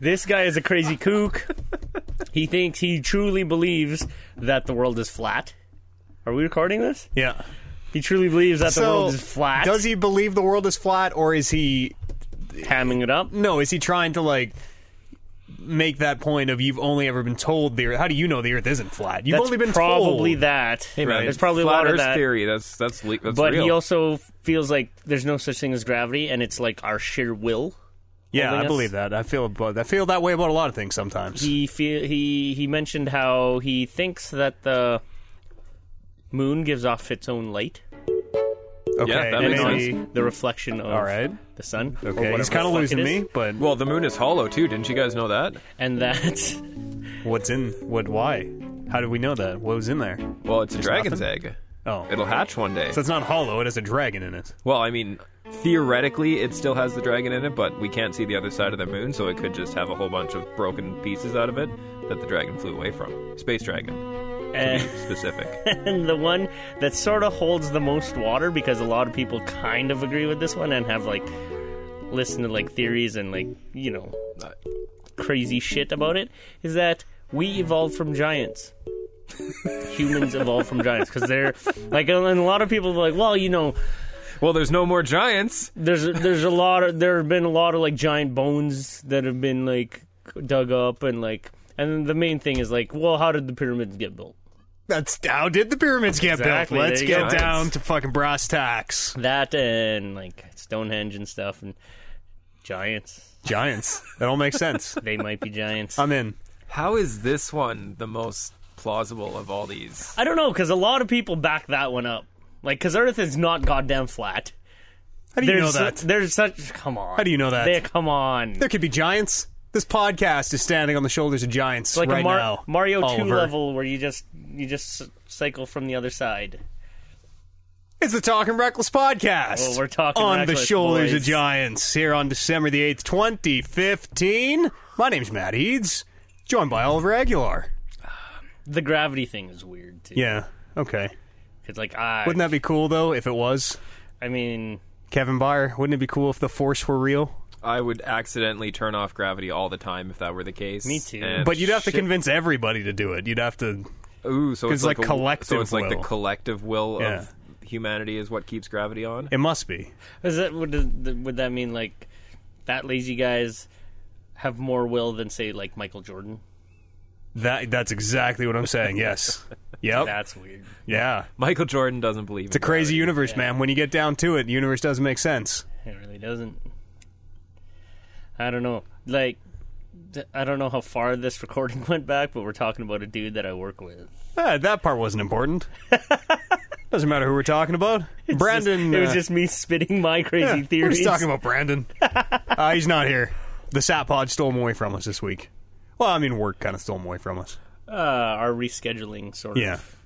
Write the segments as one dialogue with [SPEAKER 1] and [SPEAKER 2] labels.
[SPEAKER 1] This guy is a crazy kook. He thinks he truly believes that the world is flat. Are we recording this?
[SPEAKER 2] Yeah.
[SPEAKER 1] He truly believes that the world is flat.
[SPEAKER 2] does he believe the world is flat, or is he
[SPEAKER 1] hamming it up?
[SPEAKER 2] no? Is he trying to like make that point of you've only ever been told the Earth? How do you know the Earth isn't flat? You've
[SPEAKER 1] That's
[SPEAKER 2] only been
[SPEAKER 1] probably
[SPEAKER 2] told.
[SPEAKER 1] that.
[SPEAKER 2] man,
[SPEAKER 1] There's probably a
[SPEAKER 3] Flat
[SPEAKER 1] lot
[SPEAKER 3] Earth
[SPEAKER 1] of that.
[SPEAKER 3] theory. That's that's le- that's
[SPEAKER 1] But
[SPEAKER 3] real.
[SPEAKER 1] he also feels like there's no such thing as gravity, and it's like our sheer will.
[SPEAKER 2] Yeah,
[SPEAKER 1] holding
[SPEAKER 2] I
[SPEAKER 1] us.
[SPEAKER 2] believe that. I feel about, I feel that way about a lot of things sometimes.
[SPEAKER 1] He feel he he mentioned how he thinks that the moon gives off its own light,
[SPEAKER 2] okay,
[SPEAKER 3] Yeah, that makes
[SPEAKER 2] maybe.
[SPEAKER 3] sense.
[SPEAKER 1] the reflection of
[SPEAKER 2] All right.
[SPEAKER 1] the sun. or
[SPEAKER 2] Okay,
[SPEAKER 1] whatever
[SPEAKER 2] he's
[SPEAKER 1] the
[SPEAKER 2] kind of
[SPEAKER 1] fuck
[SPEAKER 2] losing
[SPEAKER 1] it is.
[SPEAKER 2] me, but
[SPEAKER 3] well, the moon is hollow too. Didn't you guys know that?
[SPEAKER 1] and that
[SPEAKER 2] what's in? What? Why? How do we know that? What was in there?
[SPEAKER 3] Well, it's a dragon's egg.
[SPEAKER 2] Oh,
[SPEAKER 3] It'll hatch one day.
[SPEAKER 2] so it's not hollow. It has a dragon in it.
[SPEAKER 3] Well, I mean, theoretically, it still has the dragon in it, but we can't see the other side of the moon, so it could just have a whole bunch of broken pieces out of it that the dragon flew away from. Space dragon,
[SPEAKER 1] and,
[SPEAKER 3] specific.
[SPEAKER 1] and the one that sort of holds the most water because a lot of people kind of agree with this one and have like listened to like theories and like you know crazy shit about it is that we evolved from giants. Humans evolved from giants because they're like, and a lot of people are like, well, you know,
[SPEAKER 3] well, there's no more giants.
[SPEAKER 1] there's there's a lot of there have been a lot of like giant bones that have been like dug up and like, and the main thing is like, well, how did the pyramids get built?
[SPEAKER 2] That's how did the pyramids get
[SPEAKER 1] Exactly,
[SPEAKER 2] built? Let's
[SPEAKER 1] there you
[SPEAKER 2] get
[SPEAKER 3] go.
[SPEAKER 2] down to fucking brass tacks.
[SPEAKER 1] That and like Stonehenge and stuff and giants.
[SPEAKER 2] Giants. That all makes sense.
[SPEAKER 1] They might be giants.
[SPEAKER 2] I'm in.
[SPEAKER 3] How is this one the most plausible of all these?
[SPEAKER 1] I don't know because a lot of people back that one up. Like, because Earth is not goddamn flat.
[SPEAKER 2] How do you
[SPEAKER 1] There's
[SPEAKER 2] know that?
[SPEAKER 1] su- there's such. Come on.
[SPEAKER 2] How do you know that?
[SPEAKER 1] There, come on.
[SPEAKER 2] there could be giants. This podcast is standing on the shoulders of giants
[SPEAKER 1] like
[SPEAKER 2] right
[SPEAKER 1] a Mar-
[SPEAKER 2] now.
[SPEAKER 1] Mario two
[SPEAKER 2] Oliver.
[SPEAKER 1] level where you just you just s- cycle from the other side.
[SPEAKER 2] It's the Talking Reckless podcast.
[SPEAKER 1] Well, we're talking
[SPEAKER 2] on the
[SPEAKER 1] reckless,
[SPEAKER 2] shoulders of
[SPEAKER 1] boys.
[SPEAKER 2] giants here on December the eighth, twenty fifteen. My name's Matt Eads, joined by Oliver Aguilar.
[SPEAKER 1] The gravity thing is weird too.
[SPEAKER 2] Yeah. Okay.
[SPEAKER 1] It's like I.
[SPEAKER 2] Wouldn't that be cool though if it was
[SPEAKER 1] I mean,
[SPEAKER 2] Kevin Byer? Wouldn't it be cool if the Force were real?
[SPEAKER 3] I would accidentally turn off gravity all the time if that were the case.
[SPEAKER 1] Me too.
[SPEAKER 3] And-
[SPEAKER 2] But you'd have to convince everybody to do it. You'd have to.
[SPEAKER 3] ooh, so it's
[SPEAKER 2] it's like
[SPEAKER 3] a- So
[SPEAKER 2] collective
[SPEAKER 3] it's like the
[SPEAKER 2] will.
[SPEAKER 3] collective will
[SPEAKER 2] Yeah.
[SPEAKER 3] of humanity is what keeps gravity on.
[SPEAKER 2] It must be.
[SPEAKER 1] is that would th- would that mean like that lazy guys have more will than say like Michael Jordan?
[SPEAKER 2] That that's exactly what I'm saying. Yes. Yep.
[SPEAKER 1] That's weird.
[SPEAKER 2] yeah.
[SPEAKER 3] Michael Jordan doesn't believe.
[SPEAKER 2] It's a crazy universe, man. When you get down to it, the universe doesn't make sense.
[SPEAKER 1] It really doesn't. I don't know. Like, th- I don't know how far this recording went back, but we're talking about a dude that I work with.
[SPEAKER 2] Ah, that part wasn't important. doesn't matter who we're talking about. Brandon.
[SPEAKER 1] it was
[SPEAKER 2] uh,
[SPEAKER 1] just me spitting my crazy
[SPEAKER 2] yeah, We're
[SPEAKER 1] theories.
[SPEAKER 2] just talking about Brandon. uh, he's not here. The Sat Pod stole him away from us this week. Well, I mean, work kind of stole him away from us.
[SPEAKER 1] uh, our rescheduling sort
[SPEAKER 2] Yeah.
[SPEAKER 1] of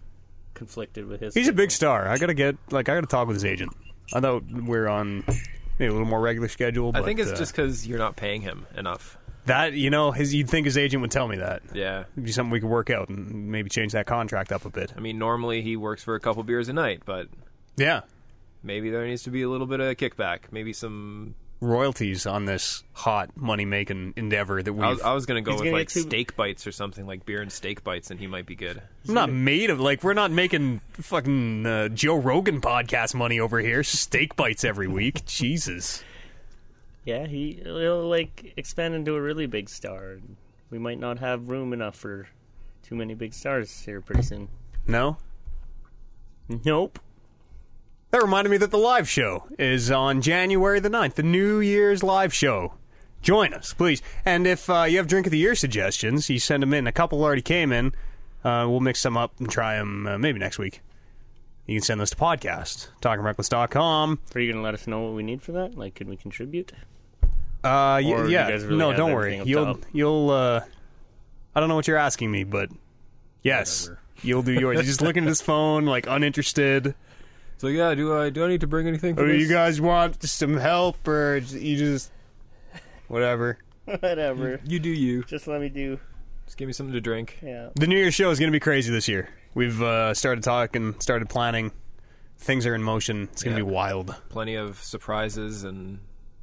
[SPEAKER 1] conflicted with his.
[SPEAKER 2] He's a big star. I gotta get like I gotta talk with his agent. I thought we're on maybe a little more regular schedule.
[SPEAKER 3] I
[SPEAKER 2] But,
[SPEAKER 3] think it's
[SPEAKER 2] uh,
[SPEAKER 3] just because you're not paying him enough.
[SPEAKER 2] that. You know, his you'd think his agent would tell me that.
[SPEAKER 3] Yeah.
[SPEAKER 2] It'd be something we could work out and maybe change that contract up a bit.
[SPEAKER 3] I mean, normally he works for a couple beers a night, but
[SPEAKER 2] Yeah.
[SPEAKER 3] maybe there needs to be a little bit of kickback. Maybe some.
[SPEAKER 2] Royalties on this hot money making endeavor that we
[SPEAKER 3] I was, I was going to go
[SPEAKER 1] He's
[SPEAKER 3] with
[SPEAKER 1] gonna
[SPEAKER 3] like
[SPEAKER 1] get too-
[SPEAKER 3] steak bites or something, like beer and steak bites, and he might be good.
[SPEAKER 2] not made of. Like, we're not making fucking uh, Joe Rogan podcast money over here. Steak bites every week. Jesus.
[SPEAKER 1] Yeah, he he'll like expand into a really big star. We might not have room enough for too many big stars here pretty soon.
[SPEAKER 2] No?
[SPEAKER 1] Nope.
[SPEAKER 2] That reminded me that the live show is on January the 9th, the New Year's live show. Join us, please. And if uh, you have Drink of the Year suggestions, you send them in. A couple already came in. Uh, we'll mix them up and try them uh, maybe next week. You can send those to podcast, talkingreckless.com.
[SPEAKER 1] Are you gonna let us know what we need for that? Like, can we contribute?
[SPEAKER 2] Uh, y-
[SPEAKER 1] Or do you
[SPEAKER 2] yeah.
[SPEAKER 1] guys really
[SPEAKER 2] no,
[SPEAKER 1] have
[SPEAKER 2] don't worry.
[SPEAKER 1] everything up
[SPEAKER 2] You'll
[SPEAKER 1] top?
[SPEAKER 2] you'll. Uh, I don't know what you're asking me, but yes,
[SPEAKER 1] Whatever.
[SPEAKER 2] you'll do yours. He's just looking at his phone, like uninterested.
[SPEAKER 3] So yeah, do I do I need to bring anything? For
[SPEAKER 2] Or
[SPEAKER 3] this?
[SPEAKER 2] Oh, you guys want some help, or j- you just whatever.
[SPEAKER 1] Whatever.
[SPEAKER 2] Hmm.
[SPEAKER 3] You do you.
[SPEAKER 1] Just let me do.
[SPEAKER 3] Just give me something to drink.
[SPEAKER 1] Yeah.
[SPEAKER 2] The New Year's show is going to be crazy this year. We've uh, started talking, started planning. Things are in motion. It's going to
[SPEAKER 3] Yeah.
[SPEAKER 2] be wild.
[SPEAKER 3] Plenty of surprises and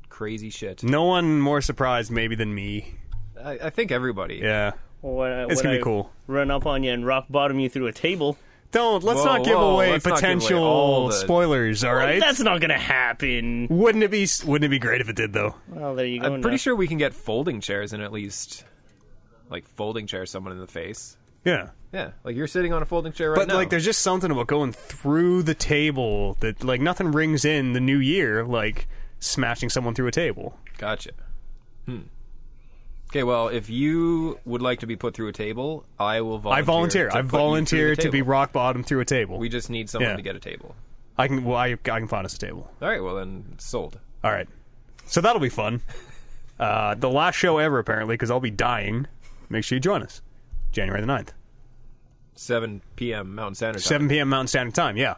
[SPEAKER 3] crazy shit.
[SPEAKER 2] No one more surprised maybe than me
[SPEAKER 3] I, I think everybody.
[SPEAKER 2] Yeah.
[SPEAKER 1] What, uh,
[SPEAKER 2] It's
[SPEAKER 1] what
[SPEAKER 2] gonna be
[SPEAKER 1] I
[SPEAKER 2] cool.
[SPEAKER 1] Run up on you and rock bottom you through a table.
[SPEAKER 2] Don't let's
[SPEAKER 3] Whoa,
[SPEAKER 2] not give
[SPEAKER 3] whoa,
[SPEAKER 2] away
[SPEAKER 3] let's not give away
[SPEAKER 2] potential
[SPEAKER 3] all the-
[SPEAKER 2] spoilers. All right.
[SPEAKER 1] That's not gonna happen.
[SPEAKER 2] Wouldn't it be Wouldn't it be great if it did though?
[SPEAKER 1] Well, there you go.
[SPEAKER 3] I'm
[SPEAKER 2] Oh,
[SPEAKER 3] pretty
[SPEAKER 1] now.
[SPEAKER 3] sure we can get folding chairs and at least like folding chair someone in the face.
[SPEAKER 2] Yeah.
[SPEAKER 3] Yeah, like you're sitting on a folding chair right
[SPEAKER 2] But
[SPEAKER 3] now.
[SPEAKER 2] like, there's just something about going through the table that like nothing rings in the new year like smashing someone through a table.
[SPEAKER 3] gotcha. Hmm. Okay, well, if you would like to be put through a table, I will volunteer.
[SPEAKER 2] I volunteer.
[SPEAKER 3] to
[SPEAKER 2] I
[SPEAKER 3] put you through
[SPEAKER 2] volunteer
[SPEAKER 3] the
[SPEAKER 2] to be
[SPEAKER 3] table.
[SPEAKER 2] rock bottom through a table.
[SPEAKER 3] We just need someone
[SPEAKER 2] Yeah.
[SPEAKER 3] to get a table.
[SPEAKER 2] I can. Well, I, I can find us a table.
[SPEAKER 3] All right, well then, it's sold.
[SPEAKER 2] All right. So that'll be fun. Uh, the last show ever apparently because I'll be dying. Make sure you join us, January the 9th.
[SPEAKER 3] 7 p.m. Mountain Standard Time.
[SPEAKER 2] 7 p.m. Mountain Standard Time. Yeah.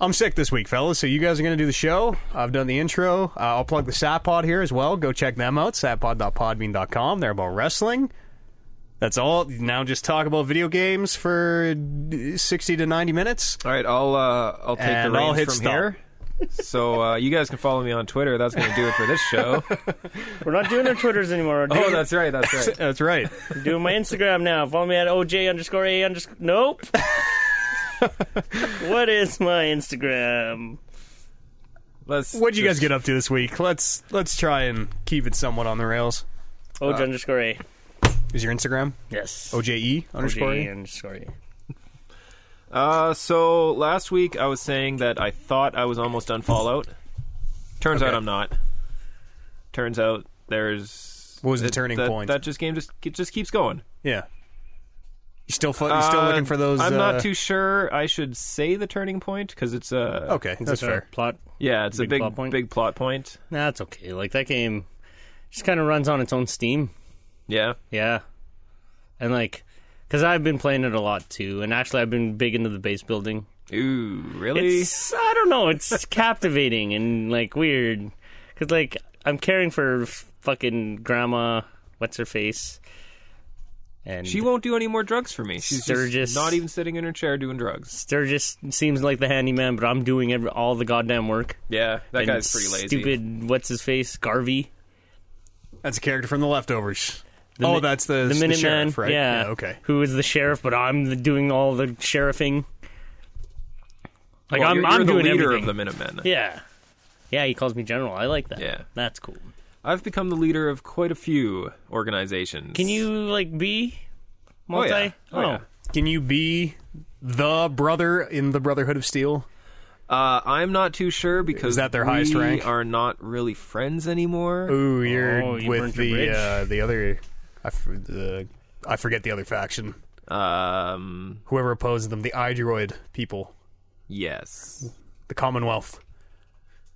[SPEAKER 2] I'm sick this week, fellas. So you guys are going to do the show. I've done the intro. Uh, I'll plug the Satpod here as well. Go check them out. Satpod.podbean.com. They're about wrestling. That's all. Now just talk about video games for uh, 60 to 90 minutes.
[SPEAKER 3] All right, I'll uh, I'll take
[SPEAKER 2] And
[SPEAKER 3] the
[SPEAKER 2] I'll
[SPEAKER 3] reins
[SPEAKER 2] hit
[SPEAKER 3] from
[SPEAKER 2] stop.
[SPEAKER 3] here. So uh, you guys can follow me on Twitter. That's going to do it for this show.
[SPEAKER 1] we're not doing our Twitters anymore. We're
[SPEAKER 3] oh,
[SPEAKER 1] doing,
[SPEAKER 3] that's right. That's right.
[SPEAKER 2] That's right.
[SPEAKER 1] doing my Instagram now. Follow me at oj underscore a underscore. Nope. what is my Instagram?
[SPEAKER 3] Let's.
[SPEAKER 2] What'd you guys
[SPEAKER 3] just-
[SPEAKER 2] get up to this week? Let's let's try and keep it somewhat on the rails.
[SPEAKER 1] oj underscore a.
[SPEAKER 2] Is your Instagram
[SPEAKER 1] Yes.
[SPEAKER 2] OJE underscore?
[SPEAKER 1] OJ
[SPEAKER 2] E?
[SPEAKER 1] underscore a.
[SPEAKER 3] Uh, so last week I was saying that I thought I was almost done Fallout. Turns out
[SPEAKER 2] Okay.
[SPEAKER 3] I'm not. Turns out there's
[SPEAKER 2] What was the
[SPEAKER 3] that-
[SPEAKER 2] turning
[SPEAKER 3] that-
[SPEAKER 2] point?
[SPEAKER 3] That just game just it just keeps going.
[SPEAKER 2] Yeah. You still fu- you still
[SPEAKER 3] Uh,
[SPEAKER 2] looking for those?
[SPEAKER 3] I'm
[SPEAKER 2] uh,
[SPEAKER 3] not too sure. I should say the turning point because it's a
[SPEAKER 2] Okay, that's
[SPEAKER 1] Is that a
[SPEAKER 2] fair.
[SPEAKER 1] Plot.
[SPEAKER 3] yeah, it's
[SPEAKER 1] Oh, Big
[SPEAKER 3] a big
[SPEAKER 1] plot point?
[SPEAKER 3] big plot point.
[SPEAKER 1] Nah, that's okay. Like that game, just kind of runs on its own steam.
[SPEAKER 3] Yeah,
[SPEAKER 1] Yeah. And like, because I've been playing it a lot too, and actually I've been big into the base building.
[SPEAKER 3] ooh, really?
[SPEAKER 1] It's I don't know, it's captivating and like weird, because like I'm caring for f- fucking grandma, what's her face, and
[SPEAKER 3] She won't do any more drugs for me. She's
[SPEAKER 1] Sturgis.
[SPEAKER 3] just not even sitting in her chair doing drugs.
[SPEAKER 1] Sturgis seems like the handyman, but I'm doing every, all the goddamn work.
[SPEAKER 3] Yeah, that
[SPEAKER 1] And
[SPEAKER 3] guy's pretty lazy.
[SPEAKER 1] Stupid, what's his face, Garvey.
[SPEAKER 2] That's a character from The Leftovers.
[SPEAKER 1] The
[SPEAKER 2] oh,
[SPEAKER 1] Mi-
[SPEAKER 2] that's the,
[SPEAKER 1] the
[SPEAKER 2] the
[SPEAKER 1] Minuteman,
[SPEAKER 2] sheriff, right?
[SPEAKER 1] yeah,
[SPEAKER 2] Okay.
[SPEAKER 1] Who is the sheriff? But I'm the, doing all the sheriffing. Like
[SPEAKER 3] Well,
[SPEAKER 1] I'm,
[SPEAKER 3] you're,
[SPEAKER 1] I'm
[SPEAKER 3] you're
[SPEAKER 1] doing
[SPEAKER 3] the leader
[SPEAKER 1] everything.
[SPEAKER 3] of the Minutemen.
[SPEAKER 1] Yeah, yeah. He calls me general. I like that.
[SPEAKER 3] Yeah.
[SPEAKER 1] that's cool.
[SPEAKER 3] I've become the leader of quite a few organizations.
[SPEAKER 1] Can you like be
[SPEAKER 3] Oh,
[SPEAKER 1] multi?
[SPEAKER 3] yeah. Oh, yeah.
[SPEAKER 2] Can you be the brother in the Brotherhood of Steel?
[SPEAKER 3] Uh, I'm not too sure because
[SPEAKER 2] Is that their highest
[SPEAKER 3] we
[SPEAKER 2] rank?
[SPEAKER 3] are not really friends anymore.
[SPEAKER 2] Ooh, you're
[SPEAKER 1] Oh, you
[SPEAKER 2] with
[SPEAKER 1] burnt your
[SPEAKER 2] the
[SPEAKER 1] bridge.
[SPEAKER 2] uh, the other. I, f- the, I forget the other faction.
[SPEAKER 3] Um,
[SPEAKER 2] Whoever opposed them, the Idroid people,
[SPEAKER 3] yes,
[SPEAKER 2] the Commonwealth.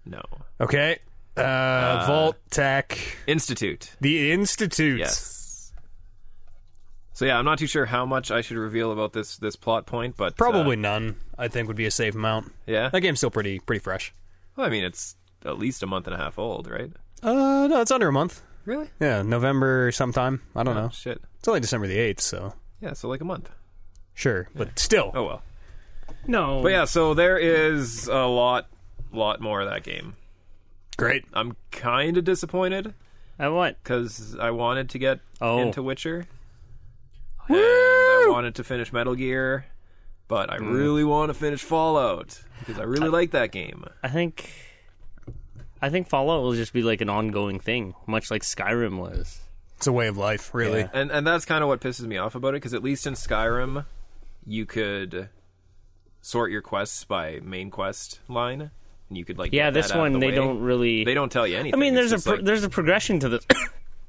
[SPEAKER 3] no
[SPEAKER 2] Okay. Uh, Vault Tech,
[SPEAKER 3] institute.
[SPEAKER 2] the Institute.
[SPEAKER 3] Yes. So yeah, I'm not too sure how much I should reveal about this this plot point, but uh,
[SPEAKER 2] Probably none. I think would be a safe amount.
[SPEAKER 3] yeah.
[SPEAKER 2] That game's still pretty pretty fresh.
[SPEAKER 3] Well, I mean, it's at least a month and a half old, right?
[SPEAKER 2] Uh, no, it's under a month.
[SPEAKER 3] Really?
[SPEAKER 2] Yeah, November sometime. I don't know.
[SPEAKER 3] Shit.
[SPEAKER 2] It's only December the eighth, so
[SPEAKER 3] Yeah, so like a month.
[SPEAKER 2] sure, but still.
[SPEAKER 3] Oh well.
[SPEAKER 1] No,
[SPEAKER 3] But yeah, so there is a lot, lot more of that game.
[SPEAKER 2] Great.
[SPEAKER 3] I'm kind of disappointed
[SPEAKER 1] I want.
[SPEAKER 3] because I wanted to get
[SPEAKER 1] Oh.
[SPEAKER 3] into Witcher. And I wanted to finish Metal Gear, but
[SPEAKER 1] Mm.
[SPEAKER 3] I really want to finish Fallout because I really like that game.
[SPEAKER 1] I think. I think Fallout will just be like an ongoing thing, much like Skyrim was.
[SPEAKER 2] It's a way of life, really.
[SPEAKER 1] Yeah.
[SPEAKER 3] And and that's kind of what pisses me off about it because at least in Skyrim, you could sort your quests by main quest line, and you could like
[SPEAKER 1] Yeah,
[SPEAKER 3] get
[SPEAKER 1] this
[SPEAKER 3] that out
[SPEAKER 1] one
[SPEAKER 3] of the
[SPEAKER 1] they
[SPEAKER 3] way.
[SPEAKER 1] don't really.
[SPEAKER 3] they don't tell you anything.
[SPEAKER 1] I mean,
[SPEAKER 3] It's
[SPEAKER 1] there's a
[SPEAKER 3] just
[SPEAKER 1] pro-
[SPEAKER 3] like-
[SPEAKER 1] there's a progression to the.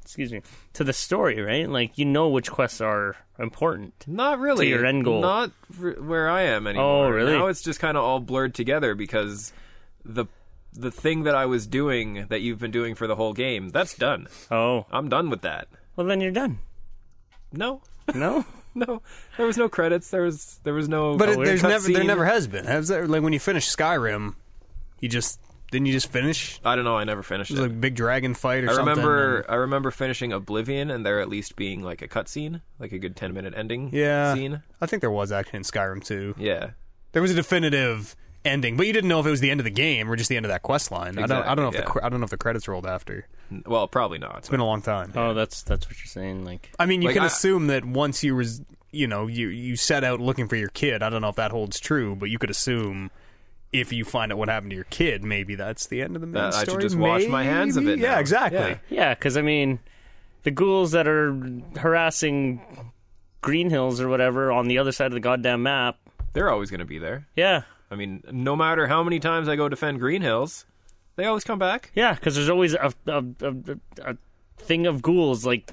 [SPEAKER 1] excuse me to the story, right? Like you know which quests are important.
[SPEAKER 3] Not really.
[SPEAKER 1] your end goal.
[SPEAKER 3] Not r- where I am anymore.
[SPEAKER 1] Oh, really?
[SPEAKER 3] Now it's just kind of all blurred together because the the thing that I was doing that you've been doing for the whole game that's done.
[SPEAKER 1] Oh,
[SPEAKER 3] I'm done with that.
[SPEAKER 1] well then you're done.
[SPEAKER 3] No,
[SPEAKER 1] No,
[SPEAKER 3] no. There was no credits. There was there was no.
[SPEAKER 2] But
[SPEAKER 3] no
[SPEAKER 2] it, there's
[SPEAKER 3] Oh, cut
[SPEAKER 2] never there
[SPEAKER 3] scene.
[SPEAKER 2] never has been. Has there, like when you finish Skyrim, you just didn't you just finish?
[SPEAKER 3] I don't know. I never finished
[SPEAKER 2] It was
[SPEAKER 3] it.
[SPEAKER 2] like a big dragon fight or
[SPEAKER 3] I
[SPEAKER 2] something.
[SPEAKER 3] remember. I remember finishing Oblivion, and there at least being like a cutscene, like a good ten minute ending.
[SPEAKER 2] Yeah.
[SPEAKER 3] Scene.
[SPEAKER 2] I think there was actually in Skyrim too.
[SPEAKER 3] Yeah.
[SPEAKER 2] There was a definitive ending, but you didn't know if it was the end of the game or just the end of that quest line. I don't I don't know if
[SPEAKER 3] Exactly,
[SPEAKER 2] the, cre- I don't know if the credits rolled after.
[SPEAKER 3] Well, probably not.
[SPEAKER 2] It's been a long time.
[SPEAKER 1] Oh, that's that's what you're saying. Like,
[SPEAKER 2] I mean, you
[SPEAKER 3] Like,
[SPEAKER 2] can
[SPEAKER 3] I-
[SPEAKER 2] assume that once you res- you know, you you set out looking for your kid. I don't know if that holds true, but you could assume if you find out what happened to your kid, maybe that's the end of the main
[SPEAKER 3] That I
[SPEAKER 2] story.
[SPEAKER 3] should just wash my hands of
[SPEAKER 2] maybe?
[SPEAKER 3] it
[SPEAKER 2] Yeah,
[SPEAKER 3] now.
[SPEAKER 2] exactly.
[SPEAKER 3] Yeah.
[SPEAKER 1] yeah, because I mean, the ghouls that are harassing Green Hills or whatever on the other side of the goddamn map.
[SPEAKER 3] They're always going to be there.
[SPEAKER 1] Yeah,
[SPEAKER 3] I mean, no matter how many times I go defend Green Hills, they always come back.
[SPEAKER 1] yeah, because there's always a, a, a, a thing of ghouls like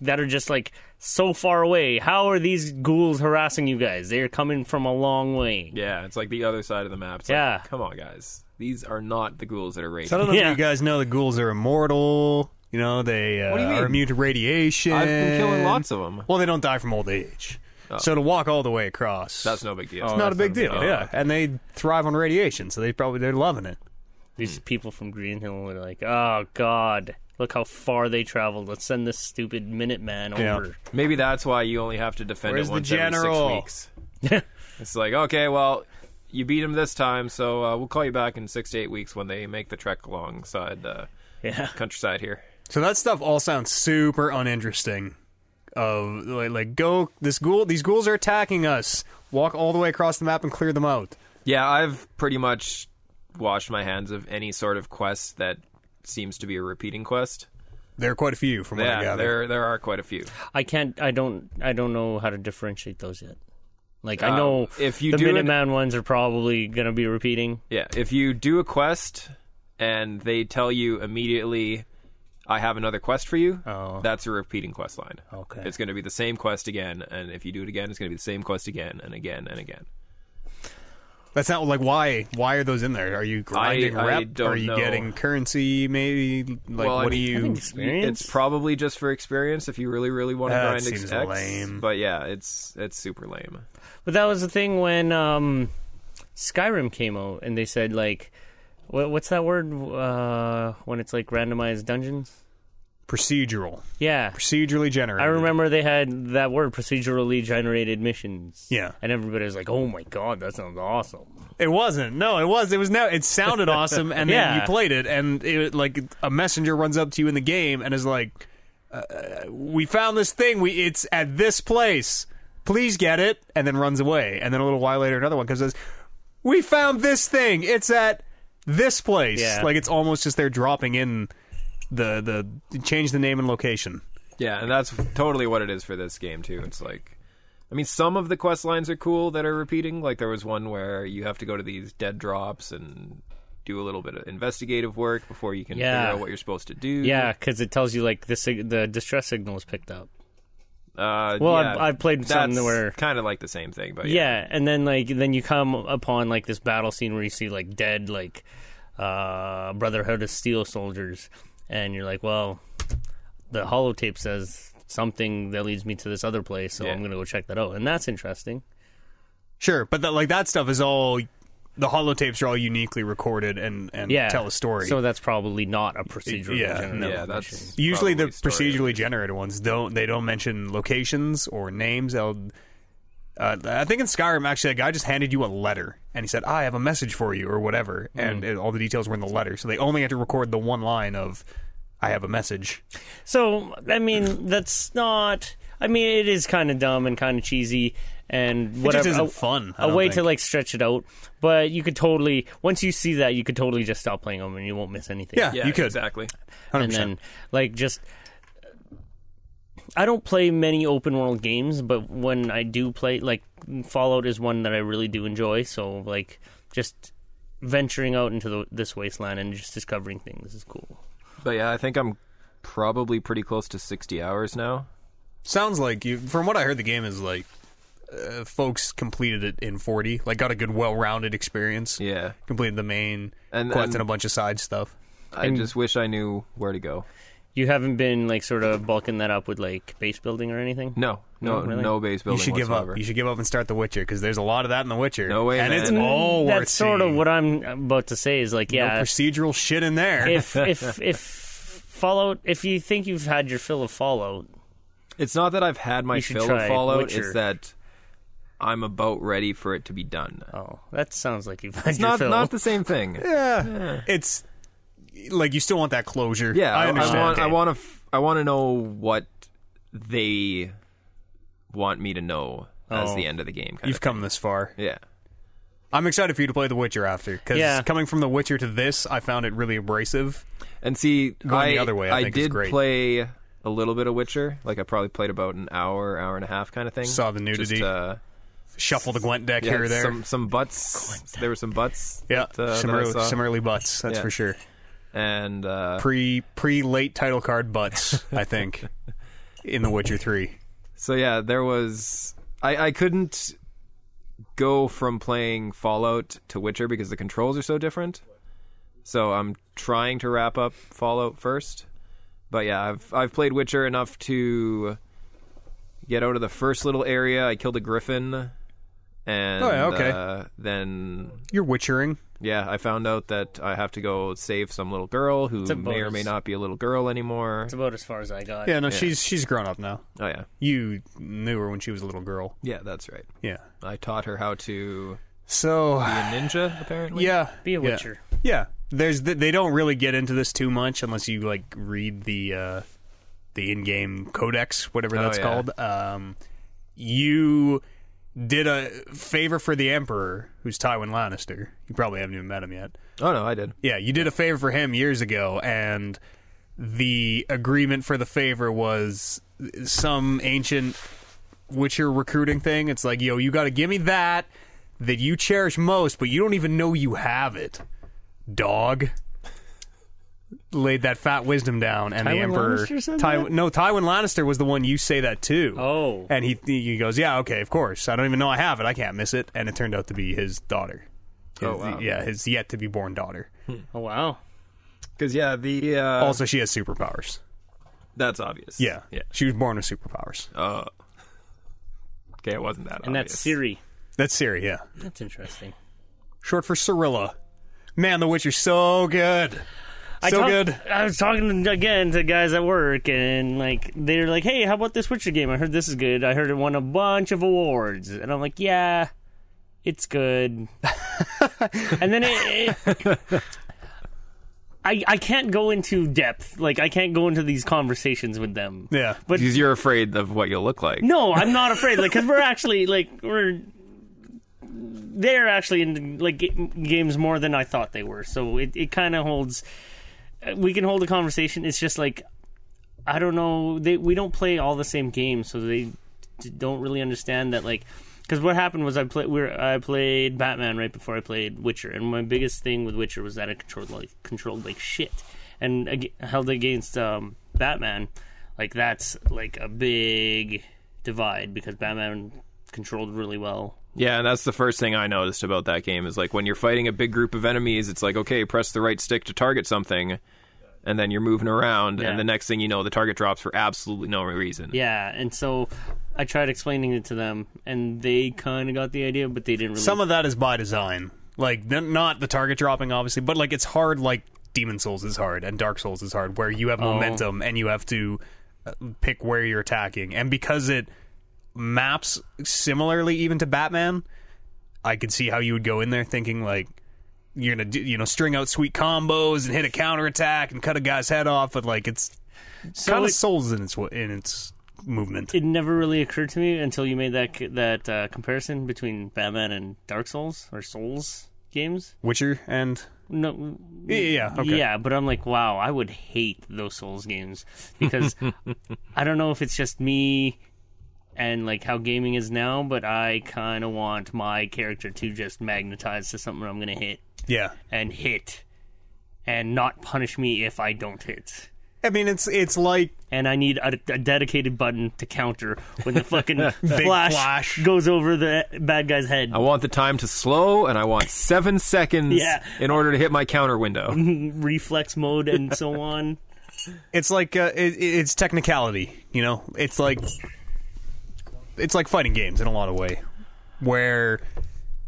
[SPEAKER 1] that are just like so far away. How are these ghouls harassing you guys? They are coming from a long way.
[SPEAKER 3] Yeah, it's like the other side of the map. It's
[SPEAKER 1] Yeah.
[SPEAKER 3] Like, come on, guys. These are not the ghouls that are
[SPEAKER 2] So I
[SPEAKER 3] raging.
[SPEAKER 2] don't know
[SPEAKER 1] Yeah.
[SPEAKER 2] if you guys know the ghouls are immortal. You know, they uh,
[SPEAKER 3] do you mean?
[SPEAKER 2] are immune to radiation.
[SPEAKER 3] I've been killing lots of them.
[SPEAKER 2] Well, they don't die from old age. So to walk all the way across,
[SPEAKER 3] That's no big deal.
[SPEAKER 1] Oh,
[SPEAKER 2] not a
[SPEAKER 1] that's
[SPEAKER 2] big
[SPEAKER 1] not a
[SPEAKER 2] deal.
[SPEAKER 1] big
[SPEAKER 3] deal.
[SPEAKER 2] Yeah, and they thrive on radiation, so they probably they're loving it.
[SPEAKER 3] Hmm.
[SPEAKER 1] These people from Green Hill were like, "Oh God, look how far they traveled. Let's send this stupid Minuteman
[SPEAKER 2] Yeah.
[SPEAKER 1] over."
[SPEAKER 3] Maybe that's why you only have to defend
[SPEAKER 2] Where's
[SPEAKER 3] it
[SPEAKER 2] the
[SPEAKER 3] once
[SPEAKER 2] general?
[SPEAKER 3] every six weeks. it's like, okay, well, you beat them this time, so uh, we'll call you back in six to eight weeks when they make the trek alongside uh,
[SPEAKER 1] Yeah,
[SPEAKER 3] countryside here.
[SPEAKER 2] So that stuff all sounds super uninteresting. Of like, like go this ghoul these ghouls are attacking us. Walk all the way across the map and clear them out.
[SPEAKER 3] Yeah, I've pretty much washed my hands of any sort of quest that seems to be a repeating quest.
[SPEAKER 2] There are quite a few from what I
[SPEAKER 3] Yeah,
[SPEAKER 2] gather.
[SPEAKER 3] there there are quite a few.
[SPEAKER 1] I can't. I don't. I don't know how to differentiate those yet. Like I
[SPEAKER 3] Um,
[SPEAKER 1] know
[SPEAKER 3] if you
[SPEAKER 1] the
[SPEAKER 3] do it-
[SPEAKER 1] Minuteman ones are probably gonna be repeating.
[SPEAKER 3] Yeah, if you do a quest and they tell you immediately, I have another quest for you,
[SPEAKER 2] Oh.
[SPEAKER 3] that's a repeating quest line.
[SPEAKER 1] Okay.
[SPEAKER 3] It's going to be the same quest again, and if you do it again, it's going to be the same quest again and again and again.
[SPEAKER 2] That's not like why why are those in there? Are you grinding
[SPEAKER 3] I
[SPEAKER 2] rep?
[SPEAKER 3] don't
[SPEAKER 2] are you
[SPEAKER 3] know.
[SPEAKER 2] getting currency maybe? Like
[SPEAKER 3] Well, I
[SPEAKER 2] what do
[SPEAKER 3] mean- I
[SPEAKER 2] you
[SPEAKER 1] think it's- Experience?
[SPEAKER 3] It's probably just for experience if you really, really want to
[SPEAKER 2] That
[SPEAKER 3] grind
[SPEAKER 2] seems
[SPEAKER 3] X.
[SPEAKER 2] lame.
[SPEAKER 3] But yeah, it's it's super lame.
[SPEAKER 1] But that was the thing when um, Skyrim came out, and they said like, wha- "What's that word uh, when it's like randomized dungeons?"
[SPEAKER 2] procedural.
[SPEAKER 1] Yeah,
[SPEAKER 2] Procedurally generated.
[SPEAKER 1] I remember they had that word procedurally generated missions.
[SPEAKER 2] Yeah.
[SPEAKER 1] and everybody was like, "Oh my god, that sounds awesome!"
[SPEAKER 2] It wasn't. No, it was. It was now. It sounded awesome, and
[SPEAKER 1] Yeah.
[SPEAKER 2] then you played it, and it like a messenger runs up to you in the game and is like, uh, "We found this thing. We it's at this place. Please get it." And then runs away, and then a little while later, another one comes. and Says, "We found this thing. It's at this place."
[SPEAKER 1] Yeah.
[SPEAKER 2] Like it's almost just they're dropping in the the change the name and location.
[SPEAKER 3] Yeah, and that's totally what it is for this game too. It's like, I mean, some of the quest lines are cool that are repeating. Like there was one where you have to go to these dead drops and do a little bit of investigative work before you can
[SPEAKER 1] Yeah.
[SPEAKER 3] figure out what you're supposed to do.
[SPEAKER 1] Yeah, because it tells you like the sig- the distress signal was picked up.
[SPEAKER 3] Uh,
[SPEAKER 1] Well,
[SPEAKER 3] yeah,
[SPEAKER 1] I've- I've played some where-
[SPEAKER 3] kind of like the same thing, but yeah.
[SPEAKER 1] Yeah, and then like then you come upon like this battle scene where you see like dead like uh Brotherhood of Steel soldiers and you're like, Well, the holotape says something that leads me to this other place, so
[SPEAKER 3] Yeah.
[SPEAKER 1] I'm gonna go check that out. And that's interesting.
[SPEAKER 2] Sure, but that like that stuff is all. The holotapes are all uniquely recorded and, and
[SPEAKER 1] Yeah.
[SPEAKER 2] tell a story.
[SPEAKER 1] So that's probably not a procedural
[SPEAKER 2] Yeah,
[SPEAKER 1] generated
[SPEAKER 2] no.
[SPEAKER 3] Yeah,
[SPEAKER 1] mission.
[SPEAKER 3] that's
[SPEAKER 2] Usually, the
[SPEAKER 3] probably story.
[SPEAKER 2] procedurally generated ones don't. They don't mention locations or names. They'll, uh, I think in Skyrim, actually, a guy just handed you a letter and he said, "I have a message for you" or whatever,
[SPEAKER 3] Hmm.
[SPEAKER 2] and it, all the details were in the letter. So they only had to record the one line of, "I have a message."
[SPEAKER 1] So I mean, that's not. I mean, it is kind of dumb and kind of cheesy and whatever.
[SPEAKER 2] isn't
[SPEAKER 1] a,
[SPEAKER 2] fun, I
[SPEAKER 1] A
[SPEAKER 2] don't
[SPEAKER 1] way to
[SPEAKER 2] think.
[SPEAKER 1] like stretch it out, but you could totally once you see that, you could totally just stop playing them and you won't miss anything.
[SPEAKER 2] Yeah,
[SPEAKER 3] Yeah,
[SPEAKER 2] you could.
[SPEAKER 3] exactly.
[SPEAKER 1] and
[SPEAKER 2] 100%.
[SPEAKER 1] then like just. I don't play many open world games, but when I do play, like Fallout is one that I really do enjoy. So like just venturing out into the, this wasteland and just discovering things is cool.
[SPEAKER 3] But yeah, I think I'm probably pretty close to 60 hours now.
[SPEAKER 2] Sounds like you. From what I heard, the game is like, uh, folks completed it in forty. Like, got a good, well-rounded experience.
[SPEAKER 3] Yeah,
[SPEAKER 2] Completed the main
[SPEAKER 3] And-
[SPEAKER 2] quest
[SPEAKER 3] and-
[SPEAKER 2] and a bunch of side stuff.
[SPEAKER 3] I just wish I knew where to go.
[SPEAKER 1] You haven't been like sort of bulking that up with like base building or anything.
[SPEAKER 3] No, no,
[SPEAKER 1] Oh, really?
[SPEAKER 3] no base
[SPEAKER 2] You
[SPEAKER 3] building.
[SPEAKER 2] should give
[SPEAKER 3] whatsoever.
[SPEAKER 2] up. You should give up and start The Witcher because there's a lot of that in The Witcher.
[SPEAKER 3] No way,
[SPEAKER 2] and
[SPEAKER 3] man.
[SPEAKER 2] it's
[SPEAKER 3] Mm,
[SPEAKER 2] all worth
[SPEAKER 1] That's sort of
[SPEAKER 2] seeing.
[SPEAKER 1] what I'm about to say. Is like,
[SPEAKER 2] No
[SPEAKER 1] yeah,
[SPEAKER 2] procedural shit in there.
[SPEAKER 1] if if if Fallout, if you think you've had your fill of Fallout,
[SPEAKER 3] It's not that I've had my
[SPEAKER 1] You should
[SPEAKER 3] fill of
[SPEAKER 1] try
[SPEAKER 3] Fallout.
[SPEAKER 1] Witcher.
[SPEAKER 3] It's that I'm about ready for it to be done.
[SPEAKER 1] oh, that sounds like you've had
[SPEAKER 3] It's
[SPEAKER 1] your
[SPEAKER 3] not
[SPEAKER 1] fill.
[SPEAKER 3] not the same thing.
[SPEAKER 2] Yeah. it's like you still want that closure.
[SPEAKER 3] Yeah,
[SPEAKER 2] I understand.
[SPEAKER 3] I want,
[SPEAKER 2] Okay.
[SPEAKER 3] I want to. F- I want to know what they want me to know as
[SPEAKER 2] Oh.
[SPEAKER 3] the end of the game. Kind
[SPEAKER 2] You've
[SPEAKER 3] of.
[SPEAKER 2] come this far.
[SPEAKER 3] Yeah.
[SPEAKER 2] I'm excited for you to play The Witcher after because
[SPEAKER 1] Yeah.
[SPEAKER 2] coming from The Witcher to this, I found it really abrasive.
[SPEAKER 3] And see,
[SPEAKER 2] Going
[SPEAKER 3] I,
[SPEAKER 2] the other way, I think is
[SPEAKER 3] did
[SPEAKER 2] great.
[SPEAKER 3] play a little bit of Witcher. Like I probably played about an hour, hour and a half, kind of thing.
[SPEAKER 2] Saw the
[SPEAKER 3] Just,
[SPEAKER 2] nudity.
[SPEAKER 3] uh,
[SPEAKER 2] Shuffle the Gwent deck
[SPEAKER 3] yeah,
[SPEAKER 2] here or there.
[SPEAKER 3] some some butts. There were some butts.
[SPEAKER 2] yeah,
[SPEAKER 3] that, uh,
[SPEAKER 2] some
[SPEAKER 3] that I
[SPEAKER 2] early,
[SPEAKER 3] saw.
[SPEAKER 2] some early butts. That's
[SPEAKER 3] Yeah.
[SPEAKER 2] for sure.
[SPEAKER 3] and uh,
[SPEAKER 2] Pre pre late title card butts. I think in The Witcher Three.
[SPEAKER 3] so yeah, there was. I I couldn't go from playing Fallout to Witcher because the controls are so different. So I'm trying to wrap up Fallout first. But yeah, I've I've played Witcher enough to get out of the first little area. I killed a griffin and
[SPEAKER 2] Oh, yeah, okay.
[SPEAKER 3] uh, then
[SPEAKER 2] You're witchering.
[SPEAKER 3] yeah, I found out that I have to go save some little girl who
[SPEAKER 1] a
[SPEAKER 3] may or may
[SPEAKER 1] bonus.
[SPEAKER 3] not be a little girl anymore.
[SPEAKER 1] It's about as far as I got.
[SPEAKER 2] Yeah, no, she's she's grown up now.
[SPEAKER 3] Oh yeah.
[SPEAKER 2] You knew her when she was a little girl.
[SPEAKER 3] Yeah, that's right.
[SPEAKER 2] Yeah.
[SPEAKER 3] I taught her how to
[SPEAKER 2] So
[SPEAKER 3] be a ninja apparently.
[SPEAKER 2] yeah,
[SPEAKER 1] Be a
[SPEAKER 2] yeah.
[SPEAKER 1] Witcher.
[SPEAKER 2] Yeah, there's th they don't really get into this too much unless you like read the uh, the in-game codex, whatever
[SPEAKER 3] Oh,
[SPEAKER 2] that's
[SPEAKER 3] yeah.
[SPEAKER 2] called. Um, you did a favor for the emperor, who's Tywin Lannister. You probably haven't even met him yet.
[SPEAKER 3] Oh no, I did.
[SPEAKER 2] Yeah, you did a favor for him years ago, and the agreement for the favor was some ancient Witcher recruiting thing. It's like, yo, you got to give me that that you cherish most, but you don't even know you have it. Dog laid that fat wisdom down, and the
[SPEAKER 1] Tywin
[SPEAKER 2] emperor.
[SPEAKER 1] Lannister said
[SPEAKER 2] Ty-
[SPEAKER 1] that?
[SPEAKER 2] No, Tywin Lannister was the one you say that to.
[SPEAKER 1] Oh.
[SPEAKER 2] and he he goes, yeah, okay, of course. I don't even know I have it. I can't miss it. And it turned out to be his daughter.
[SPEAKER 3] Oh,
[SPEAKER 2] His-
[SPEAKER 3] wow.
[SPEAKER 2] yeah, his yet to be born daughter.
[SPEAKER 1] Oh wow.
[SPEAKER 3] Because yeah, the uh,
[SPEAKER 2] Also, she has superpowers.
[SPEAKER 3] that's obvious.
[SPEAKER 2] Yeah.
[SPEAKER 3] yeah.
[SPEAKER 2] She was born with superpowers.
[SPEAKER 3] Oh. Okay, it wasn't that.
[SPEAKER 1] And that's
[SPEAKER 3] obvious.
[SPEAKER 1] Siri.
[SPEAKER 2] That's Siri, yeah.
[SPEAKER 1] That's interesting.
[SPEAKER 2] Short for Cirilla. Man, The Witcher's so good.
[SPEAKER 1] I
[SPEAKER 2] So
[SPEAKER 1] talk-
[SPEAKER 2] good.
[SPEAKER 1] I was talking again to guys at work, and like they're like, "Hey, how about this Witcher game? I heard this is good. I heard it won a bunch of awards." And I'm like, "Yeah, it's good." and then it, it- I I can't go into depth. Like I can't go into these conversations with them.
[SPEAKER 2] Yeah.
[SPEAKER 1] But
[SPEAKER 3] Because you're afraid of what you'll look like.
[SPEAKER 1] no, I'm not afraid. Like because we're actually like we're. They're actually in like ga- games more than I thought they were, so it, it kind of holds uh, we can hold a conversation. It's just like I don't know. They we don't play all the same games, so they d- don't really understand that. Like, because what happened was I played we were- I played Batman right before I played Witcher, and my biggest thing with Witcher was that I controlled like controlled like shit, and ag- held against um, Batman, like that's like a big divide because Batman controlled really well.
[SPEAKER 3] Yeah, and that's the first thing I noticed about that game is like when you're fighting a big group of enemies, it's like okay, press the right stick to target something, and then you're moving around,
[SPEAKER 1] Yeah.
[SPEAKER 3] and the next thing you know, the target drops for absolutely no reason.
[SPEAKER 1] Yeah, and so I tried explaining it to them, and they kind of got the idea, but they didn't really
[SPEAKER 2] Some of that is by design. Like, n- not the target dropping, obviously, but like it's hard, like Demon Souls is hard and Dark Souls is hard, where you have
[SPEAKER 1] Oh.
[SPEAKER 2] momentum and you have to uh, pick where you're attacking. And because it maps similarly even to Batman, I could see how you would go in there thinking, like, you're gonna do, you know string out sweet combos and hit a counterattack and cut a guy's head off, but like it's
[SPEAKER 1] So
[SPEAKER 2] kind of
[SPEAKER 1] it-
[SPEAKER 2] souls in its wa- in its movement.
[SPEAKER 1] it never really occurred to me until you made that c- that uh, comparison between Batman and Dark Souls or Souls games.
[SPEAKER 2] Witcher and
[SPEAKER 1] No,
[SPEAKER 2] yeah, yeah, okay.
[SPEAKER 1] yeah, but I'm like, wow, I would hate those Souls games because I don't know if it's just me and like how gaming is now, but I kind of want my character to just magnetize to something I'm gonna hit
[SPEAKER 2] yeah.
[SPEAKER 1] and hit and not punish me if I don't hit.
[SPEAKER 2] I mean, it's it's like
[SPEAKER 1] and I need a, a dedicated button to counter when the fucking flash, Oh.
[SPEAKER 2] flash.
[SPEAKER 1] goes over the bad guy's head.
[SPEAKER 3] I want the time to slow, and I want seven seconds
[SPEAKER 1] Yeah. Mm-hmm.
[SPEAKER 3] in order to hit my counter window.
[SPEAKER 1] Reflex mode and so on.
[SPEAKER 2] it's like uh, it, it's technicality. You know, it's like it's like fighting games in a lot of way, where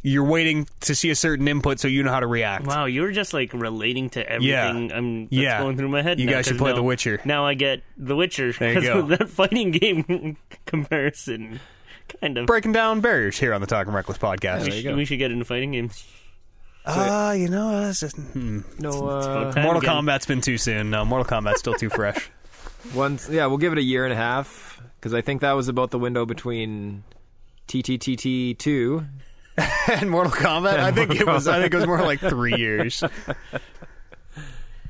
[SPEAKER 2] you're waiting to see a certain input so you know how to react.
[SPEAKER 1] Wow, you're just like relating to everything I'm that's
[SPEAKER 2] Yeah.
[SPEAKER 1] going through my head.
[SPEAKER 2] You
[SPEAKER 1] now,
[SPEAKER 2] guys should
[SPEAKER 1] 'cause
[SPEAKER 2] play
[SPEAKER 1] now-
[SPEAKER 2] The Witcher.
[SPEAKER 1] Now I get The Witcher
[SPEAKER 2] you
[SPEAKER 1] because
[SPEAKER 2] go.
[SPEAKER 1] of that fighting game comparison. Kind of.
[SPEAKER 2] Breaking down barriers here on the Talking Reckless podcast.
[SPEAKER 1] We
[SPEAKER 3] you
[SPEAKER 1] should,
[SPEAKER 3] go.
[SPEAKER 1] we should get into fighting games.
[SPEAKER 2] Ah, you know, that's just hmm.
[SPEAKER 3] No,
[SPEAKER 1] about
[SPEAKER 3] uh,
[SPEAKER 1] time
[SPEAKER 2] Mortal
[SPEAKER 1] again.
[SPEAKER 2] Kombat's been too soon. No, Mortal Kombat's still too fresh.
[SPEAKER 3] once. Yeah, we'll give it a year and a half because I think that was about the window between TTTT two.
[SPEAKER 2] and Mortal Kombat, I think it was. I think it was more like three years.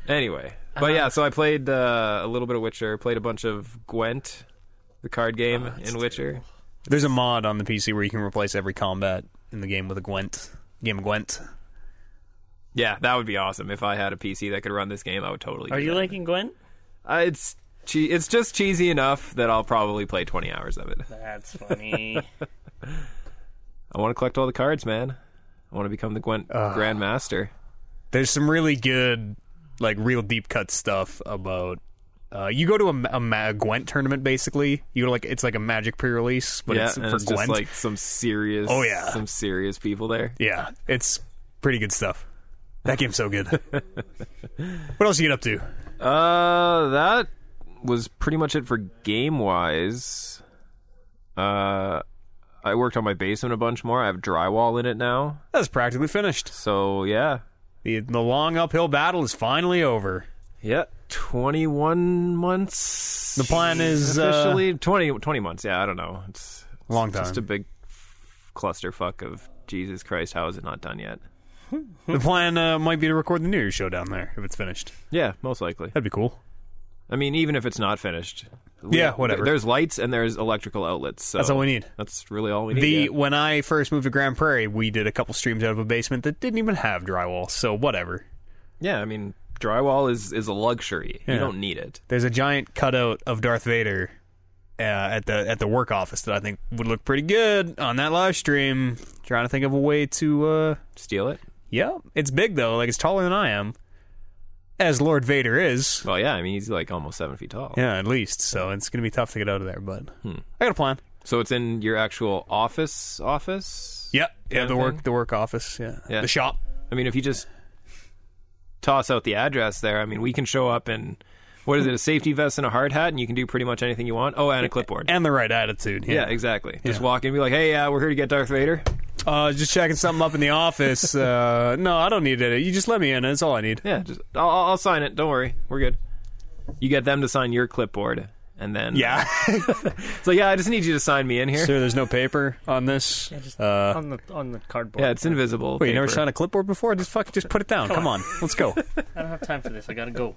[SPEAKER 3] Anyway,
[SPEAKER 2] Uh-huh.
[SPEAKER 3] but yeah, so I played uh, a little bit of Witcher. Played a bunch of Gwent, the card game
[SPEAKER 2] Oh,
[SPEAKER 3] in Witcher.
[SPEAKER 2] There's a mod on the PC where you can replace every combat in the game with a Gwent. Game of Gwent.
[SPEAKER 3] Yeah, that would be awesome. If I had a PC that could run this game, I would totally.
[SPEAKER 1] Are
[SPEAKER 3] do
[SPEAKER 1] you
[SPEAKER 3] that.
[SPEAKER 1] liking Gwen?
[SPEAKER 3] Uh, it's che- it's just cheesy enough that I'll probably play twenty hours of it.
[SPEAKER 1] That's funny.
[SPEAKER 3] I want to collect all the cards, man. I want to become the Gwent
[SPEAKER 2] Uh,
[SPEAKER 3] Grandmaster.
[SPEAKER 2] There's some really good, like real deep cut stuff about. Uh, you go to a, ma- a, ma- a Gwent tournament basically. You go to like it's like a Magic pre-release, but
[SPEAKER 3] yeah,
[SPEAKER 2] it's
[SPEAKER 3] and
[SPEAKER 2] for
[SPEAKER 3] it's
[SPEAKER 2] Gwent.
[SPEAKER 3] just like some serious.
[SPEAKER 2] Oh, yeah.
[SPEAKER 3] some serious people there.
[SPEAKER 2] yeah, it's pretty good stuff. That game's so good. what else you get up to?
[SPEAKER 3] Uh, that was pretty much it for game wise. Uh, I worked on my basement a bunch more. I have drywall in it now,
[SPEAKER 2] That's practically finished.
[SPEAKER 3] so yeah,
[SPEAKER 2] The the long uphill battle is finally over.
[SPEAKER 3] yeah. 21 months.
[SPEAKER 2] The plan is uh,
[SPEAKER 3] officially 20, 20 months. Yeah, I don't know. It's
[SPEAKER 2] long
[SPEAKER 3] just a
[SPEAKER 2] time.
[SPEAKER 3] big f- clusterfuck of Jesus Christ. How is it not done yet?
[SPEAKER 2] the plan uh, might be to record the New Year's show down there if it's finished.
[SPEAKER 3] Yeah, most likely.
[SPEAKER 2] That'd be cool.
[SPEAKER 3] I mean, even if it's not finished.
[SPEAKER 2] Yeah, whatever.
[SPEAKER 3] There's lights and there's electrical outlets. So
[SPEAKER 2] That's all we need.
[SPEAKER 3] That's really all we
[SPEAKER 2] The
[SPEAKER 3] need. Oh. yeah.
[SPEAKER 2] when I first moved to Grand Prairie, we did a couple streams out of a basement that didn't even have drywall. So whatever.
[SPEAKER 3] Yeah, I mean, drywall is is a luxury.
[SPEAKER 2] Yeah.
[SPEAKER 3] You don't need it.
[SPEAKER 2] There's a giant cutout of Darth Vader uh, at the at the work office that I think would look pretty good on that live stream. Trying to think of a way to. Uh,
[SPEAKER 3] Steal it?
[SPEAKER 2] yeah, it's big though. Like it's taller than I am, as Lord Vader is.
[SPEAKER 3] Well, yeah. I mean, he's like almost seven feet tall.
[SPEAKER 2] Yeah, at least. So it's gonna be tough to get out of there. But
[SPEAKER 3] Hmm.
[SPEAKER 2] I got a plan.
[SPEAKER 3] So it's in your actual office. Office.
[SPEAKER 2] Yeah, yeah.
[SPEAKER 3] Kind of
[SPEAKER 2] The work
[SPEAKER 3] thing?
[SPEAKER 2] the work office. Yeah,
[SPEAKER 3] Yeah.
[SPEAKER 2] the shop.
[SPEAKER 3] I mean, if you just toss out the address there, I mean, we can show up in what is it? A safety vest and a hard hat, and you can do pretty much anything you want. Oh, and a clipboard.
[SPEAKER 2] and the right attitude.
[SPEAKER 3] Yeah, exactly. Just walk in and be like, hey, uh, we're here to get Darth Vader.
[SPEAKER 2] Uh, just checking something up in the office. Uh, no, I don't need it. You just let me in. That's all I need.
[SPEAKER 3] Yeah, just I'll, I'll I'll sign it. Don't worry. We're good. You get them to sign your clipboard, and then.
[SPEAKER 2] Yeah.
[SPEAKER 3] So, yeah, I just need you to sign me in here.
[SPEAKER 2] Sir, there's no paper on this. Uh,
[SPEAKER 1] on the on the cardboard.
[SPEAKER 3] Yeah, it's invisible.
[SPEAKER 2] wait, you never
[SPEAKER 3] paper.
[SPEAKER 2] signed a clipboard before? Just fuck, just put it down. Come on, let's go.
[SPEAKER 1] I don't have time for this. I gotta go.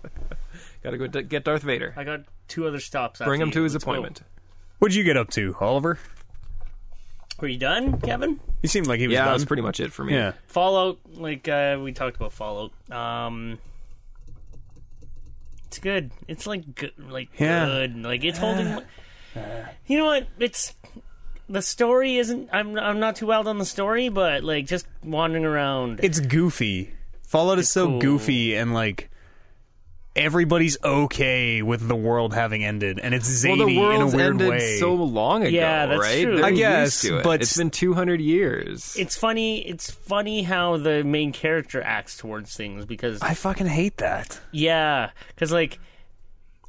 [SPEAKER 3] Gotta go d- get Darth Vader.
[SPEAKER 1] I got two other stops.
[SPEAKER 3] Bring
[SPEAKER 1] after
[SPEAKER 3] him
[SPEAKER 1] you.
[SPEAKER 3] to his
[SPEAKER 1] Let's go.
[SPEAKER 3] appointment.
[SPEAKER 2] What'd you get up to, Oliver?
[SPEAKER 1] Were you done, Kevin?
[SPEAKER 2] You seemed like he was
[SPEAKER 3] Yeah,
[SPEAKER 2] done.
[SPEAKER 3] that's pretty much it for me.
[SPEAKER 2] yeah.
[SPEAKER 1] Fallout, like uh, we talked about Fallout. Um, it's good. It's like good, like
[SPEAKER 2] Yeah.
[SPEAKER 1] good. Like it's holding. You know what? It's the story isn't. I'm I'm not too wild on the story, but like just wandering around.
[SPEAKER 2] It's goofy. Fallout is so
[SPEAKER 1] cool.
[SPEAKER 2] goofy and like everybody's okay with the world having ended, and it's
[SPEAKER 3] Well,
[SPEAKER 2] zany
[SPEAKER 3] the
[SPEAKER 2] in a
[SPEAKER 3] world's
[SPEAKER 2] weird
[SPEAKER 3] ended
[SPEAKER 2] way.
[SPEAKER 3] so long ago,
[SPEAKER 1] Yeah, that's
[SPEAKER 3] right?
[SPEAKER 1] true.
[SPEAKER 3] They're
[SPEAKER 1] I
[SPEAKER 3] used
[SPEAKER 2] guess,
[SPEAKER 3] to it.
[SPEAKER 2] but-
[SPEAKER 3] it's been 200 years.
[SPEAKER 1] it's funny. It's funny how the main character acts towards things because
[SPEAKER 2] I fucking hate that.
[SPEAKER 1] yeah, because like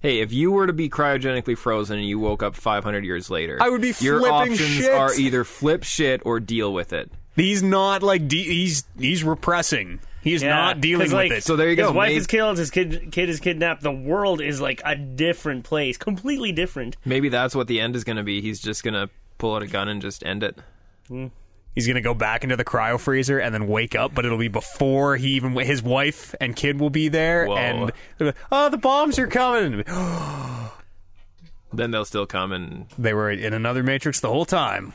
[SPEAKER 3] Hey, if you were to be cryogenically frozen and you woke up 500 years later,
[SPEAKER 2] I would be
[SPEAKER 3] Your
[SPEAKER 2] flipping
[SPEAKER 3] options
[SPEAKER 2] shit.
[SPEAKER 3] are either flip shit or deal with it.
[SPEAKER 2] He's not like de- he's he's repressing. He's
[SPEAKER 1] Yeah,
[SPEAKER 2] not dealing
[SPEAKER 1] 'cause,
[SPEAKER 2] with
[SPEAKER 1] like,
[SPEAKER 2] it.
[SPEAKER 3] So there you
[SPEAKER 1] his
[SPEAKER 3] go.
[SPEAKER 1] wife
[SPEAKER 3] maybe,
[SPEAKER 1] is killed, his kid kid is kidnapped. The world is like a different place, completely different.
[SPEAKER 3] maybe that's what the end is going to be. He's just going to pull out a gun and just end it.
[SPEAKER 2] He's gonna go back into the cryo freezer and then wake up, but it'll be before he even his wife and kid will be there.
[SPEAKER 3] Whoa.
[SPEAKER 2] And they're like, oh, the bombs are coming!
[SPEAKER 3] Then they'll still come and
[SPEAKER 2] They were in another matrix the whole time.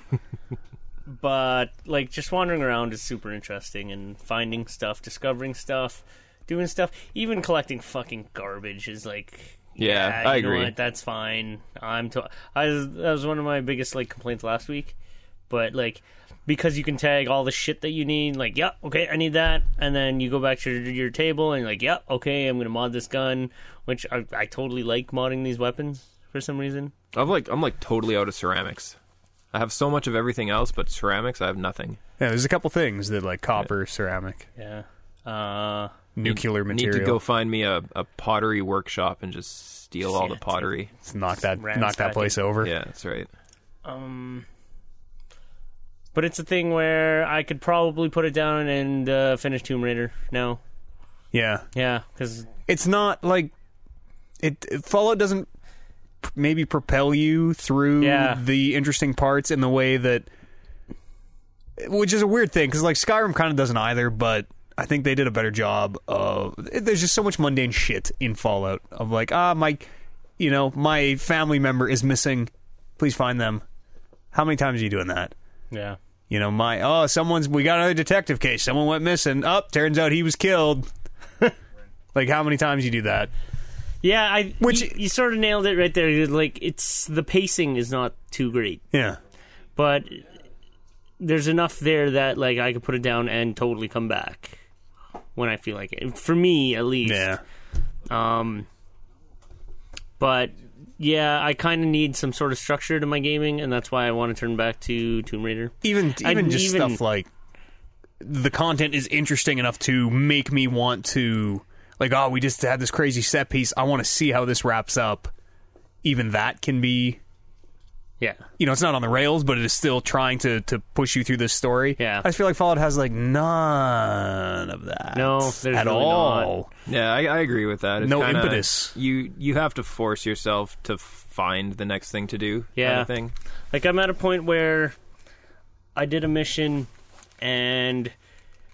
[SPEAKER 1] but like just wandering around is super interesting and finding stuff, discovering stuff, doing stuff, even collecting fucking garbage is like
[SPEAKER 3] Yeah, I
[SPEAKER 1] you know
[SPEAKER 3] agree.
[SPEAKER 1] what, that's fine. I'm to- I was, that was one of my biggest like complaints last week, but like because you can tag all the shit that you need, like yeah, okay, I need that, and then you go back to your, your table and like yeah, okay, I'm gonna mod this gun, which I, I totally like modding these weapons for some reason.
[SPEAKER 3] I'm like I'm like totally out of ceramics. I have so much of everything else, but ceramics I have nothing.
[SPEAKER 2] Yeah, there's a couple things that like copper, ceramic,
[SPEAKER 1] Yeah. Uh,
[SPEAKER 2] nuclear material.
[SPEAKER 3] Need to go find me a, a pottery workshop and just steal all the
[SPEAKER 1] Shit.
[SPEAKER 3] pottery.
[SPEAKER 2] Let's knock that
[SPEAKER 1] Ransack
[SPEAKER 2] knock that place over.
[SPEAKER 3] Yeah, that's right.
[SPEAKER 1] um, But it's a thing where I could probably put it down and uh, finish Tomb Raider now.
[SPEAKER 2] Yeah.
[SPEAKER 1] Yeah, because
[SPEAKER 2] It's not like it it- Fallout doesn't p- maybe propel you through
[SPEAKER 1] Yeah.
[SPEAKER 2] the interesting parts in the way that which is a weird thing cuz like Skyrim kind of doesn't either, but I think they did a better job of it- there's just so much mundane shit in Fallout of like ah my you know, my family member is missing. Please find them. How many times are you doing that?
[SPEAKER 1] yeah,
[SPEAKER 2] You know, my oh, someone's we got another detective case. Someone went missing. Up, turns out he was killed. like how many times you do that?
[SPEAKER 1] yeah. I
[SPEAKER 2] Which-
[SPEAKER 1] you, you sort of nailed it right there. It's Like it's the pacing is not too great,
[SPEAKER 2] Yeah,
[SPEAKER 1] but there's enough there that like I could put it down and totally come back when I feel like it. For me, at least.
[SPEAKER 2] yeah,
[SPEAKER 1] Um, but yeah, I kind of need some sort of structure to my gaming, and that's why I want to turn back to Tomb Raider.
[SPEAKER 2] even
[SPEAKER 1] And
[SPEAKER 2] even just
[SPEAKER 1] even-
[SPEAKER 2] stuff like the content is interesting enough to make me want to like oh we just had this crazy set piece i want to see how this wraps up even that can be
[SPEAKER 1] Yeah,
[SPEAKER 2] you know it's not on the rails but it is still trying to to push you through this story
[SPEAKER 1] Yeah.
[SPEAKER 2] i just feel like fallout has like none of that
[SPEAKER 1] No, there's
[SPEAKER 2] at
[SPEAKER 1] really
[SPEAKER 2] all
[SPEAKER 3] Yeah, I, I agree with that. It's
[SPEAKER 2] No
[SPEAKER 3] kinda-
[SPEAKER 2] impetus.
[SPEAKER 3] You you have to force yourself to find the next thing to do.
[SPEAKER 1] Yeah.
[SPEAKER 3] kinda thing.
[SPEAKER 1] like I'm at a point where I did a mission, and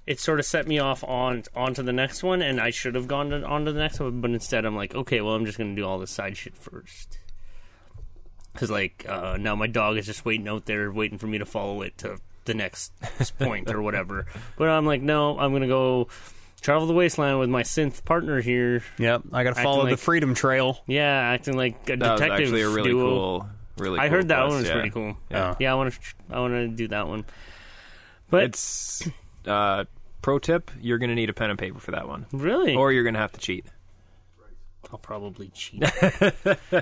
[SPEAKER 1] it sort of set me off on onto the next one, and I should have gone to, onto the next one, but instead I'm like, okay, well I'm just gonna do all this side shit first. Cause like uh, now my dog is just waiting out there, waiting for me to follow it to the next point or whatever. But I'm like, no, I'm gonna go travel the wasteland with my synth partner here.
[SPEAKER 2] yep i gotta follow
[SPEAKER 1] like-
[SPEAKER 2] the freedom trail
[SPEAKER 1] Yeah, acting like a
[SPEAKER 3] That was
[SPEAKER 1] detective
[SPEAKER 3] actually a really
[SPEAKER 1] duo.
[SPEAKER 3] cool. Really,
[SPEAKER 1] I
[SPEAKER 3] cool
[SPEAKER 1] heard that
[SPEAKER 3] quest,
[SPEAKER 1] one was
[SPEAKER 3] yeah.
[SPEAKER 1] pretty cool.
[SPEAKER 2] Yeah.
[SPEAKER 1] Yeah, I want to. I want to do that one. But
[SPEAKER 3] It's uh, pro tip: you're going to need a pen and paper for that one,
[SPEAKER 1] really,
[SPEAKER 3] or you're going to have to cheat.
[SPEAKER 1] I'll probably cheat. uh,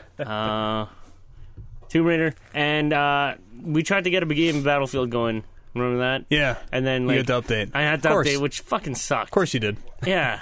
[SPEAKER 1] Tomb Raider, and uh, we tried to get a game of Battlefield going. Remember that?
[SPEAKER 2] yeah
[SPEAKER 1] And then
[SPEAKER 2] you
[SPEAKER 1] like
[SPEAKER 2] had to update
[SPEAKER 1] I had to
[SPEAKER 2] Of course.
[SPEAKER 1] update, which fucking sucked.
[SPEAKER 2] of course you did
[SPEAKER 1] Yeah,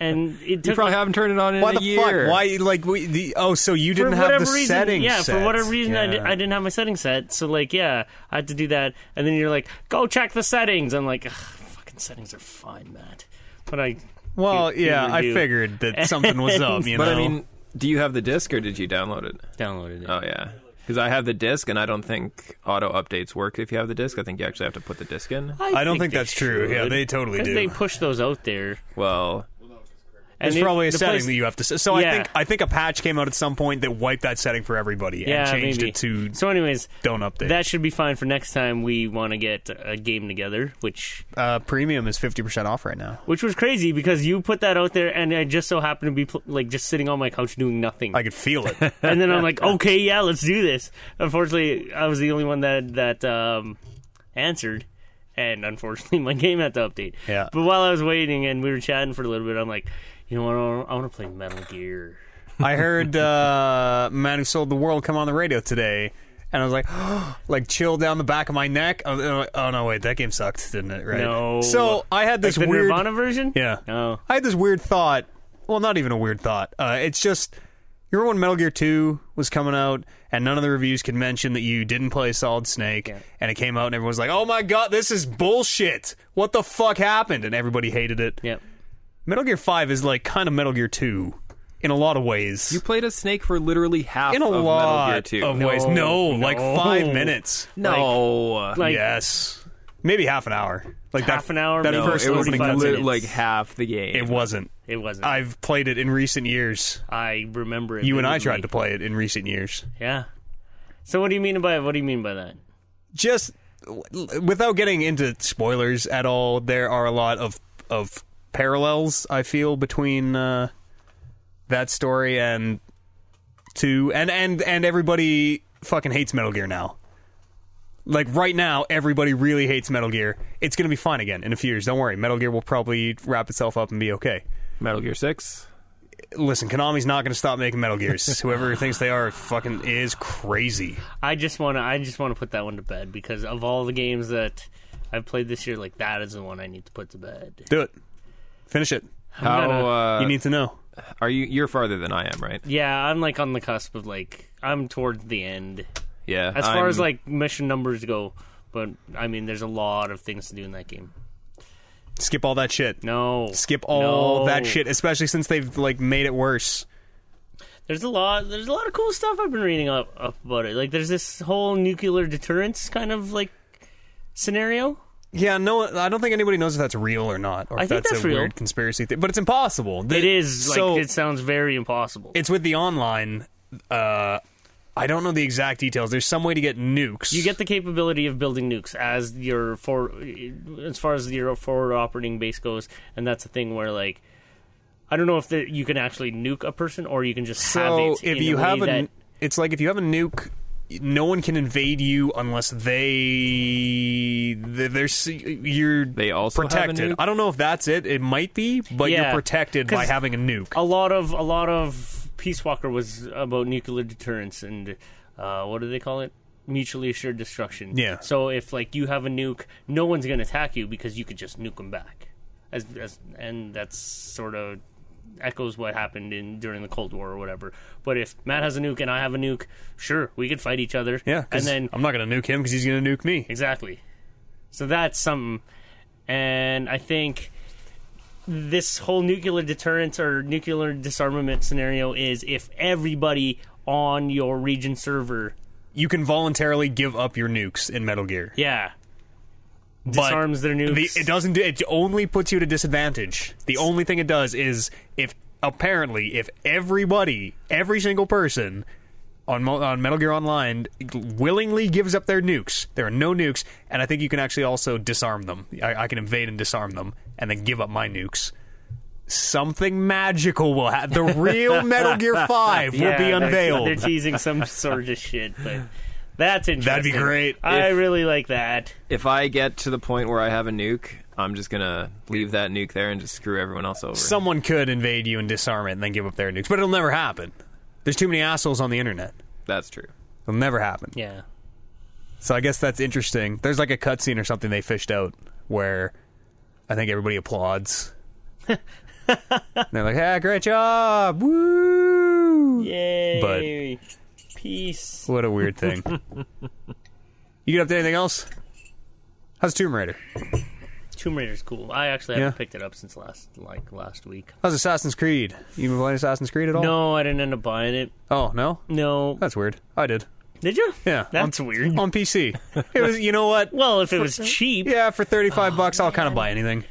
[SPEAKER 1] and it took
[SPEAKER 3] You probably haven't turned it on in
[SPEAKER 2] Why
[SPEAKER 3] a
[SPEAKER 2] the
[SPEAKER 3] year.
[SPEAKER 2] fuck? Why like we, the? Oh, so you
[SPEAKER 1] for
[SPEAKER 2] didn't have
[SPEAKER 1] whatever
[SPEAKER 2] the
[SPEAKER 1] reason,
[SPEAKER 2] settings?
[SPEAKER 1] yeah, for
[SPEAKER 2] set.
[SPEAKER 1] whatever reason, I, di-
[SPEAKER 2] Yeah.
[SPEAKER 1] I didn't have my settings set. So like, yeah, I had to do that. And then you're like, go check the settings. I'm like, Ugh, fucking settings are fine, Matt. But I
[SPEAKER 2] well,
[SPEAKER 1] you- you
[SPEAKER 2] yeah,
[SPEAKER 1] were
[SPEAKER 2] I
[SPEAKER 1] due.
[SPEAKER 2] figured that something was up. You
[SPEAKER 3] But
[SPEAKER 2] know,
[SPEAKER 3] I mean, do you have the disc or did you download it?
[SPEAKER 1] downloaded it.
[SPEAKER 3] Oh yeah, because I have the disc, and I don't think auto updates work if you have the disc. I think you actually have to put the disc in.
[SPEAKER 2] I don't think
[SPEAKER 1] they
[SPEAKER 2] that's true. Yeah,
[SPEAKER 1] should.
[SPEAKER 2] they totally
[SPEAKER 1] 'Cause
[SPEAKER 2] do.
[SPEAKER 1] They push those out there.
[SPEAKER 3] Well,
[SPEAKER 1] And
[SPEAKER 2] There's
[SPEAKER 1] if
[SPEAKER 2] probably a
[SPEAKER 1] the
[SPEAKER 2] setting
[SPEAKER 1] place-
[SPEAKER 2] that you have to. s- So
[SPEAKER 1] Yeah.
[SPEAKER 2] I think I think a patch came out at some point that wiped that setting for everybody
[SPEAKER 1] yeah,
[SPEAKER 2] and changed
[SPEAKER 1] maybe.
[SPEAKER 2] it to
[SPEAKER 1] so. Anyways,
[SPEAKER 2] don't update.
[SPEAKER 1] that should be fine for next time we want to get a game together, which
[SPEAKER 2] uh, premium is fifty percent off right now.
[SPEAKER 1] which was crazy because you put that out there, and I just so happened to be pl- like just sitting on my couch doing nothing.
[SPEAKER 2] I could feel it.
[SPEAKER 1] and then I'm like, okay, yeah, let's do this. Unfortunately, I was the only one that that um, answered, and unfortunately, my game had to update.
[SPEAKER 2] Yeah.
[SPEAKER 1] But while I was waiting and we were chatting for a little bit, I'm like, you know what? I want to play Metal Gear.
[SPEAKER 2] I heard uh, "Man Who Sold the World" come on the radio today, and I was like, like chill down the back of my neck. I was- uh, oh no, wait, that game sucked, didn't it? Right?
[SPEAKER 1] No.
[SPEAKER 2] So I had this
[SPEAKER 1] the
[SPEAKER 2] weird.
[SPEAKER 1] Nirvana version. Oh,
[SPEAKER 2] Yeah.
[SPEAKER 1] No.
[SPEAKER 2] I had this weird thought. Well, not even a weird thought. Uh, it's just you remember when Metal Gear Two was coming out, and none of the reviews could mention that you didn't play Solid Snake, and it came out, and everyone was like, "Oh my god, this is bullshit! What the fuck happened?" And everybody hated it.
[SPEAKER 1] Yep.
[SPEAKER 2] Metal Gear Five is like kind of Metal Gear Two in a lot of ways.
[SPEAKER 3] you played a snake for literally half
[SPEAKER 2] in a
[SPEAKER 3] of
[SPEAKER 2] lot
[SPEAKER 3] Metal Gear Two.
[SPEAKER 2] of ways. No, like
[SPEAKER 1] no.
[SPEAKER 2] five minutes.
[SPEAKER 3] no,
[SPEAKER 1] Like
[SPEAKER 2] yes, maybe half an hour. Like
[SPEAKER 1] Half
[SPEAKER 2] that,
[SPEAKER 1] an hour,
[SPEAKER 2] That
[SPEAKER 1] no,
[SPEAKER 2] first
[SPEAKER 3] it was
[SPEAKER 2] opening
[SPEAKER 1] like
[SPEAKER 2] cutscene.
[SPEAKER 3] li-
[SPEAKER 1] minutes.
[SPEAKER 3] like half the game.
[SPEAKER 2] It wasn't.
[SPEAKER 1] it wasn't. I,
[SPEAKER 2] I've played it in recent years.
[SPEAKER 1] remember it.
[SPEAKER 2] You and I
[SPEAKER 1] vividly.
[SPEAKER 2] tried to play it in recent years.
[SPEAKER 1] Yeah. So what do you mean by what do you mean by that?
[SPEAKER 2] Just w- without getting into spoilers at all, there are a lot of of parallels I feel between uh, that story and two, and and and everybody fucking hates Metal Gear now. Like right now, everybody really hates Metal Gear. It's gonna be fine again in a few years. Don't worry, Metal Gear will probably wrap itself up and be okay.
[SPEAKER 3] Metal Gear Six.
[SPEAKER 2] Listen, Konami's not gonna stop making Metal Gears. Whoever thinks they are fucking is crazy.
[SPEAKER 1] I just want to. I just want to put that one to bed because of all the games that I've played this year, like that is the one I need to put to bed.
[SPEAKER 2] Do it. Finish it.
[SPEAKER 3] How
[SPEAKER 1] gonna-
[SPEAKER 3] uh,
[SPEAKER 2] you need to know.
[SPEAKER 3] are you? You're farther than I am, right?
[SPEAKER 1] Yeah, I'm like on the cusp of like I'm towards the end
[SPEAKER 3] Yeah.
[SPEAKER 1] as far
[SPEAKER 3] I'm-
[SPEAKER 1] as like mission numbers go. But I mean, there's a lot of things to do in that game.
[SPEAKER 2] Skip all that shit.
[SPEAKER 1] No,
[SPEAKER 2] Skip all
[SPEAKER 1] No.
[SPEAKER 2] that shit, especially since they've like made it worse.
[SPEAKER 1] There's a lot. There's a lot of cool stuff I've been reading up, up about it. Like there's this whole nuclear deterrence kind of like scenario.
[SPEAKER 2] Yeah, no, I don't think anybody knows if that's real or not, or
[SPEAKER 1] I
[SPEAKER 2] if
[SPEAKER 1] think
[SPEAKER 2] that's,
[SPEAKER 1] that's
[SPEAKER 2] a
[SPEAKER 1] real.
[SPEAKER 2] weird conspiracy thing. But it's impossible.
[SPEAKER 1] It is like
[SPEAKER 2] so
[SPEAKER 1] it sounds very impossible.
[SPEAKER 2] it's with the online. Uh, I don't know the exact details. There's some way to get nukes.
[SPEAKER 1] you get the capability of building nukes as your for as far as your forward operating base goes, and that's a thing where like I don't know if the, you can actually nuke a person or you can just have
[SPEAKER 2] so
[SPEAKER 1] it.
[SPEAKER 2] if
[SPEAKER 1] in a
[SPEAKER 2] you
[SPEAKER 1] way
[SPEAKER 2] have a,
[SPEAKER 1] that,
[SPEAKER 2] it's like if you have a nuke, no one can invade you unless they th- there's you're
[SPEAKER 3] They also have a
[SPEAKER 2] protected.
[SPEAKER 3] nuke?
[SPEAKER 2] I don't know if that's it. It might be, but
[SPEAKER 1] Yeah,
[SPEAKER 2] you're protected by
[SPEAKER 1] 'cause-
[SPEAKER 2] having a nuke.
[SPEAKER 1] a lot of a lot of Peace Walker was about nuclear deterrence and uh, what do they call it? Mutually assured destruction.
[SPEAKER 2] Yeah.
[SPEAKER 1] So if like you have a nuke, no one's going to attack you because you could just nuke them back. As, as and that's sort of echoes what happened in during the Cold War or whatever. But if Matt has a nuke and I have a nuke, sure we could fight each other.
[SPEAKER 2] Yeah,
[SPEAKER 1] And
[SPEAKER 2] 'cause
[SPEAKER 1] then
[SPEAKER 2] I'm not gonna nuke him because he's gonna nuke me.
[SPEAKER 1] Exactly. So that's something. And I think this whole nuclear deterrence or nuclear disarmament scenario is if everybody on your region server,
[SPEAKER 2] You can voluntarily give up your nukes in Metal Gear.
[SPEAKER 1] yeah,
[SPEAKER 2] But
[SPEAKER 1] disarms their nukes.
[SPEAKER 2] The, it doesn't. do- It only puts you at a disadvantage. The only thing it does is if apparently if everybody, every single person on Mo- on Metal Gear Online willingly gives up their nukes, there are no nukes, and I think you can actually also disarm them. I, I can invade and disarm them, and then give up my nukes. Something magical will happen. The real Metal Gear Five
[SPEAKER 1] Yeah,
[SPEAKER 2] will be
[SPEAKER 1] they're-
[SPEAKER 2] unveiled.
[SPEAKER 1] They're, teasing some sort of shit, but that's interesting.
[SPEAKER 2] That'd be great.
[SPEAKER 1] I
[SPEAKER 3] If-
[SPEAKER 1] really like that.
[SPEAKER 3] If I get to the point where I have a nuke, I'm just gonna leave that nuke there and just screw everyone else over.
[SPEAKER 2] Someone could invade you and disarm it, and then give up their nukes, but it'll never happen. There's too many assholes on the internet.
[SPEAKER 3] That's true.
[SPEAKER 2] It'll never happen.
[SPEAKER 1] Yeah.
[SPEAKER 2] So I guess that's interesting. There's like a cutscene or something they fished out where I think everybody applauds. And they're like, "Yeah, great job! Woo!"
[SPEAKER 1] Yay. Peace.
[SPEAKER 2] What a weird thing. you get up to anything else? How's Tomb Raider?
[SPEAKER 1] Tomb Raider's cool. I actually haven't
[SPEAKER 2] Yeah.
[SPEAKER 1] picked it up since last like last week.
[SPEAKER 2] How's Assassin's Creed? You been playing Assassin's Creed at all?
[SPEAKER 1] No, I didn't end up buying it.
[SPEAKER 2] Oh no,
[SPEAKER 1] No.
[SPEAKER 2] that's weird. I did.
[SPEAKER 1] Did you?
[SPEAKER 2] Yeah,
[SPEAKER 1] That's
[SPEAKER 2] on,
[SPEAKER 1] weird.
[SPEAKER 2] On PC, it was. You know what?
[SPEAKER 1] Well, if it was cheap.
[SPEAKER 2] Yeah, for thirty-five
[SPEAKER 1] Oh,
[SPEAKER 2] bucks, I'll kind of buy anything.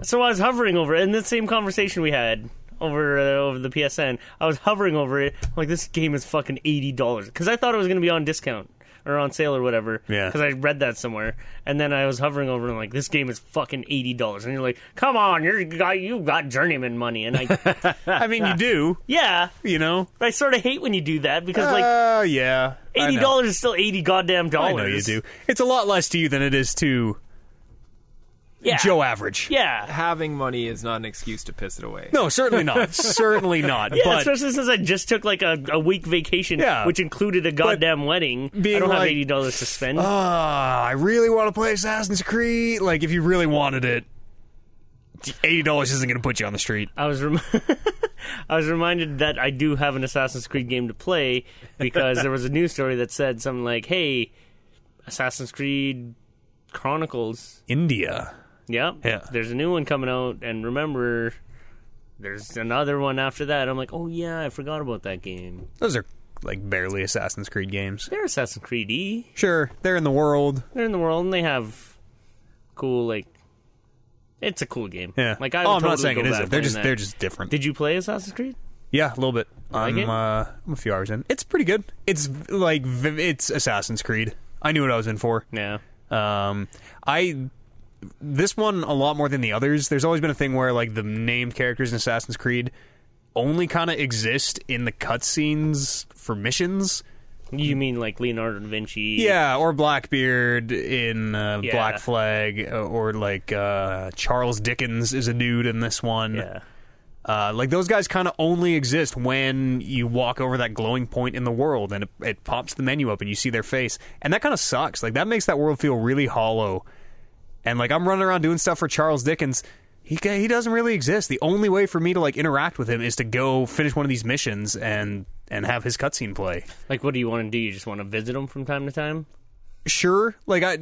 [SPEAKER 1] So I was hovering over it, and the same conversation we had over uh, over the PSN. I was hovering over it, I'm like this game is fucking eighty dollars because I thought it was going to be on discount or on sale or whatever.
[SPEAKER 2] Yeah.
[SPEAKER 1] Because I read that somewhere, and then I was hovering over it, and I'm like this game is fucking eighty dollars, and you're like, come on, you're you got you got journeyman money, and I
[SPEAKER 2] I mean, you do.
[SPEAKER 1] yeah,
[SPEAKER 2] You know.
[SPEAKER 1] but I sort of hate when you do that because like.
[SPEAKER 2] Uh, yeah. I
[SPEAKER 1] Eighty
[SPEAKER 2] know.
[SPEAKER 1] dollars is still eighty goddamn
[SPEAKER 2] I
[SPEAKER 1] dollars.
[SPEAKER 2] know you do. It's a lot less to you than it is to
[SPEAKER 1] Yeah.
[SPEAKER 2] Joe Average.
[SPEAKER 1] Yeah.
[SPEAKER 3] Having money is not an excuse to piss it away.
[SPEAKER 2] No, certainly not. certainly not.
[SPEAKER 1] Yeah,
[SPEAKER 2] but
[SPEAKER 1] especially since I just took like a, a week vacation,
[SPEAKER 2] Yeah.
[SPEAKER 1] which included a goddamn wedding. I
[SPEAKER 2] being
[SPEAKER 1] don't have
[SPEAKER 2] like,
[SPEAKER 1] eighty dollars to spend.
[SPEAKER 2] uh, I really want to play Assassin's Creed. Like, if you really wanted it, eighty dollars isn't going to put you on the street.
[SPEAKER 1] I was rem- I was reminded that I do have an Assassin's Creed game to play because there was a news story that said something like, "Hey, Assassin's Creed Chronicles,
[SPEAKER 2] India.
[SPEAKER 1] yeah,
[SPEAKER 2] Yeah.
[SPEAKER 1] there's a new one coming out, and remember." There's another one after that. I'm like, oh yeah, I forgot about that game.
[SPEAKER 2] Those are like barely Assassin's Creed games.
[SPEAKER 1] They're Assassin's Creed E.
[SPEAKER 2] Sure, they're in the world.
[SPEAKER 1] they're in the world and they have cool like it's a cool game.
[SPEAKER 2] Yeah.
[SPEAKER 1] Like I
[SPEAKER 2] oh,
[SPEAKER 1] would
[SPEAKER 2] I'm
[SPEAKER 1] totally
[SPEAKER 2] not saying
[SPEAKER 1] go
[SPEAKER 2] it
[SPEAKER 1] back
[SPEAKER 2] isn't. They're
[SPEAKER 1] playing
[SPEAKER 2] just
[SPEAKER 1] that.
[SPEAKER 2] they're just different.
[SPEAKER 1] Did you play Assassin's Creed?
[SPEAKER 2] Yeah, a little bit. I'm
[SPEAKER 1] it?
[SPEAKER 2] uh, I'm a few hours in. It's pretty good. It's v- like v- it's Assassin's Creed. I knew what I was in for.
[SPEAKER 1] No.
[SPEAKER 2] Um, I this one a lot more than the others. There's always been a thing where like the named characters in Assassin's Creed only kind of exist in the cutscenes for missions.
[SPEAKER 1] You mean like Leonardo da Vinci?
[SPEAKER 2] Mm-hmm. Yeah, or Blackbeard in uh,
[SPEAKER 1] Yeah.
[SPEAKER 2] Black Flag, uh, or like uh, Charles Dickens is a dude in this one.
[SPEAKER 1] Yeah.
[SPEAKER 2] Uh, like those guys kind of only exist when you walk over that glowing point in the world and it, it pops the menu up and you see their face and that kind of sucks like that makes that world feel really hollow and like i'm running around doing stuff for charles dickens he, ca- he doesn't really exist the only way for me to like interact with him is to go finish one of these missions and and have his cutscene play
[SPEAKER 1] Like what do you want to do? You just want to visit them from time to time?
[SPEAKER 2] sure. Like I,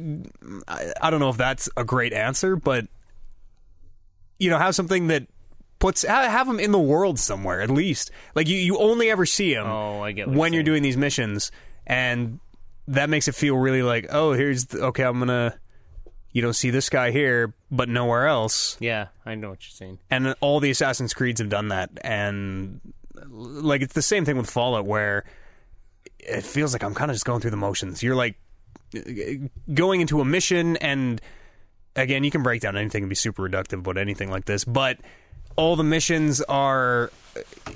[SPEAKER 2] I, I don't know if that's a great answer, but you know, have something that puts ha- have him in the world somewhere at least. Like you, you only ever see him
[SPEAKER 1] Oh, I get what you're
[SPEAKER 2] when you're
[SPEAKER 1] saying.
[SPEAKER 2] doing these missions, and that makes it feel really like, oh, here's the, okay, I'm gonna. You don't see this guy here, but nowhere else.
[SPEAKER 1] Yeah, I know what you're saying.
[SPEAKER 2] And all the Assassin's Creeds have done that, and like it's the same thing with Fallout, where it feels like I'm kind of just going through the motions. You're like going into a mission and again you can break down anything and be super reductive about anything like this but all the missions are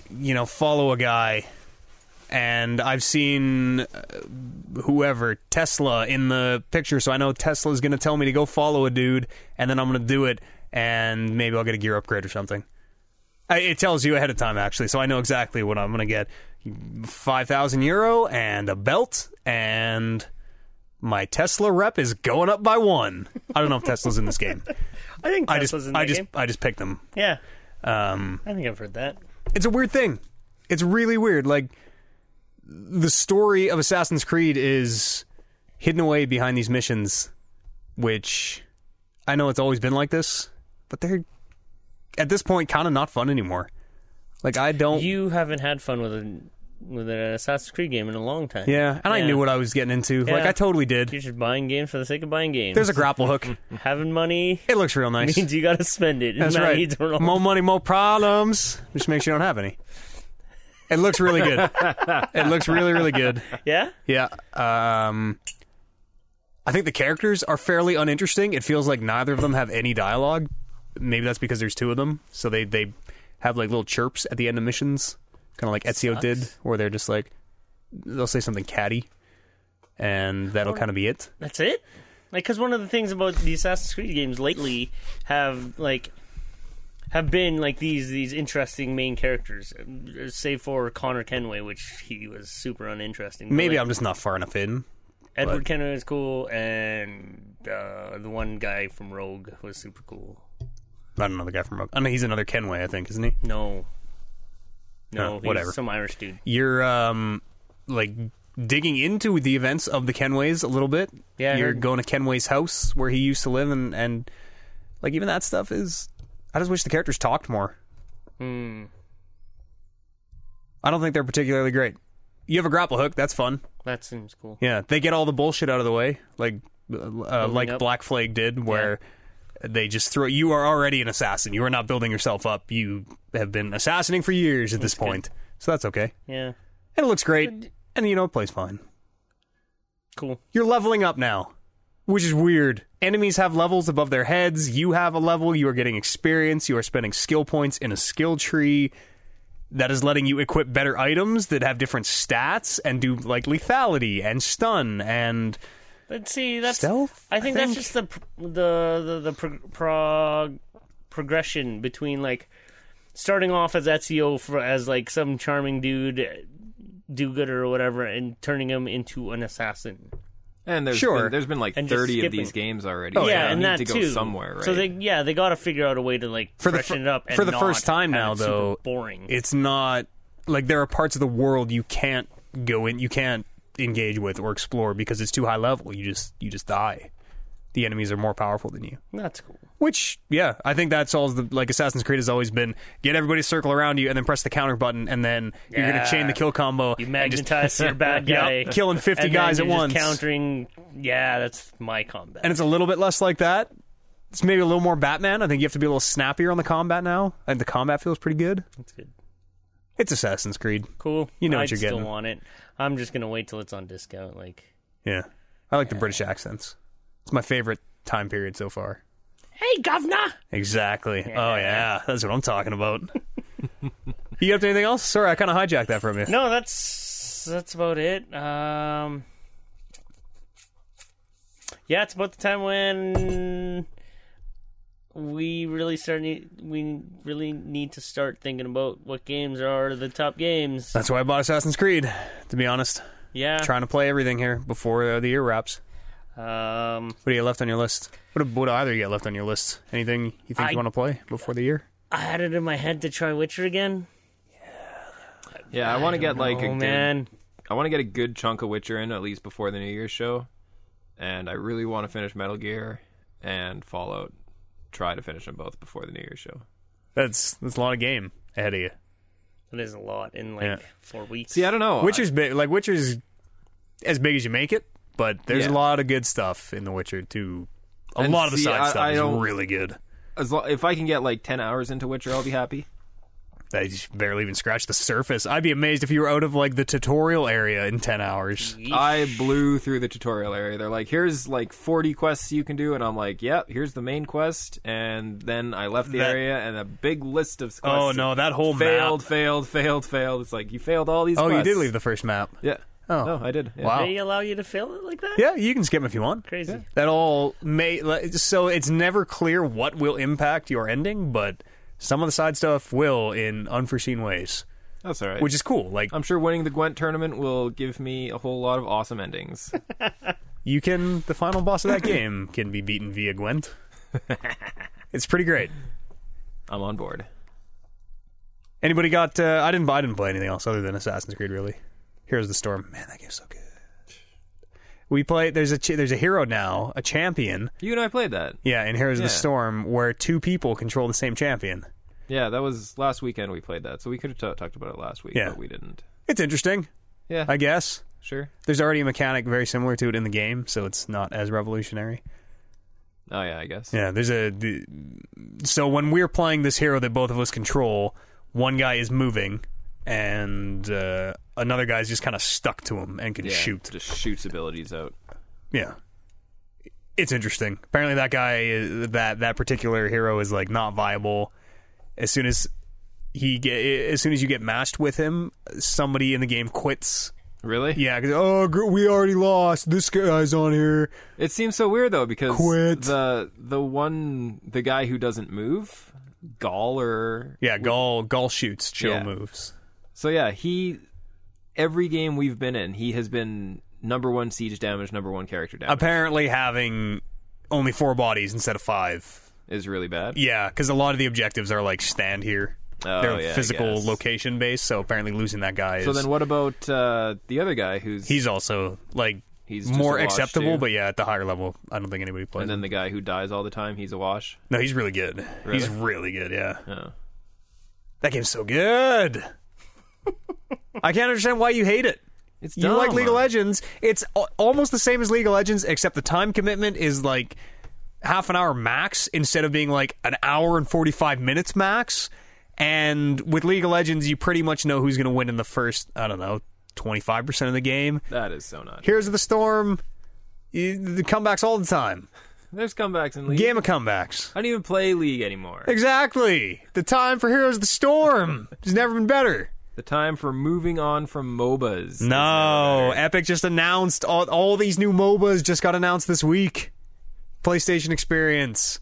[SPEAKER 2] you know follow a guy and i've seen uh, whoever tesla in the picture so i know tesla's going to tell me to go follow a dude and then i'm going to do it and maybe i'll get a gear upgrade or something I- it tells you ahead of time actually so i know exactly what i'm going to get 5000 euro and a belt and my Tesla rep is going up by one. I don't know if Tesla's in this game.
[SPEAKER 1] I think
[SPEAKER 2] I
[SPEAKER 1] Tesla's
[SPEAKER 2] just,
[SPEAKER 1] in that
[SPEAKER 2] I just,
[SPEAKER 1] game.
[SPEAKER 2] I just picked them.
[SPEAKER 1] Yeah,
[SPEAKER 2] Um,
[SPEAKER 1] I think I've heard that.
[SPEAKER 2] it's a weird thing. It's really weird. Like the story of Assassin's Creed is hidden away behind these missions, which I know it's always been like this, but they're at this point kind of not fun anymore. Like I don't.
[SPEAKER 1] You haven't had fun with an with an Assassin's Creed game in a long time.
[SPEAKER 2] yeah, and I knew what I was getting into. Like
[SPEAKER 1] Yeah.
[SPEAKER 2] I totally did.
[SPEAKER 1] You're just buying games for the sake of buying games.
[SPEAKER 2] There's a grapple hook.
[SPEAKER 1] having money
[SPEAKER 2] It looks real nice.
[SPEAKER 1] means you got to spend it.
[SPEAKER 2] That's
[SPEAKER 1] and I
[SPEAKER 2] right.
[SPEAKER 1] need to roll.
[SPEAKER 2] More money, more problems. Just make sure you don't have any. It looks really good. it looks really, really good.
[SPEAKER 1] yeah,
[SPEAKER 2] Yeah. Um, I think the characters are fairly uninteresting. It feels like neither of them have any dialogue. Maybe that's because there's two of them, so they they have like little chirps at the end of missions, kind of like Ezio did, where they're just like they'll say something catty, and that'll kind of be it.
[SPEAKER 1] that's it. Like, because one of the things about the Assassin's Creed games lately have like have been like these these interesting main characters, uh, save for Connor Kenway, which he was super uninteresting. But,
[SPEAKER 2] Maybe
[SPEAKER 1] like,
[SPEAKER 2] I'm just not far enough in.
[SPEAKER 1] Edward
[SPEAKER 2] but-
[SPEAKER 1] Kenway was cool, and uh, the one guy from Rogue was super cool.
[SPEAKER 2] I don't know the guy from. Rogue. I know he's another Kenway, I think, isn't he?
[SPEAKER 1] No. No,
[SPEAKER 2] Oh,
[SPEAKER 1] he's
[SPEAKER 2] whatever.
[SPEAKER 1] some Irish dude.
[SPEAKER 2] you're um like digging into the events of the Kenways a little bit.
[SPEAKER 1] Yeah, I
[SPEAKER 2] you're
[SPEAKER 1] heard.
[SPEAKER 2] going to Kenway's house where he used to live, and and like even that stuff is. I just wish the characters talked more.
[SPEAKER 1] Hmm.
[SPEAKER 2] I don't think they're particularly great. You have a grapple hook, that's fun.
[SPEAKER 1] That seems cool.
[SPEAKER 2] Yeah, they get all the bullshit out of the way, like uh, uh, like
[SPEAKER 1] up.
[SPEAKER 2] Black Flag did, where they just throw. You are already an assassin. You are not building yourself up. You have been assassinating for years at this point, so that's okay.
[SPEAKER 1] Yeah.
[SPEAKER 2] And it looks great, and you know it plays fine.
[SPEAKER 1] Cool.
[SPEAKER 2] you're leveling up now, which is weird. Enemies have levels above their heads. You have a level. You are getting experience. You are spending skill points in a skill tree that is letting you equip better items that have different stats and do like lethality and stun and
[SPEAKER 1] But see, that's
[SPEAKER 2] Stealth,
[SPEAKER 1] I
[SPEAKER 2] I
[SPEAKER 1] think,
[SPEAKER 2] think?
[SPEAKER 1] that's just the pr- the the, the pro- prog- progression between like starting off as Ezio for, as like some charming dude, do-gooder or whatever, and turning him into an assassin.
[SPEAKER 3] And there's
[SPEAKER 2] Sure.
[SPEAKER 3] been, there's been like
[SPEAKER 1] And just
[SPEAKER 3] 30 of
[SPEAKER 1] skipping.
[SPEAKER 3] these games already.
[SPEAKER 2] Oh,
[SPEAKER 3] so
[SPEAKER 2] yeah.
[SPEAKER 3] they
[SPEAKER 1] and
[SPEAKER 3] need
[SPEAKER 1] that
[SPEAKER 3] to go
[SPEAKER 1] too.
[SPEAKER 3] somewhere, right?
[SPEAKER 1] So they yeah they got to figure out a way to like
[SPEAKER 2] For the
[SPEAKER 1] freshen
[SPEAKER 2] fir-
[SPEAKER 1] it up. And
[SPEAKER 2] for the
[SPEAKER 1] not
[SPEAKER 2] first time
[SPEAKER 1] have
[SPEAKER 2] now,
[SPEAKER 1] it super
[SPEAKER 2] though,
[SPEAKER 1] boring.
[SPEAKER 2] it's not like there are parts of the world you can't go in. You can't engage with or explore because it's too high level. You just you just die. The enemies are more powerful than you.
[SPEAKER 1] that's cool.
[SPEAKER 2] Which, yeah, I think that's all the like Assassin's Creed has always been get everybody to circle around you and then press the counter button and then you're gonna
[SPEAKER 1] Yeah.
[SPEAKER 2] chain the kill combo.
[SPEAKER 1] You
[SPEAKER 2] and just-
[SPEAKER 1] magnetize your bad guy,
[SPEAKER 2] Yep, killing 50
[SPEAKER 1] and then
[SPEAKER 2] guys
[SPEAKER 1] you're
[SPEAKER 2] at
[SPEAKER 1] just
[SPEAKER 2] once.
[SPEAKER 1] countering. Yeah, that's my combat.
[SPEAKER 2] and it's a little bit less like that. It's maybe a little more Batman. I think you have to be a little snappier on the combat now. And the combat feels pretty good.
[SPEAKER 1] that's good.
[SPEAKER 2] It's Assassin's Creed.
[SPEAKER 1] Cool.
[SPEAKER 2] You know what
[SPEAKER 1] I'd
[SPEAKER 2] you're
[SPEAKER 1] still
[SPEAKER 2] getting.
[SPEAKER 1] want it. I'm just gonna wait till it's on discount. Like,
[SPEAKER 2] Yeah. I like the British accents. It's my favorite time period so far.
[SPEAKER 1] hey, governor.
[SPEAKER 2] Exactly. Oh yeah. That's what I'm talking about. you up to anything else? Sorry, I kinda hijacked that from you.
[SPEAKER 1] No, that's that's about it. Um, yeah, it's about the time when we really start. Need, we really need to start thinking about what games are the top games.
[SPEAKER 2] That's why I bought Assassin's Creed, to be honest.
[SPEAKER 1] Yeah.
[SPEAKER 2] trying to play everything here before uh, the year wraps.
[SPEAKER 1] Um,
[SPEAKER 2] What do you got left on your list? What do, what do either you got left on your list? Anything you think
[SPEAKER 1] I-
[SPEAKER 2] you want to play before the year?
[SPEAKER 1] I had it in my head to try Witcher again.
[SPEAKER 3] yeah, I want to get like a
[SPEAKER 1] oh
[SPEAKER 3] good,
[SPEAKER 1] man,
[SPEAKER 3] I want to get a good chunk of Witcher in at least before the New Year's show. and I really want to finish Metal Gear and Fallout. Try to finish them both before the New Year's show.
[SPEAKER 2] That's that's a lot of game ahead of you.
[SPEAKER 1] That is a lot in like
[SPEAKER 2] Yeah.
[SPEAKER 1] four weeks.
[SPEAKER 3] See, I don't know.
[SPEAKER 2] Witcher's big, like Witcher's as big as you make it, but there's a
[SPEAKER 3] Yeah.
[SPEAKER 2] lot of good stuff in The Witcher too. A
[SPEAKER 3] And
[SPEAKER 2] lot of the
[SPEAKER 3] see,
[SPEAKER 2] side
[SPEAKER 3] I-
[SPEAKER 2] stuff
[SPEAKER 3] I
[SPEAKER 2] is
[SPEAKER 3] don't-
[SPEAKER 2] really good.
[SPEAKER 3] as lo- if I can get like ten hours into Witcher, I'll be happy.
[SPEAKER 2] I just barely even scratched the surface. I'd be amazed if you were out of like the tutorial area in ten hours.
[SPEAKER 1] Yeesh.
[SPEAKER 3] I blew through the tutorial area. They're like, here's like 40 quests you can do. And I'm like, yep, here's the main quest. And then I left the
[SPEAKER 2] That-
[SPEAKER 3] area and a big list of quests.
[SPEAKER 2] Oh no, that whole
[SPEAKER 3] Failed,
[SPEAKER 2] map.
[SPEAKER 3] failed, failed, failed. It's like, you failed all these
[SPEAKER 2] Oh,
[SPEAKER 3] quests.
[SPEAKER 2] you did leave the first map.
[SPEAKER 3] Yeah.
[SPEAKER 2] Oh.
[SPEAKER 3] No, I did. Yeah.
[SPEAKER 2] Wow.
[SPEAKER 1] They allow you to fail it like that?
[SPEAKER 2] Yeah, you can skip 'em if you want.
[SPEAKER 1] Crazy.
[SPEAKER 2] That all may like, so it's never clear what will impact your ending, but some of the side stuff will in unforeseen ways,
[SPEAKER 3] That's all right.
[SPEAKER 2] which is cool. Like
[SPEAKER 3] I'm sure winning the Gwent tournament will give me a whole lot of awesome endings.
[SPEAKER 2] you can the final boss of that game can be beaten via Gwent. it's pretty great.
[SPEAKER 3] I'm on board.
[SPEAKER 2] Anybody got? Uh, I didn't. I didn't play anything else other than Assassin's Creed. Really, Heroes of the Storm. Man, that game's so good. We play. There's a ch- there's a hero now, a champion.
[SPEAKER 3] You and I played that.
[SPEAKER 2] Yeah, in Heroes of the
[SPEAKER 3] Yeah.
[SPEAKER 2] Storm, where two people control the same champion.
[SPEAKER 3] Yeah, that was last weekend we played that. So we could have t- talked about it last week,
[SPEAKER 2] Yeah.
[SPEAKER 3] but we didn't.
[SPEAKER 2] It's interesting,
[SPEAKER 3] Yeah,
[SPEAKER 2] I guess.
[SPEAKER 3] sure.
[SPEAKER 2] There's already a mechanic very similar to it in the game, so it's not as revolutionary.
[SPEAKER 3] Oh, yeah, I guess.
[SPEAKER 2] Yeah, there's a. The, so when we're playing this hero that both of us control, one guy is moving, and uh, another guy's just kind of stuck to him and can
[SPEAKER 3] Yeah,
[SPEAKER 2] shoot.
[SPEAKER 3] Just shoots abilities out.
[SPEAKER 2] Yeah. It's interesting. Apparently that guy is- that that particular hero is like not viable as soon as he get as soon as you get matched with him, somebody in the game quits.
[SPEAKER 3] Really?
[SPEAKER 2] Yeah, 'cause, oh, gr- we already lost. This guy's on here.
[SPEAKER 3] It seems so weird though because
[SPEAKER 2] Quit.
[SPEAKER 3] the the one the guy who doesn't move, Gall or
[SPEAKER 2] Yeah, Gall Gall shoots, chill
[SPEAKER 3] Yeah.
[SPEAKER 2] moves.
[SPEAKER 3] so yeah he every game we've been in he has been number one siege damage number one character damage
[SPEAKER 2] Apparently having only four bodies instead of five.
[SPEAKER 3] is really bad.
[SPEAKER 2] Yeah, because a lot of the objectives are like stand here.
[SPEAKER 3] Oh,
[SPEAKER 2] They're
[SPEAKER 3] yeah, I
[SPEAKER 2] physical
[SPEAKER 3] guess.
[SPEAKER 2] location based. So apparently losing that guy is
[SPEAKER 3] So then what about uh, the other guy who's
[SPEAKER 2] he's also like
[SPEAKER 3] He's just
[SPEAKER 2] more
[SPEAKER 3] a wash,
[SPEAKER 2] acceptable,
[SPEAKER 3] too.
[SPEAKER 2] but yeah, at the higher level, I don't think anybody plays.
[SPEAKER 3] and
[SPEAKER 2] him.
[SPEAKER 3] then the guy who dies all the time he's a wash.
[SPEAKER 2] no, he's really good. He's
[SPEAKER 3] Really?
[SPEAKER 2] really good. Yeah,
[SPEAKER 3] Oh.
[SPEAKER 2] that game's so good. I can't understand why you hate it.
[SPEAKER 3] It's
[SPEAKER 2] You like
[SPEAKER 3] dumb.
[SPEAKER 2] League of Legends? It's al- almost the same as League of Legends, except the time commitment is like half an hour max instead of being like an hour and forty five minutes max. And with League of Legends, you pretty much know who's going to win in the first, I don't know, twenty five percent of the game.
[SPEAKER 3] That is so not.
[SPEAKER 2] Heroes of the Storm, you, the comebacks all the time.
[SPEAKER 3] There's comebacks in league.
[SPEAKER 2] Game of comebacks.
[SPEAKER 3] I don't even play league anymore.
[SPEAKER 2] Exactly. The time for Heroes of the Storm has never been better.
[SPEAKER 3] The time for moving on from MOBAs. is never
[SPEAKER 2] No,
[SPEAKER 3] there.
[SPEAKER 2] Epic just announced all, all these new MOBAs just got announced this week. PlayStation Experience.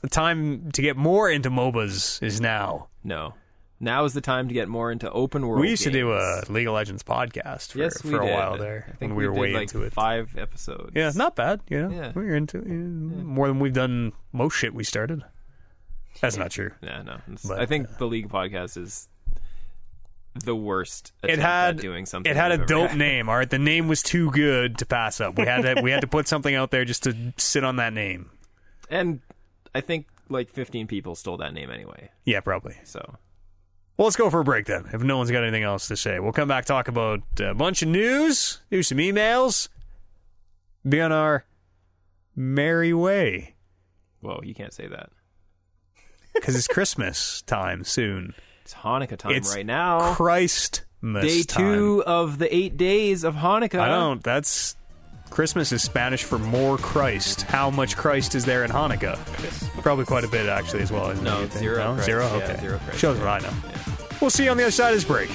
[SPEAKER 2] The time to get more into MOBAs is now.
[SPEAKER 3] No. Now is the time to get more into open world.
[SPEAKER 2] we used to do a
[SPEAKER 3] games.
[SPEAKER 2] League of Legends podcast for,
[SPEAKER 3] yes, we
[SPEAKER 2] for a
[SPEAKER 3] did.
[SPEAKER 2] while there
[SPEAKER 3] I think
[SPEAKER 2] when we, were
[SPEAKER 3] did
[SPEAKER 2] way
[SPEAKER 3] like
[SPEAKER 2] into it.
[SPEAKER 3] Five episodes.
[SPEAKER 2] Yeah, not bad. You know,
[SPEAKER 3] Yeah.
[SPEAKER 2] we were into you know, more than we've done most shit we started. That's not true.
[SPEAKER 3] Yeah, no. It's-
[SPEAKER 2] But,
[SPEAKER 3] I think the League podcast is the worst.
[SPEAKER 2] it
[SPEAKER 3] attempt
[SPEAKER 2] had
[SPEAKER 3] at doing something.
[SPEAKER 2] It had a
[SPEAKER 3] we've ever
[SPEAKER 2] dope
[SPEAKER 3] had.
[SPEAKER 2] name. All right, the name was too good to pass up. We had to we had to put something out there just to sit on that name.
[SPEAKER 3] and I think like 15 people stole that name anyway.
[SPEAKER 2] Yeah, probably.
[SPEAKER 3] So
[SPEAKER 2] Well, let's go for a break then. If no one's got anything else to say, we'll come back talk about a bunch of news, do some emails, be on our merry way
[SPEAKER 3] whoa, you can't say that.
[SPEAKER 2] because it's Christmas time soon.
[SPEAKER 3] It's Hanukkah time
[SPEAKER 2] It's
[SPEAKER 3] right now.
[SPEAKER 2] Christmas
[SPEAKER 3] Day
[SPEAKER 2] time.
[SPEAKER 3] two uh-huh. of the eight days of Hanukkah.
[SPEAKER 2] I don't. That's Christmas is Spanish for more Christ. How much Christ is there in Hanukkah? Probably quite a bit, actually, as well. isn't
[SPEAKER 3] No,
[SPEAKER 2] it, you think?
[SPEAKER 3] zero
[SPEAKER 2] No?
[SPEAKER 3] Christ.
[SPEAKER 2] Zero.
[SPEAKER 3] Yeah,
[SPEAKER 2] Okay.
[SPEAKER 3] zero Christ,
[SPEAKER 2] Shows what I know. We'll see you on the other side of this break.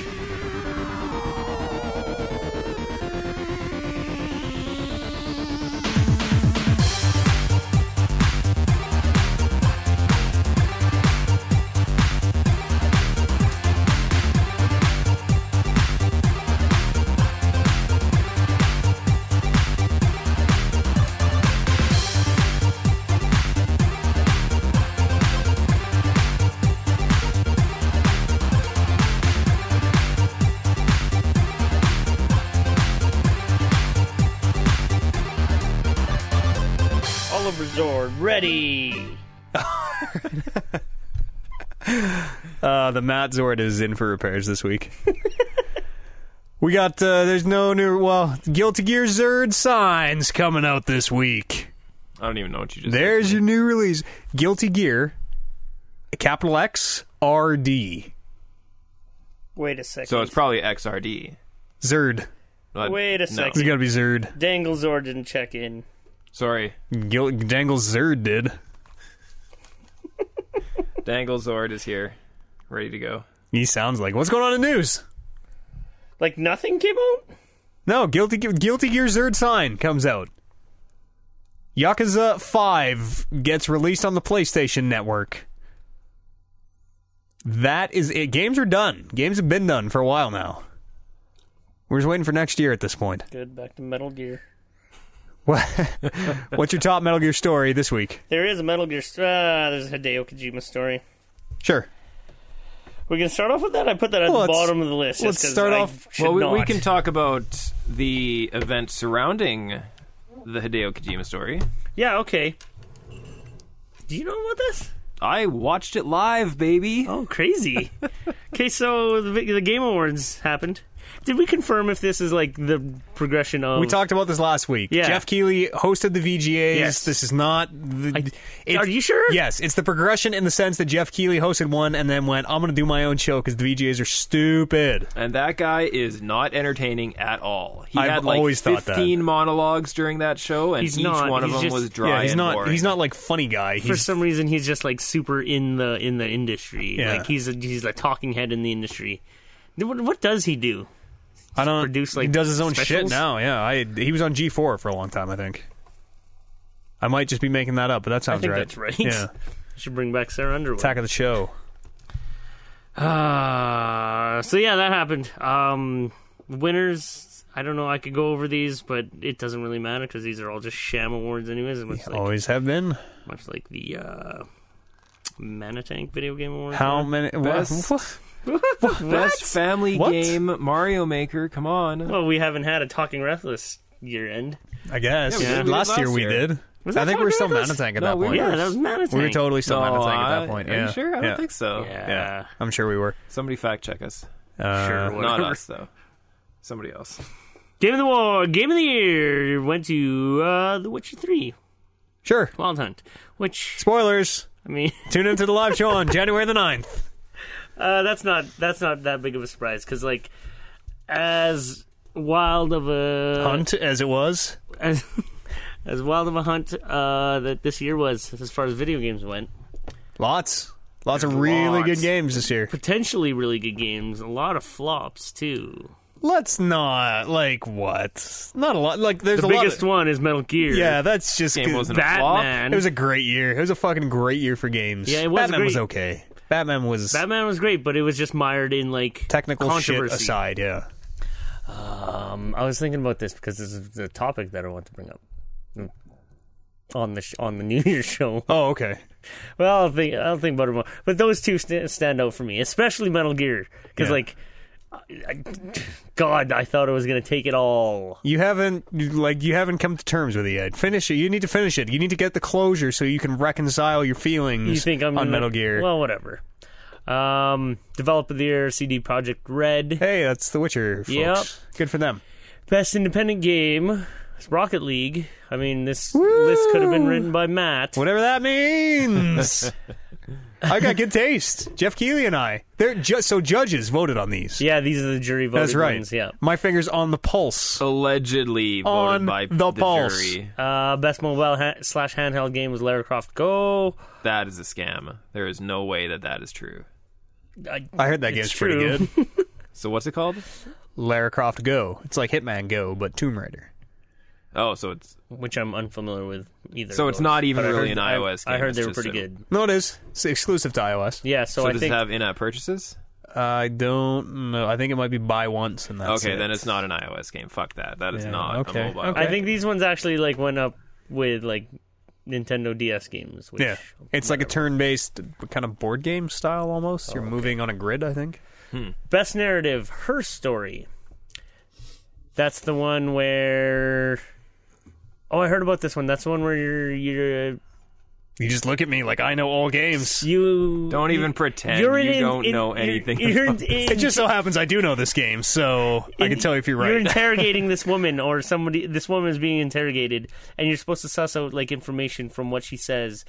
[SPEAKER 1] Silver Zord, ready.
[SPEAKER 2] Uh, the Matt Zord is in for repairs this week. we got uh, there's no new well Guilty Gear Zerd signs coming out this week.
[SPEAKER 3] I don't even know what you just. said.
[SPEAKER 2] There's your new release, Guilty Gear, capital X R D
[SPEAKER 1] Wait a second.
[SPEAKER 3] So it's probably XRD.
[SPEAKER 2] Zerd.
[SPEAKER 3] But
[SPEAKER 1] Wait a
[SPEAKER 3] no.
[SPEAKER 2] It's
[SPEAKER 1] second.
[SPEAKER 2] got to be Zerd.
[SPEAKER 1] Dangle Zord didn't check in.
[SPEAKER 3] Sorry,
[SPEAKER 2] Gil- Dangle Zerd did.
[SPEAKER 3] Dangle Zord is here, ready to go.
[SPEAKER 2] He sounds like what's going on in the news?
[SPEAKER 1] Like nothing came out.
[SPEAKER 2] No, Guilty Gear, Guilty Gear Zerd sign comes out. Yakuza 5 gets released on the PlayStation Network. That is it. Games are done. Games have been done for a while now. We're just waiting for next year at this point.
[SPEAKER 1] Good. Back to Metal Gear.
[SPEAKER 2] What- What's your top Metal Gear story this week?
[SPEAKER 1] There is a Metal Gear. st- Ah, there's a Hideo Kojima story.
[SPEAKER 2] Sure.
[SPEAKER 1] We can start off with that. I put that at
[SPEAKER 2] Well,
[SPEAKER 1] the
[SPEAKER 2] let's-
[SPEAKER 1] bottom of the list. just
[SPEAKER 2] let's
[SPEAKER 1] 'cause
[SPEAKER 2] start
[SPEAKER 1] I
[SPEAKER 2] off-
[SPEAKER 1] should
[SPEAKER 3] Well, we, we
[SPEAKER 1] not.
[SPEAKER 3] can talk about the event surrounding the Hideo Kojima story.
[SPEAKER 1] Yeah. Okay. Do you know about this?
[SPEAKER 3] I watched it live, baby.
[SPEAKER 1] Oh, crazy. okay, so the, the Game Awards happened. Did we confirm if this is like the progression of?
[SPEAKER 2] We talked about this last week.
[SPEAKER 1] Yeah.
[SPEAKER 2] Jeff Keighley hosted the VGAs.
[SPEAKER 1] Yes.
[SPEAKER 2] This is not the. it's-
[SPEAKER 1] Are you sure?
[SPEAKER 2] Yes, it's the progression in the sense that Jeff Keighley hosted one and then went, "I'm going to do my own show because the VGAs are stupid."
[SPEAKER 3] And that guy is not entertaining at all. He
[SPEAKER 2] I've
[SPEAKER 3] had like
[SPEAKER 2] always thought that.
[SPEAKER 3] 15 monologues during that show, and
[SPEAKER 1] He's
[SPEAKER 3] each
[SPEAKER 1] not.
[SPEAKER 3] one of
[SPEAKER 1] He's
[SPEAKER 3] them
[SPEAKER 1] just-
[SPEAKER 3] was dry
[SPEAKER 2] yeah, he's
[SPEAKER 3] and
[SPEAKER 2] not.
[SPEAKER 3] boring.
[SPEAKER 2] He's not like funny guy. He's
[SPEAKER 1] For some reason, he's just like super in the in the industry.
[SPEAKER 2] Yeah.
[SPEAKER 1] Like he's a he's a talking head in the industry. What, what does he do?
[SPEAKER 2] I don't
[SPEAKER 1] produce, like,
[SPEAKER 2] he does his own shit
[SPEAKER 1] specials?
[SPEAKER 2] now. Yeah, I he was on G4 for a long time. I think. I might just be making that up, but that sounds
[SPEAKER 1] think
[SPEAKER 2] right.
[SPEAKER 1] that's right.
[SPEAKER 2] Yeah,
[SPEAKER 1] Should bring back Sarah Underwood.
[SPEAKER 2] attack of the show.
[SPEAKER 1] Uh, so yeah, that happened. Um, winners. I don't know. I could go over these, but it doesn't really matter because these are all just sham awards, anyways. Much like
[SPEAKER 2] Always have been.
[SPEAKER 1] much like the uh, Manatank video game awards.
[SPEAKER 2] How
[SPEAKER 1] were.
[SPEAKER 2] many?
[SPEAKER 3] Best-
[SPEAKER 2] what?
[SPEAKER 3] Best family
[SPEAKER 2] What?
[SPEAKER 3] game Mario Maker. Come on.
[SPEAKER 1] Well, we haven't had a Talking Reckless year end.
[SPEAKER 2] I guess.
[SPEAKER 3] Yeah, we did
[SPEAKER 2] Last,
[SPEAKER 3] last
[SPEAKER 2] year we
[SPEAKER 3] year.
[SPEAKER 2] did.
[SPEAKER 1] Was
[SPEAKER 2] I
[SPEAKER 1] that
[SPEAKER 2] think we were still
[SPEAKER 1] Talking Reckless?
[SPEAKER 2] Manatank at
[SPEAKER 3] No,
[SPEAKER 2] that
[SPEAKER 3] we
[SPEAKER 2] point.
[SPEAKER 1] Yeah, that was Manatank.
[SPEAKER 2] We were totally still
[SPEAKER 3] No,
[SPEAKER 2] Manatank at that
[SPEAKER 3] Oh, I-
[SPEAKER 2] point.
[SPEAKER 3] Are
[SPEAKER 2] yeah.
[SPEAKER 3] you sure? I
[SPEAKER 2] yeah.
[SPEAKER 3] don't think so.
[SPEAKER 1] Yeah.
[SPEAKER 2] Yeah, I'm sure we were.
[SPEAKER 3] Somebody fact check us.
[SPEAKER 2] Uh,
[SPEAKER 1] Sure.
[SPEAKER 3] Not
[SPEAKER 1] Whatever.
[SPEAKER 3] us, though. Somebody else.
[SPEAKER 1] Game of the War, Game of the Year went to uh, The Witcher 3,
[SPEAKER 2] Sure.
[SPEAKER 1] Wild Hunt, which,
[SPEAKER 2] Spoilers.
[SPEAKER 1] I mean,
[SPEAKER 2] Tune into the live show on January the 9th.
[SPEAKER 1] uh, that's not that's not that big of a surprise because, like, as wild of a
[SPEAKER 2] Hunt as it was.
[SPEAKER 1] as, as wild of a hunt uh, that this year was as far as video games went,
[SPEAKER 2] Lots. Lots of really
[SPEAKER 3] Lots.
[SPEAKER 2] good games this year.
[SPEAKER 1] potentially really good games, a lot of flops too.
[SPEAKER 2] Let's not like what? Not a lot. Like there's
[SPEAKER 1] The
[SPEAKER 2] a
[SPEAKER 1] biggest
[SPEAKER 2] lot.
[SPEAKER 1] one is Metal Gear.
[SPEAKER 2] Of, yeah, that's just
[SPEAKER 3] Game wasn't a flop.
[SPEAKER 1] Batman.
[SPEAKER 2] It was a great year. It was a fucking great year for games.
[SPEAKER 1] Yeah, it was
[SPEAKER 2] Batman was
[SPEAKER 1] great.
[SPEAKER 2] okay. Batman was
[SPEAKER 1] Batman was great, but it was just mired in like
[SPEAKER 2] technical shit
[SPEAKER 1] controversy.
[SPEAKER 2] aside. Yeah.
[SPEAKER 1] Um, I was thinking about this because this is the topic that I want to bring up Mm. on the sh- on the New Year's show.
[SPEAKER 2] Oh, okay.
[SPEAKER 1] Well, I'll think I'll think about it more. But those two st- stand out for me, especially Metal Gear, because
[SPEAKER 2] Yeah.
[SPEAKER 1] like, I, I, God, I thought I was gonna take it all.
[SPEAKER 2] You haven't you- like you haven't come to terms with it yet. Finish it. You need to finish it. You need to get the closure so you can reconcile your feelings.
[SPEAKER 1] You think I'm
[SPEAKER 2] on
[SPEAKER 1] gonna-
[SPEAKER 2] Metal Gear?
[SPEAKER 1] Well, whatever. Um, developer of the year, CD Project Red.
[SPEAKER 2] hey, that's The Witcher. Folks.
[SPEAKER 1] Yep.
[SPEAKER 2] Good for them.
[SPEAKER 1] Best independent game, it's Rocket League. I mean, this list could have been written by Matt.
[SPEAKER 2] Whatever that means. I got good taste. Jeff Keighley and I. They're ju- so judges voted on these.
[SPEAKER 1] Yeah, these are the jury voted
[SPEAKER 2] that's right.
[SPEAKER 1] ones. Yeah.
[SPEAKER 2] My fingers on the pulse.
[SPEAKER 3] Allegedly
[SPEAKER 2] On
[SPEAKER 3] voted by
[SPEAKER 2] the pulse.
[SPEAKER 3] jury.
[SPEAKER 1] Uh, best mobile ha- slash handheld game was Lara Croft Go.
[SPEAKER 3] That is a scam. There is no way that that is true.
[SPEAKER 1] I,
[SPEAKER 2] I heard that
[SPEAKER 1] It's
[SPEAKER 2] game's pretty
[SPEAKER 1] true.
[SPEAKER 2] good.
[SPEAKER 3] So what's it called?
[SPEAKER 2] Lara Croft Go. It's like Hitman Go, but Tomb Raider.
[SPEAKER 3] Oh, so it's
[SPEAKER 1] which I'm unfamiliar with either.
[SPEAKER 3] So
[SPEAKER 1] of
[SPEAKER 3] it's
[SPEAKER 1] those.
[SPEAKER 3] not even
[SPEAKER 1] But I
[SPEAKER 3] really
[SPEAKER 1] heard-
[SPEAKER 3] an
[SPEAKER 1] I-
[SPEAKER 3] iOS
[SPEAKER 1] I
[SPEAKER 3] game,
[SPEAKER 1] heard
[SPEAKER 3] it's
[SPEAKER 1] they were
[SPEAKER 3] just
[SPEAKER 1] pretty
[SPEAKER 3] a-
[SPEAKER 1] good.
[SPEAKER 2] No, it is. It's exclusive to iOS.
[SPEAKER 1] Yeah, so,
[SPEAKER 3] So
[SPEAKER 1] I
[SPEAKER 3] does
[SPEAKER 1] think
[SPEAKER 3] it have in-app purchases?
[SPEAKER 2] I don't know. I think it might be buy once and that's
[SPEAKER 3] okay,
[SPEAKER 2] it.
[SPEAKER 3] then it's not an iOS game. Fuck that. That is
[SPEAKER 2] Yeah,
[SPEAKER 3] not
[SPEAKER 2] okay,
[SPEAKER 3] a mobile.
[SPEAKER 2] okay.
[SPEAKER 1] I think these ones actually like went up with like Nintendo DS games. Which
[SPEAKER 2] Yeah. It's like a turn based kind of board game style almost. You're moving on a grid, I think.
[SPEAKER 1] Best narrative, her story. That's the one where Oh, I heard about this one. That's the one where you're you're
[SPEAKER 2] You just look at me like I know all games.
[SPEAKER 1] you
[SPEAKER 3] Don't even pretend
[SPEAKER 1] you're in-
[SPEAKER 3] you don't
[SPEAKER 1] in-
[SPEAKER 3] know
[SPEAKER 1] you're-
[SPEAKER 3] anything.
[SPEAKER 1] You're,
[SPEAKER 3] about-
[SPEAKER 1] in-
[SPEAKER 2] It just so happens I do know this game, so I can tell you if you're
[SPEAKER 1] You're
[SPEAKER 2] right.
[SPEAKER 1] interrogating this woman, or somebody. This woman is being interrogated, and you're supposed to suss out like information from what she says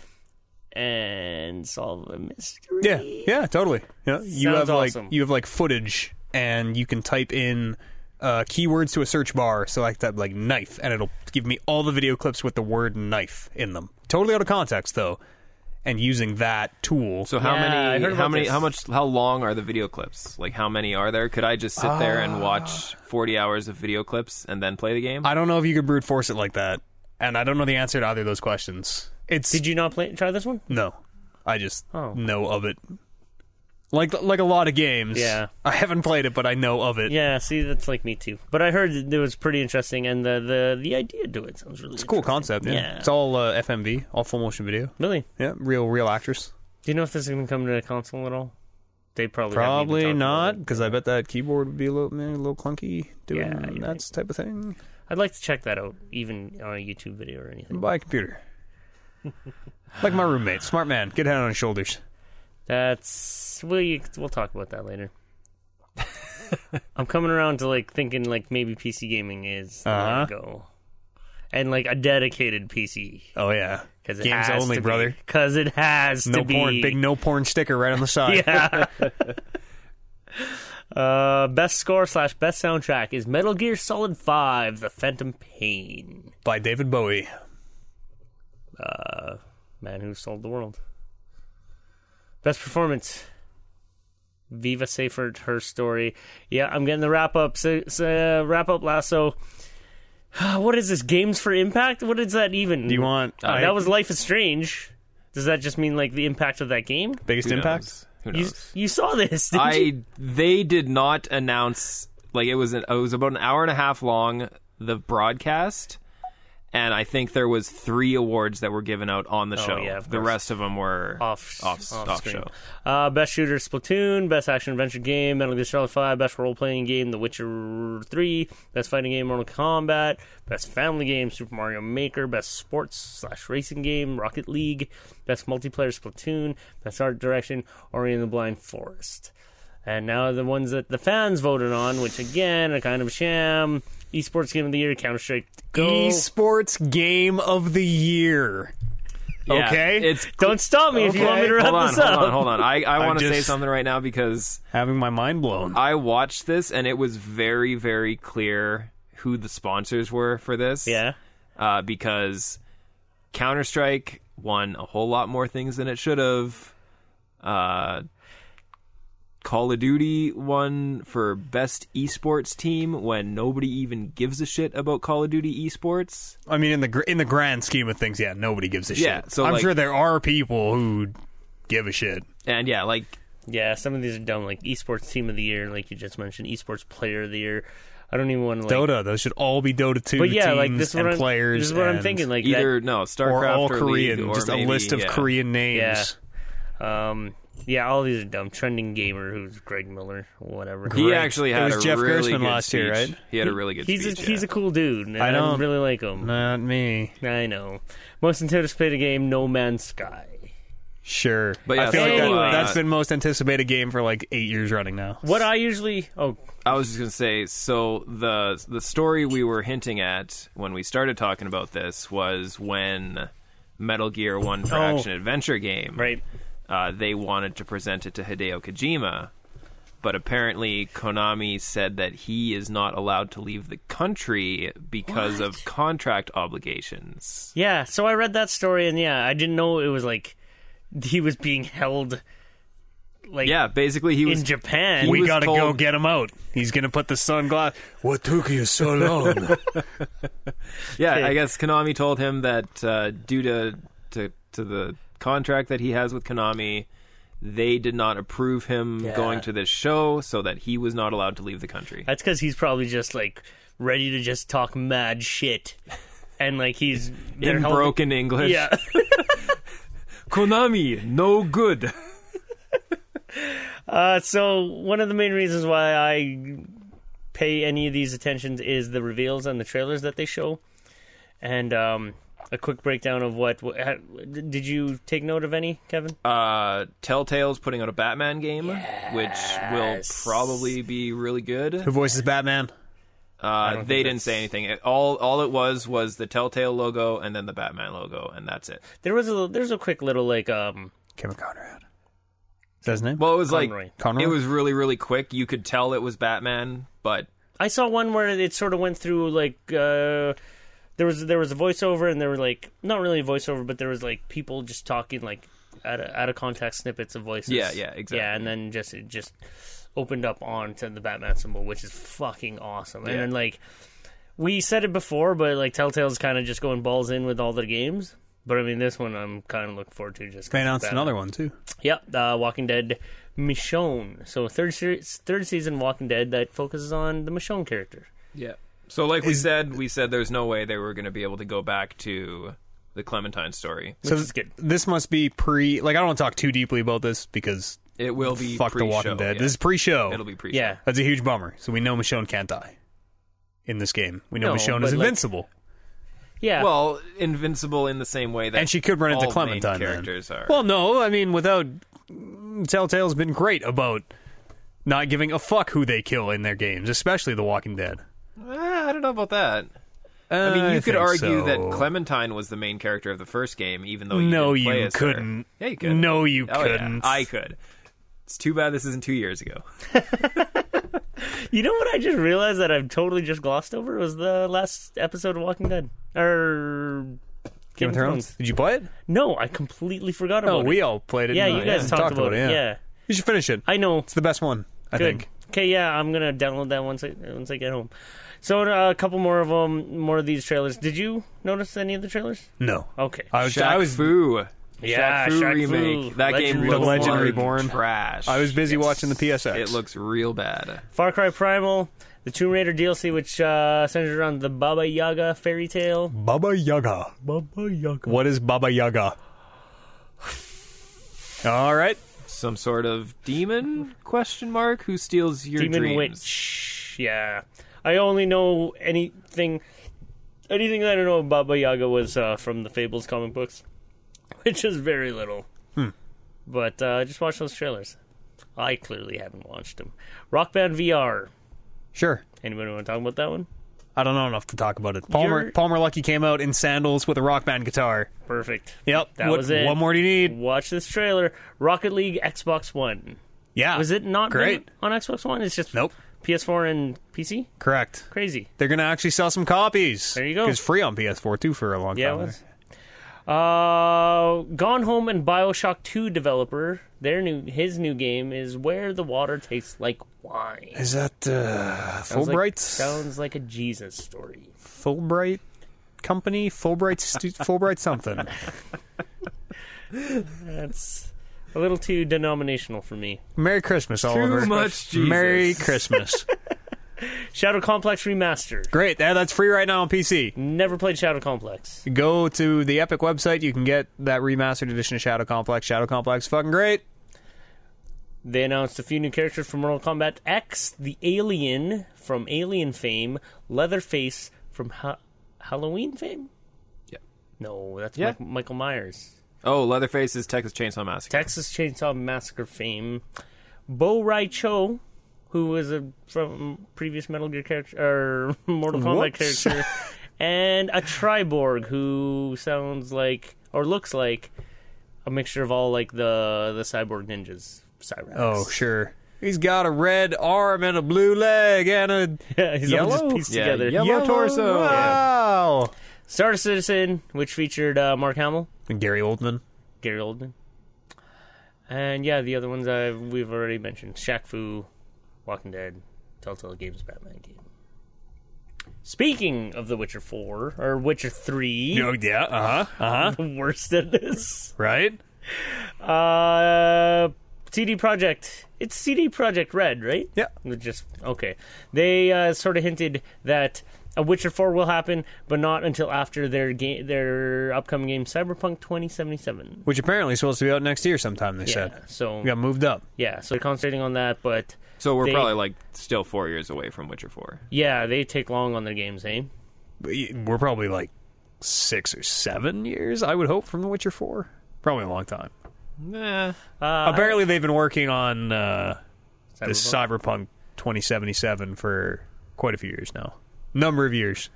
[SPEAKER 1] and solve a mystery.
[SPEAKER 2] Yeah, yeah, totally. Yeah, you
[SPEAKER 1] Sounds
[SPEAKER 2] have like
[SPEAKER 1] awesome.
[SPEAKER 2] you have like footage, and you can type in uh, keywords to a search bar. So I type like knife, and it'll give me all the video clips with the word knife in them. Totally out of context though, and using that tool.
[SPEAKER 3] so how
[SPEAKER 1] Yeah, I heard
[SPEAKER 3] many? How
[SPEAKER 1] about
[SPEAKER 3] many?
[SPEAKER 1] this.
[SPEAKER 3] How much? How long are the video clips? Like how many are there? Could I just sit there
[SPEAKER 1] Ah.
[SPEAKER 3] and watch forty hours of video clips and then play the game?
[SPEAKER 2] I don't know if you could brute force it like that, and I don't know the answer to either of those questions. It's
[SPEAKER 1] Did you not play? Try this one.
[SPEAKER 2] no, I just
[SPEAKER 1] Oh.
[SPEAKER 2] know of it. Like like a lot of games.
[SPEAKER 1] Yeah.
[SPEAKER 2] I haven't played it, but I know of it.
[SPEAKER 1] Yeah, see, that's like me too. But I heard that it was pretty interesting, and the the, the idea to it sounds really
[SPEAKER 2] It's a cool concept. Yeah, it's all uh, FMV, all full motion video.
[SPEAKER 1] really.
[SPEAKER 2] Yeah, real real actress.
[SPEAKER 1] Do you know if this is going to come to a console at all? They probably haven't even
[SPEAKER 2] Probably
[SPEAKER 1] talked
[SPEAKER 2] not,
[SPEAKER 1] about it.
[SPEAKER 2] because I bet that keyboard would be a little, maybe a little clunky doing
[SPEAKER 1] Yeah,
[SPEAKER 2] that
[SPEAKER 1] you're
[SPEAKER 2] type of thing.
[SPEAKER 1] I'd like to check that out, even on a YouTube video or anything.
[SPEAKER 2] Buy a computer. like my roommate, smart man, get head on his shoulders.
[SPEAKER 1] That's we we'll talk about that later. I'm coming around to like thinking like maybe PC gaming is the way to
[SPEAKER 2] Uh-huh.
[SPEAKER 1] go, and like a dedicated PC
[SPEAKER 2] Oh yeah,
[SPEAKER 1] because
[SPEAKER 2] games only, brother.
[SPEAKER 1] Because it has
[SPEAKER 2] No
[SPEAKER 1] to be.
[SPEAKER 2] porn, big no porn sticker right on the side.
[SPEAKER 1] yeah. uh, best score slash best soundtrack is Metal Gear Solid Five: The Phantom Pain.
[SPEAKER 2] by David Bowie.
[SPEAKER 1] Man who sold the world. Best performance. Viva Seyfert, her story. Yeah, I'm getting the wrap up. So, so, wrap up lasso. What is this? Games for Impact? What is that even?
[SPEAKER 2] Do you want
[SPEAKER 1] Uh,
[SPEAKER 2] I-
[SPEAKER 1] that was Life is Strange. Does that just mean like the impact of that game?
[SPEAKER 2] biggest
[SPEAKER 3] Who
[SPEAKER 2] impact?
[SPEAKER 3] knows? Who
[SPEAKER 1] You,
[SPEAKER 3] knows?
[SPEAKER 1] you saw this, didn't you?
[SPEAKER 3] I they did not announce like it was an, it was about an hour and a half long the broadcast, and I think there was three awards that were given out on the show.
[SPEAKER 1] yeah, of
[SPEAKER 3] the
[SPEAKER 1] course.
[SPEAKER 3] rest Oh, of them were
[SPEAKER 1] off
[SPEAKER 3] off, off,
[SPEAKER 1] screen.
[SPEAKER 3] show.
[SPEAKER 1] Uh, best shooter Splatoon, best action adventure game Metal Gear Solid 5, best role playing game The Witcher 3, best fighting game Mortal Kombat, best family game Super Mario Maker, best sports slash racing game Rocket League, best multiplayer Splatoon, best art direction Ori and the Blind Forest. And now the ones that the fans voted on, which again are kind of a sham. Esports game of the year Counter Strike Go.
[SPEAKER 2] Esports game of the year.
[SPEAKER 3] Yeah,
[SPEAKER 2] Okay.
[SPEAKER 3] it's
[SPEAKER 1] Don't stop me if you
[SPEAKER 2] Okay.
[SPEAKER 1] want me to wrap
[SPEAKER 3] hold on,
[SPEAKER 1] this
[SPEAKER 3] hold
[SPEAKER 1] up.
[SPEAKER 3] on, hold on. I I want to say
[SPEAKER 2] just-
[SPEAKER 3] something right now because
[SPEAKER 2] Having my mind blown.
[SPEAKER 3] I watched this and it was very very clear who the sponsors were for this.
[SPEAKER 1] Yeah.
[SPEAKER 3] uh, because Counter Strike won a whole lot more things than it should have. Uh, Call of Duty won for best esports team when nobody even gives a shit about Call of Duty esports.
[SPEAKER 2] I mean, in the gr- in the grand scheme of things, yeah, nobody gives a
[SPEAKER 3] Yeah,
[SPEAKER 2] shit.
[SPEAKER 3] so,
[SPEAKER 2] I'm
[SPEAKER 3] like-
[SPEAKER 2] sure there are people who give a shit.
[SPEAKER 3] And yeah, like
[SPEAKER 1] Yeah, some of these are dumb, like esports team of the year, like you just mentioned, esports player of the year. I don't even want to like,
[SPEAKER 2] Dota, those should all be Dota two
[SPEAKER 1] but yeah,
[SPEAKER 2] teams
[SPEAKER 1] like this is what
[SPEAKER 2] and
[SPEAKER 1] I'm,
[SPEAKER 2] players.
[SPEAKER 1] This is what I'm
[SPEAKER 2] and-
[SPEAKER 1] thinking, like
[SPEAKER 3] either no StarCraft
[SPEAKER 2] or all
[SPEAKER 3] League
[SPEAKER 2] Korean,
[SPEAKER 3] or
[SPEAKER 2] just
[SPEAKER 3] maybe-
[SPEAKER 2] a list of
[SPEAKER 3] yeah.
[SPEAKER 2] Korean names.
[SPEAKER 1] Yeah. that, um, yeah, all these are dumb. Trending gamer, who's Greg Miller, whatever.
[SPEAKER 3] He actually had
[SPEAKER 2] was
[SPEAKER 3] a
[SPEAKER 2] Jeff
[SPEAKER 3] really
[SPEAKER 2] Gerstmann
[SPEAKER 3] good
[SPEAKER 2] last year,
[SPEAKER 3] speech.
[SPEAKER 2] right?
[SPEAKER 3] He had a really good.
[SPEAKER 1] He's
[SPEAKER 3] speech,
[SPEAKER 1] a,
[SPEAKER 3] yeah.
[SPEAKER 1] he's a cool dude. And I,
[SPEAKER 2] don't-
[SPEAKER 1] really like him.
[SPEAKER 2] Not me.
[SPEAKER 1] I know. Most anticipated game, No Man's Sky.
[SPEAKER 2] Sure,
[SPEAKER 3] But yeah,
[SPEAKER 2] I feel like
[SPEAKER 1] so, uh,
[SPEAKER 2] that, that's been most anticipated game for like eight years running now.
[SPEAKER 1] What I usually oh
[SPEAKER 3] I was just gonna say, so the the story we were hinting at when we started talking about this was when Metal Gear One for
[SPEAKER 1] Oh.
[SPEAKER 3] Action Adventure game,
[SPEAKER 1] right,
[SPEAKER 3] Uh, they wanted to present it to Hideo Kojima, but apparently Konami said that he is not allowed to leave the country because of contract obligations.
[SPEAKER 1] yeah. So I read that story, and yeah, I didn't know it was like he was being held, like
[SPEAKER 3] Yeah, basically he was
[SPEAKER 1] in Japan.
[SPEAKER 3] he
[SPEAKER 2] we
[SPEAKER 3] was
[SPEAKER 2] gotta go
[SPEAKER 3] told-
[SPEAKER 2] get him out. He's gonna put the sunglass. What took you so long?
[SPEAKER 3] Yeah, I guess Konami told him that uh, due to, to to the contract that he has with Konami, they did not approve him
[SPEAKER 1] Yeah.
[SPEAKER 3] going to this show, so that he was not allowed to leave the country.
[SPEAKER 1] That's because he's probably just like ready to just talk mad shit, and like he's they're
[SPEAKER 3] In
[SPEAKER 1] helping-
[SPEAKER 3] broken English,
[SPEAKER 1] Yeah,
[SPEAKER 3] Konami, no good.
[SPEAKER 1] uh, so one of the main reasons why I pay any of these attentions is the reveals and the trailers that they show, and um, a quick breakdown of what. wh- how- Did you take note of any, Kevin?
[SPEAKER 3] Uh, Telltale's putting out a Batman game, which will probably be really good.
[SPEAKER 2] Who voices Batman?
[SPEAKER 3] Uh, they didn't say anything. It- all all it was was the Telltale logo and then the Batman logo, and that's it.
[SPEAKER 1] There was a there's a quick little like um
[SPEAKER 2] Kevin Conrad. Is that his name?
[SPEAKER 3] Well, it was
[SPEAKER 1] Conroy.
[SPEAKER 3] like
[SPEAKER 2] Conroy?
[SPEAKER 3] it was really really quick. You could tell it was Batman, but
[SPEAKER 1] I saw one where it sort of went through like uh, there was there was a voiceover and there were like not really a voiceover, but there was like people just talking like out of, out of context snippets of voices.
[SPEAKER 3] Yeah, yeah, exactly.
[SPEAKER 1] Yeah, and then just it just opened up onto the Batman symbol, which is fucking awesome.
[SPEAKER 3] Yeah.
[SPEAKER 1] And then like we said it before, but like Telltale's kind of just going balls in with all the games. But I mean, this one I'm kind of looking forward to. Just 'cause
[SPEAKER 2] They
[SPEAKER 1] it's
[SPEAKER 2] announced
[SPEAKER 1] Batman.
[SPEAKER 2] another one too.
[SPEAKER 1] Yep, uh, Walking Dead Michonne. So third series, third season Walking Dead that focuses on the Michonne character.
[SPEAKER 3] yeah. So like we said, we said there's no way they were going to be able to go back to the Clementine story.
[SPEAKER 1] Which is good.
[SPEAKER 2] This must be pre. Like I don't want to talk too deeply about this because
[SPEAKER 3] It will be
[SPEAKER 2] fuck The
[SPEAKER 3] pre-show,
[SPEAKER 2] Walking Dead.
[SPEAKER 3] yeah.
[SPEAKER 2] This is pre-show.
[SPEAKER 3] It'll be pre.
[SPEAKER 1] Yeah.
[SPEAKER 2] That's a huge bummer. So we know Michonne can't die in this game. We know
[SPEAKER 1] No,
[SPEAKER 2] Michonne
[SPEAKER 1] but,
[SPEAKER 2] is
[SPEAKER 1] like-
[SPEAKER 2] invincible.
[SPEAKER 1] Yeah.
[SPEAKER 3] Well, invincible in the same way that
[SPEAKER 2] and she could run into
[SPEAKER 3] all
[SPEAKER 2] Clementine.
[SPEAKER 3] main
[SPEAKER 2] then.
[SPEAKER 3] characters are.
[SPEAKER 2] Well, no, I mean, without Telltale's been great about not giving a fuck who they kill in their games, especially The Walking Dead.
[SPEAKER 3] Ah, I don't know about that. I mean, you could
[SPEAKER 2] think
[SPEAKER 3] argue
[SPEAKER 2] so.
[SPEAKER 3] that Clementine was the main character of the first game, even though you
[SPEAKER 2] No,
[SPEAKER 3] didn't play
[SPEAKER 2] you
[SPEAKER 3] as her.
[SPEAKER 2] couldn't.
[SPEAKER 3] Yeah, you could.
[SPEAKER 2] No, you
[SPEAKER 3] Oh, yeah,
[SPEAKER 2] couldn't.
[SPEAKER 3] I could. It's too bad this isn't two years ago.
[SPEAKER 1] you know what I just realized that I've totally just glossed over was the last episode of Walking Dead or Game of Thrones.
[SPEAKER 2] Did you play it?
[SPEAKER 1] No, I completely forgot
[SPEAKER 2] No,
[SPEAKER 3] Oh,
[SPEAKER 1] about
[SPEAKER 2] we
[SPEAKER 1] it.
[SPEAKER 2] all played it.
[SPEAKER 1] Yeah,
[SPEAKER 2] and
[SPEAKER 1] you guys talked, about, it. Yeah.
[SPEAKER 2] You should finish it.
[SPEAKER 1] I know.
[SPEAKER 2] It's the best one, I
[SPEAKER 1] Good.
[SPEAKER 2] think.
[SPEAKER 1] Okay, yeah, I'm gonna download that once I once I get home. So uh, a couple more of them, more of these trailers. Did you notice any of the trailers?
[SPEAKER 2] No.
[SPEAKER 1] Okay.
[SPEAKER 2] I was,
[SPEAKER 3] Shaq
[SPEAKER 2] I was,
[SPEAKER 3] Fu.
[SPEAKER 1] Yeah,
[SPEAKER 3] Uh, Shaq Fu
[SPEAKER 1] Ah, Shaq Fu.
[SPEAKER 3] remake. That
[SPEAKER 1] Legend
[SPEAKER 3] game
[SPEAKER 1] Reborn.
[SPEAKER 3] looks
[SPEAKER 1] The
[SPEAKER 2] Legend
[SPEAKER 3] hard
[SPEAKER 2] Reborn.
[SPEAKER 3] trash.
[SPEAKER 2] I was busy watching the PSX.
[SPEAKER 3] It looks real bad.
[SPEAKER 1] Far Cry Primal, the Tomb Raider DLC, which uh, centers around the Baba Yaga fairy tale.
[SPEAKER 2] Baba Yaga.
[SPEAKER 1] Baba Yaga.
[SPEAKER 2] What is Baba Yaga? All right.
[SPEAKER 3] Some sort of demon question mark who steals your
[SPEAKER 1] Demon
[SPEAKER 3] dreams.
[SPEAKER 1] Witch. Yeah, I only know anything. Anything that I know of Baba Yaga was uh, from the Fables comic books, which is very little. But uh, just watch those trailers. I clearly haven't watched them. Rock Band VR.
[SPEAKER 2] Sure.
[SPEAKER 1] Anybody want to talk about that one?
[SPEAKER 2] I don't know enough to talk about it. Palmer
[SPEAKER 1] You're-
[SPEAKER 2] Palmer Lucky came out in sandals with a rock band guitar.
[SPEAKER 1] Perfect.
[SPEAKER 2] Yep.
[SPEAKER 1] That
[SPEAKER 2] what,
[SPEAKER 1] was it.
[SPEAKER 2] What more do you need?
[SPEAKER 1] Watch this trailer. Rocket League Xbox One.
[SPEAKER 2] Yeah.
[SPEAKER 1] Was it not
[SPEAKER 2] Great.
[SPEAKER 1] been on Xbox One? It's just
[SPEAKER 2] Nope.
[SPEAKER 1] PS4 and PC.
[SPEAKER 2] Correct.
[SPEAKER 1] Crazy.
[SPEAKER 2] They're gonna actually sell some copies.
[SPEAKER 1] There you go.
[SPEAKER 2] It's free on PS4 too for a long
[SPEAKER 1] Yeah, it
[SPEAKER 2] time.
[SPEAKER 1] was. Uh, Gone Home and Bioshock Two developer, their new his new game is Where the Water Tastes Like Wine.
[SPEAKER 2] Is that uh,
[SPEAKER 1] Sounds like-
[SPEAKER 2] Fulbright?
[SPEAKER 1] sounds like a Jesus story.
[SPEAKER 2] Fulbright company? Fulbright stu- Fulbright something.
[SPEAKER 1] That's a little too denominational for me.
[SPEAKER 2] Merry Christmas, Oliver.
[SPEAKER 3] Too much Jesus.
[SPEAKER 2] Merry Christmas.
[SPEAKER 1] Shadow Complex remaster.
[SPEAKER 2] Great. Yeah, that's free right now on PC.
[SPEAKER 1] Never played Shadow Complex.
[SPEAKER 2] Go to the Epic website. You can get that remastered edition of Shadow Complex. Shadow Complex, fucking great.
[SPEAKER 1] They announced a few new characters from Mortal Kombat X, the Alien from Alien fame, Leatherface from ha- Halloween fame.
[SPEAKER 3] Yeah.
[SPEAKER 1] No, that's
[SPEAKER 3] Yeah.
[SPEAKER 1] Mike- Michael Myers.
[SPEAKER 3] Oh, Leatherface is Texas Chainsaw Massacre.
[SPEAKER 1] Texas Chainsaw Massacre fame, Bo Rai Cho, who was a from previous Metal Gear character or Mortal Kombat
[SPEAKER 2] Whoops.
[SPEAKER 1] character, and a Triborg who sounds like or looks like a mixture of all like the the cyborg ninjas. Cyrax.
[SPEAKER 2] Oh, sure. He's got a red arm and a blue leg and a
[SPEAKER 1] yeah, he's all just
[SPEAKER 2] Yellow?
[SPEAKER 1] pieced
[SPEAKER 3] Yeah,
[SPEAKER 1] together.
[SPEAKER 3] yellow. Yellow torso.
[SPEAKER 2] Wow.
[SPEAKER 1] Star Citizen, which featured uh, Mark Hamill,
[SPEAKER 2] And Gary Oldman.
[SPEAKER 1] Gary Oldman, and yeah, the other ones I we've already mentioned: Shaq Fu, Walking Dead, Telltale Games, Batman game. Speaking of The Witcher Four or Witcher Three,
[SPEAKER 2] yeah. Uh huh. Uh huh.
[SPEAKER 1] the worst at this.
[SPEAKER 2] Right.
[SPEAKER 1] Uh, CD Project. It's CD Project Red, right?
[SPEAKER 2] Yeah.
[SPEAKER 1] It Just okay. They uh, sort of hinted that a Witcher Four will happen, but not until after their game, their upcoming game, Cyberpunk 2077.
[SPEAKER 2] Which apparently is supposed to be out next year sometime. They
[SPEAKER 1] Yeah.
[SPEAKER 2] said
[SPEAKER 1] So
[SPEAKER 2] we got moved up.
[SPEAKER 1] yeah, so they're concentrating on that, but
[SPEAKER 3] So we're
[SPEAKER 1] They-
[SPEAKER 3] probably like still four years away from Witcher Four.
[SPEAKER 1] yeah, they take long on their games, eh?
[SPEAKER 2] But y- We're probably like six or seven years, I would hope, from The Witcher 4. Probably a long time.
[SPEAKER 3] Nah.
[SPEAKER 1] Uh,
[SPEAKER 2] Apparently, they've been working on uh, this
[SPEAKER 1] Cyberpunk?
[SPEAKER 2] Cyberpunk 2077 for quite a few years now. Number of years.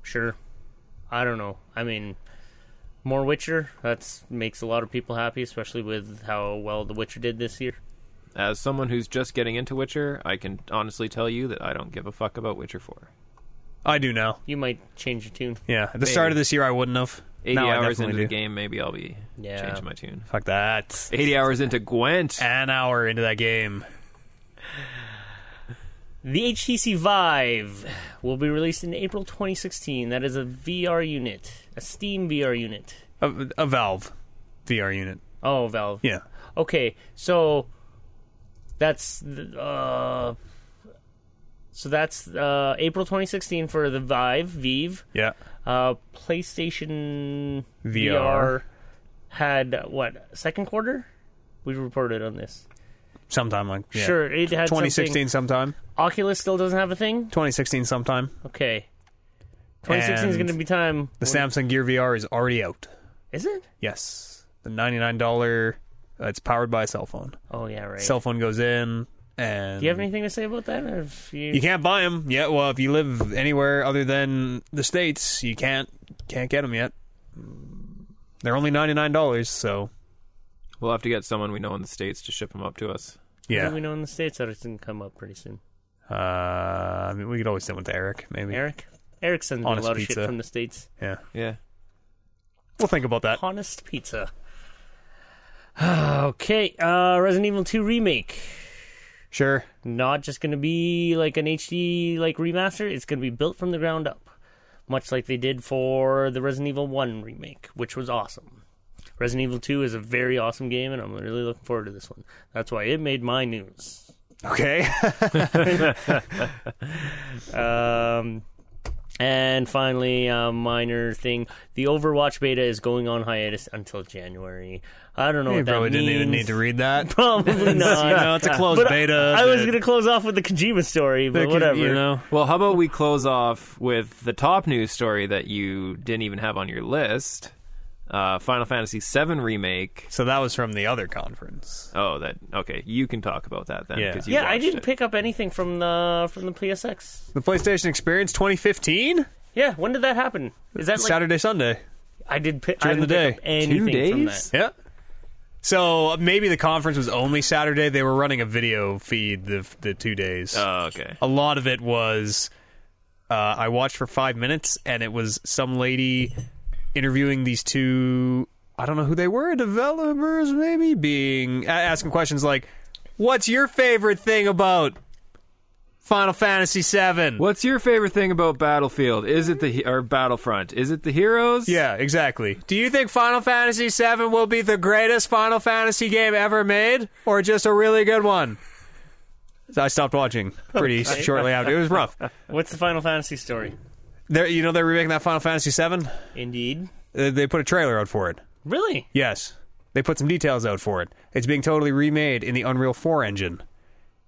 [SPEAKER 1] Sure. I don't know. I mean, more Witcher. That makes a lot of people happy, especially with how well The Witcher did this year.
[SPEAKER 3] As someone who's just getting into Witcher, I can honestly tell you that I don't give a fuck about Witcher 4.
[SPEAKER 2] I do now.
[SPEAKER 1] You might change your tune.
[SPEAKER 2] Yeah. At the start of this year, I wouldn't have.
[SPEAKER 3] 80
[SPEAKER 2] Now I
[SPEAKER 3] hours
[SPEAKER 2] definitely
[SPEAKER 3] into
[SPEAKER 2] do.
[SPEAKER 3] the game, maybe I'll be
[SPEAKER 1] Yeah.
[SPEAKER 3] changing my tune.
[SPEAKER 2] Fuck that.
[SPEAKER 3] 80 hours into Gwent.
[SPEAKER 2] An hour into that game.
[SPEAKER 1] The HTC Vive will be released in April 2016. That is a VR unit, a Steam VR unit.
[SPEAKER 2] A, a Valve VR unit.
[SPEAKER 1] Oh, Valve.
[SPEAKER 2] Yeah.
[SPEAKER 1] Okay, so that's th- uh, so that's uh, April 2016 for the Vive, Vive.
[SPEAKER 2] Yeah.
[SPEAKER 1] Uh, PlayStation VR
[SPEAKER 2] VR.
[SPEAKER 1] had uh, what second quarter? We reported on this.
[SPEAKER 2] Sometime like yeah.
[SPEAKER 1] Sure, it had
[SPEAKER 2] 2016
[SPEAKER 1] something.
[SPEAKER 2] sometime.
[SPEAKER 1] Oculus still doesn't have a thing.
[SPEAKER 2] 2016 sometime.
[SPEAKER 1] Okay, 2016 is
[SPEAKER 2] And
[SPEAKER 1] going to be time.
[SPEAKER 2] The Samsung Gear VR is already out.
[SPEAKER 1] Is it?
[SPEAKER 2] Yes. The $99 uh, it's powered by a cell phone.
[SPEAKER 1] Oh yeah, right.
[SPEAKER 2] Cell phone goes in and
[SPEAKER 1] Do you have anything to say about that? Or if you,
[SPEAKER 2] mm-hmm. You can't buy them yet. Well, if you live anywhere other than the states, you can't can't get them yet. They're only $99, so
[SPEAKER 3] We'll have to get someone we know in the States to ship them up to us.
[SPEAKER 1] What do we
[SPEAKER 2] yeah.
[SPEAKER 1] know in the states that it's going to come up pretty soon.
[SPEAKER 2] Uh, I mean, we could always send one to Eric maybe.
[SPEAKER 1] Eric, Eric sends me a
[SPEAKER 2] Honest
[SPEAKER 1] lot of
[SPEAKER 2] pizza.
[SPEAKER 1] shit from the states.
[SPEAKER 2] Yeah.
[SPEAKER 3] Yeah.
[SPEAKER 2] We'll think about that.
[SPEAKER 1] Honest pizza. okay, uh, Resident Evil 2 remake.
[SPEAKER 2] Sure.
[SPEAKER 1] Not just going to be like an HD like remaster. It's going to be built from the ground up, much like they did for the Resident Evil 1 remake, which was awesome. Resident Evil 2 is a very awesome game, and I'm really looking forward to this one. That's why it made my news.
[SPEAKER 2] Okay.
[SPEAKER 1] Um, and finally, a minor thing: the Overwatch beta is going on hiatus until January. I don't know
[SPEAKER 2] you
[SPEAKER 1] what that
[SPEAKER 2] probably
[SPEAKER 1] means.
[SPEAKER 2] didn't even need to read that.
[SPEAKER 1] Probably not.
[SPEAKER 2] you know, it's a closed
[SPEAKER 1] But
[SPEAKER 2] beta.
[SPEAKER 1] I was
[SPEAKER 2] that-
[SPEAKER 1] going to close off with the Kojima story, but
[SPEAKER 2] that could-
[SPEAKER 1] whatever.
[SPEAKER 2] You know.
[SPEAKER 3] Well, how about we close off with the top news story that you didn't even have on your list? Uh, Final Fantasy VII Remake.
[SPEAKER 2] So that was from the other conference.
[SPEAKER 3] Oh, that okay. You can talk about that then.
[SPEAKER 2] Yeah.
[SPEAKER 3] 'cause you
[SPEAKER 1] Yeah, I
[SPEAKER 3] watched
[SPEAKER 1] didn't
[SPEAKER 3] it.
[SPEAKER 1] pick up anything from the from the PSX.
[SPEAKER 2] The PlayStation Experience 2015,
[SPEAKER 1] Yeah, when did that happen? Is that like
[SPEAKER 2] Saturday, Sunday.
[SPEAKER 1] I did pick
[SPEAKER 2] during
[SPEAKER 1] I didn't
[SPEAKER 2] the
[SPEAKER 1] pick
[SPEAKER 2] day.
[SPEAKER 1] up anything
[SPEAKER 3] Two
[SPEAKER 1] from
[SPEAKER 3] days?
[SPEAKER 1] that?
[SPEAKER 2] Yeah. So maybe the conference was only Saturday. They were running a video feed the the two days.
[SPEAKER 3] Oh, okay.
[SPEAKER 2] a lot of it was uh, I watched for five minutes, and it was some lady interviewing these two. I don't know who they were, developers maybe, being a- asking questions like, "What's your favorite thing about Final Fantasy VII?"
[SPEAKER 3] What's your favorite thing about Battlefield? Is it the he- or Battlefront? Is it the heroes?
[SPEAKER 2] Yeah, exactly. Do you think Final Fantasy VII will be the greatest Final Fantasy game ever made, or just a really good one? I stopped watching pretty shortly after. It was rough.
[SPEAKER 1] What's the Final Fantasy story?
[SPEAKER 2] They're, you know they're remaking that Final Fantasy VII.
[SPEAKER 1] Indeed.
[SPEAKER 2] Uh, They put a trailer out for it.
[SPEAKER 1] Really?
[SPEAKER 2] Yes, they put some details out for it. It's being totally remade in the Unreal 4 engine.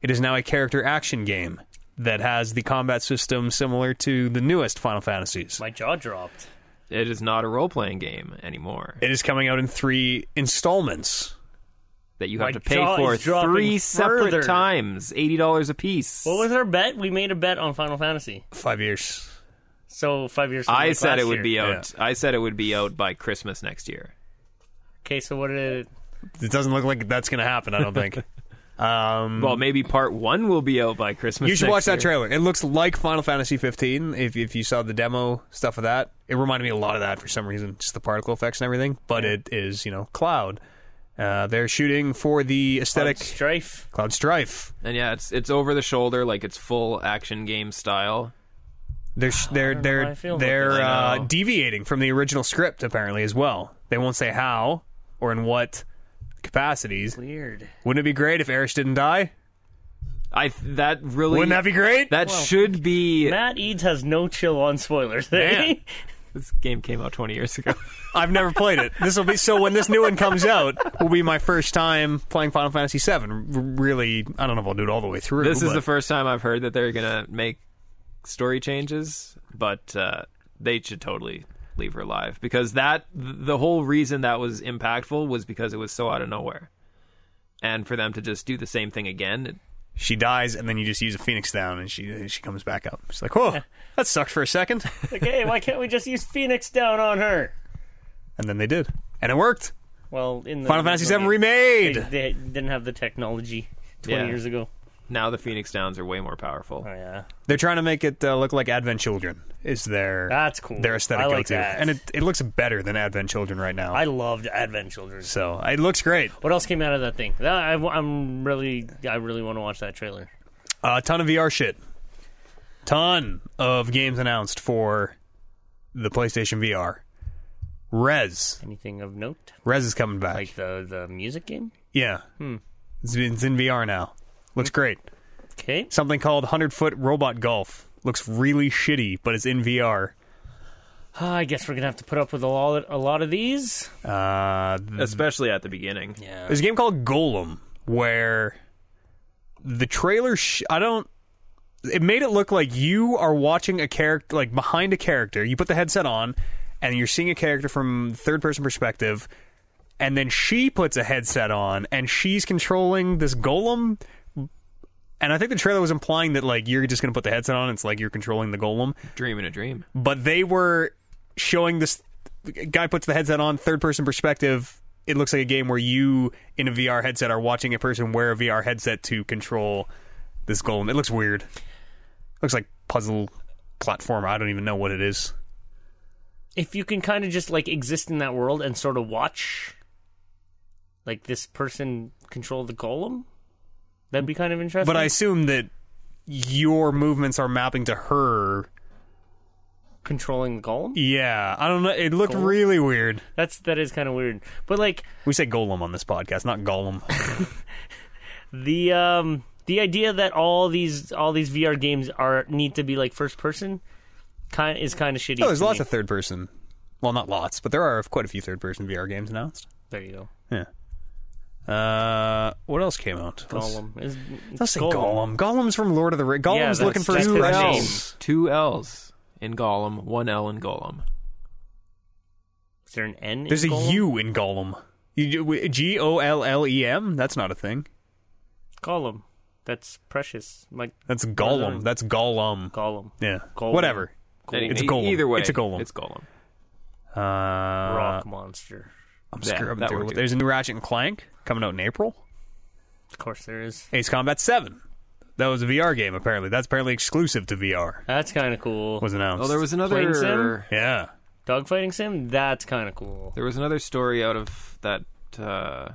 [SPEAKER 2] It is now a character action game that has the combat system similar to the newest Final Fantasies.
[SPEAKER 1] My jaw dropped.
[SPEAKER 3] It is not a role playing game anymore
[SPEAKER 2] It is coming out in three installments.
[SPEAKER 3] that you have
[SPEAKER 1] My
[SPEAKER 3] to pay
[SPEAKER 1] jaw
[SPEAKER 3] for
[SPEAKER 1] is dropping
[SPEAKER 3] three separate
[SPEAKER 1] further.
[SPEAKER 3] times, eighty dollars a piece.
[SPEAKER 1] What was our bet? We made a bet on Final Fantasy.
[SPEAKER 2] Five years.
[SPEAKER 1] So five years. from
[SPEAKER 3] I
[SPEAKER 1] like
[SPEAKER 3] said
[SPEAKER 1] last
[SPEAKER 3] it would
[SPEAKER 1] year.
[SPEAKER 3] be out. I said it would be out by Christmas next year.
[SPEAKER 1] Okay, so what did it?
[SPEAKER 2] It doesn't look like that's going to happen. I don't think. um,
[SPEAKER 3] Well, maybe part one will be out by Christmas.
[SPEAKER 2] you should
[SPEAKER 3] next
[SPEAKER 2] watch that
[SPEAKER 3] year.
[SPEAKER 2] trailer. It looks like Final Fantasy 15. If if you saw the demo stuff of that, it reminded me a lot of that for some reason, just the particle effects and everything. But it is you know Cloud. Uh, they're shooting for the aesthetic Cloud,
[SPEAKER 1] Strife.
[SPEAKER 2] Strife.
[SPEAKER 3] And yeah, it's it's over the shoulder, like it's full action game style.
[SPEAKER 2] They're sh- they're
[SPEAKER 1] don't know how
[SPEAKER 2] they're
[SPEAKER 1] I feel about
[SPEAKER 2] they're
[SPEAKER 1] this.
[SPEAKER 2] uh,
[SPEAKER 3] I know.
[SPEAKER 2] deviating from the original script apparently as well. They won't say how or in what capacities.
[SPEAKER 1] Weird.
[SPEAKER 2] Wouldn't it be great if Erish didn't die?
[SPEAKER 3] I th- that really
[SPEAKER 2] Wouldn't that be great?
[SPEAKER 3] that should be.
[SPEAKER 1] Matt Eads has no chill on spoilers. eh?
[SPEAKER 2] Man.
[SPEAKER 3] this game came out twenty years ago.
[SPEAKER 2] I've never played it. This will be so when this new one comes out, will be my first time playing Final Fantasy VII. R- Really, I don't know if I'll do it all the way through.
[SPEAKER 3] this is
[SPEAKER 2] but
[SPEAKER 3] the first time I've heard that they're gonna make story changes, but uh, they should totally leave her alive because that th- the whole reason that was impactful was because it was so out of nowhere, and for them to just do the same thing again, it,
[SPEAKER 2] She dies, and then you just use a phoenix down, and she she comes back up. She's like, "Whoa, that sucked for a second.
[SPEAKER 1] Like, hey, why can't we just use Phoenix down on her?
[SPEAKER 2] and then they did, and it worked.
[SPEAKER 1] Well, in the
[SPEAKER 2] Final Fantasy VII
[SPEAKER 1] original game,
[SPEAKER 2] remade.
[SPEAKER 1] they, they didn't have the technology twenty
[SPEAKER 3] Yeah.
[SPEAKER 1] years ago.
[SPEAKER 3] now the Phoenix Downs are way more powerful.
[SPEAKER 1] Oh yeah,
[SPEAKER 2] They're trying to make it uh, look like Advent Children. Is their
[SPEAKER 1] that's cool.
[SPEAKER 2] their aesthetic
[SPEAKER 1] I
[SPEAKER 2] go
[SPEAKER 1] like
[SPEAKER 2] to,
[SPEAKER 1] that.
[SPEAKER 2] and it it looks better than Advent Children right now.
[SPEAKER 1] I loved Advent Children.
[SPEAKER 2] so it looks great.
[SPEAKER 1] What else came out of that thing? That, I, am really, I really want to watch that trailer.
[SPEAKER 2] A ton of VR shit. Ton of games announced for the PlayStation VR. Res.
[SPEAKER 1] Anything of note?
[SPEAKER 2] Res is coming back.
[SPEAKER 1] Like the the music game?
[SPEAKER 2] yeah. It's, it's in VR now. Looks great.
[SPEAKER 1] Okay,
[SPEAKER 2] Something called 100 Foot Robot Golf. Looks really shitty, but it's in VR.
[SPEAKER 1] Ah, I guess we're gonna have to put up with a lot, a lot of these.
[SPEAKER 2] Uh,
[SPEAKER 3] Especially at the beginning,
[SPEAKER 1] Yeah,
[SPEAKER 2] there's a game called Golem where the trailer, sh- I don't. It made it look like you are watching a character, like behind a character. You put the headset on, and you're seeing a character from third person perspective. And then she puts a headset on, and she's controlling this golem. And I think the trailer was implying that like you're just gonna put the headset on. It's like you're controlling the golem
[SPEAKER 3] dream in a dream.
[SPEAKER 2] but they were showing this guy puts the headset on third person perspective it looks like a game where you in a vr headset are watching a person wear a vr headset to control this golem it looks weird looks like puzzle platformer i don't even know what it is
[SPEAKER 1] if you can kind of just like exist in that world and sort of watch, like this person control the golem, that'd be kind of interesting.
[SPEAKER 2] but i assume that your movements are mapping to her
[SPEAKER 1] controlling the golem.
[SPEAKER 2] yeah i don't know it looked really weird
[SPEAKER 1] That's that is kind of weird. But like
[SPEAKER 2] we say golem on this podcast not golem Oh,
[SPEAKER 1] the um the idea that all these all these VR games are need to be like first person, kind is kind of shitty.
[SPEAKER 2] oh there's
[SPEAKER 1] to
[SPEAKER 2] lots
[SPEAKER 1] me.
[SPEAKER 2] of third person well not lots but there are quite a few third person vr games announced
[SPEAKER 1] There you go.
[SPEAKER 2] Yeah. Uh, what else came out? Let's-
[SPEAKER 1] Golem is.
[SPEAKER 2] Let's say Gollum. Golem's from Lord of the Rings. Golem's
[SPEAKER 1] that's-
[SPEAKER 2] looking for
[SPEAKER 1] that's
[SPEAKER 2] his
[SPEAKER 1] his
[SPEAKER 2] precious-
[SPEAKER 1] name.
[SPEAKER 3] Two L's in Gollum, one L in Golem.
[SPEAKER 1] Is there an N?
[SPEAKER 2] There's a
[SPEAKER 1] in
[SPEAKER 2] U
[SPEAKER 1] golem?
[SPEAKER 2] in Golem. G O L L E M. That's not a thing.
[SPEAKER 1] Golem. That's precious. Like
[SPEAKER 2] That's
[SPEAKER 1] Lord
[SPEAKER 2] Gollum.
[SPEAKER 1] of
[SPEAKER 2] That's Gollum.
[SPEAKER 1] Golem.
[SPEAKER 2] Yeah.
[SPEAKER 1] Gollum.
[SPEAKER 2] Whatever.
[SPEAKER 3] Any-
[SPEAKER 2] It's a
[SPEAKER 3] e-
[SPEAKER 2] golem.
[SPEAKER 3] Either way,
[SPEAKER 2] It's a golem.
[SPEAKER 3] It's Golem.
[SPEAKER 2] Uh,
[SPEAKER 1] Rock monster.
[SPEAKER 2] I'm
[SPEAKER 3] Yeah,
[SPEAKER 2] scrubbing
[SPEAKER 3] that
[SPEAKER 2] through.
[SPEAKER 3] worked
[SPEAKER 2] it.
[SPEAKER 3] too.
[SPEAKER 2] There's a new Ratchet and Clank coming out in April.
[SPEAKER 1] Of course there is.
[SPEAKER 2] Ace Combat Seven. That was a VR game. Apparently, that's apparently exclusive to VR.
[SPEAKER 1] That's kind of cool.
[SPEAKER 2] Was announced.
[SPEAKER 3] Oh, there was
[SPEAKER 1] Plane sim?
[SPEAKER 3] another.
[SPEAKER 2] Yeah.
[SPEAKER 1] Dogfighting sim. That's kind of cool.
[SPEAKER 3] There was another story out of that uh,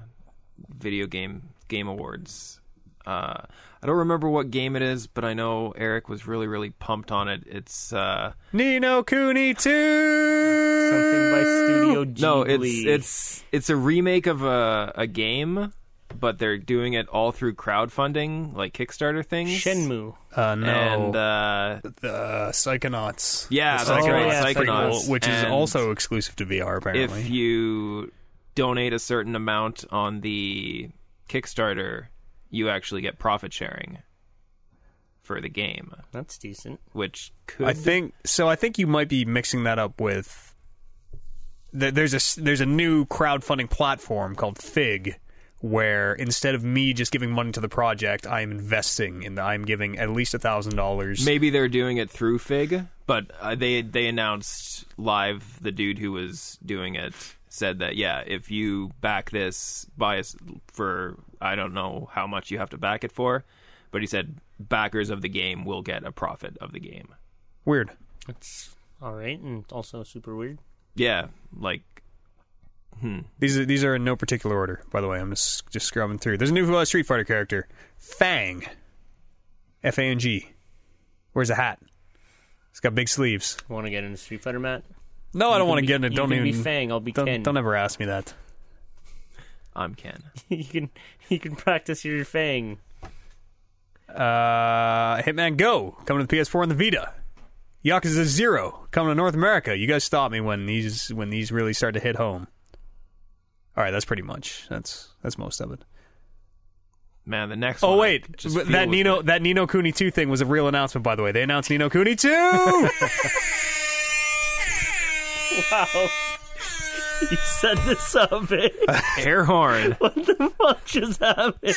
[SPEAKER 3] video game game awards. Uh, I don't remember what game it is, but I know Eric was really, really pumped on it. It's uh,
[SPEAKER 2] Nino Cooney Two.
[SPEAKER 1] Something by Studio Ghibli.
[SPEAKER 3] no, it's it's it's a remake of a a game, but they're doing it all through crowdfunding, like Kickstarter things.
[SPEAKER 1] Shenmue.
[SPEAKER 2] Uh, no.
[SPEAKER 3] And uh,
[SPEAKER 2] the Psychonauts.
[SPEAKER 3] Yeah,
[SPEAKER 2] the
[SPEAKER 3] that's
[SPEAKER 1] right, Psychonauts.
[SPEAKER 2] prequel, which is
[SPEAKER 3] And
[SPEAKER 2] also exclusive to VR apparently.
[SPEAKER 3] if you donate a certain amount on the Kickstarter, you actually get profit sharing for the game,
[SPEAKER 1] That's decent.
[SPEAKER 3] which could
[SPEAKER 2] I think so. I think you might be mixing that up with. th- There's a s- there's a new crowdfunding platform called Fig, where instead of me just giving money to the project, I am investing in the. I'm giving at least a thousand dollars.
[SPEAKER 3] maybe they're doing it through Fig, but uh, they they announced live the dude who was doing it said that yeah, if you back this buy us for I don't know how much you have to back it for, but he said backers of the game will get a profit of the game.
[SPEAKER 2] Weird.
[SPEAKER 1] That's all right, and also super weird.
[SPEAKER 3] Yeah, like
[SPEAKER 2] These are these are in no particular order, by the way. I'm just just scrubbing through. There's a new uh, Street Fighter character, Fang, F A N G. Wears a hat. He's got big sleeves.
[SPEAKER 1] Want to get into Street Fighter, Matt?
[SPEAKER 2] No, I don't
[SPEAKER 1] You
[SPEAKER 2] want
[SPEAKER 1] can be-
[SPEAKER 2] to get into. Don't
[SPEAKER 1] you
[SPEAKER 2] even.
[SPEAKER 1] can be Fang. I'll be Ken.
[SPEAKER 2] don't, don't ever ask me that.
[SPEAKER 3] I'm Ken.
[SPEAKER 1] you can you can practice your Fang.
[SPEAKER 2] Uh, Hitman Go coming to the PS4 and the Vita. Yakuza Zero coming to North America. You guys stop me when these when these really start to hit home. All right, that's pretty much that's that's most of it.
[SPEAKER 3] Man, the next
[SPEAKER 2] Oh
[SPEAKER 3] one I
[SPEAKER 2] wait,
[SPEAKER 3] just
[SPEAKER 2] But
[SPEAKER 3] feel
[SPEAKER 2] that
[SPEAKER 3] was
[SPEAKER 2] Nino
[SPEAKER 3] gonna-
[SPEAKER 2] that Nino Cooney two thing was a real announcement, by the way. They announced Nino Cooney two.
[SPEAKER 1] Wow. You set this up, eh?
[SPEAKER 3] Air horn.
[SPEAKER 1] What the fuck just happened?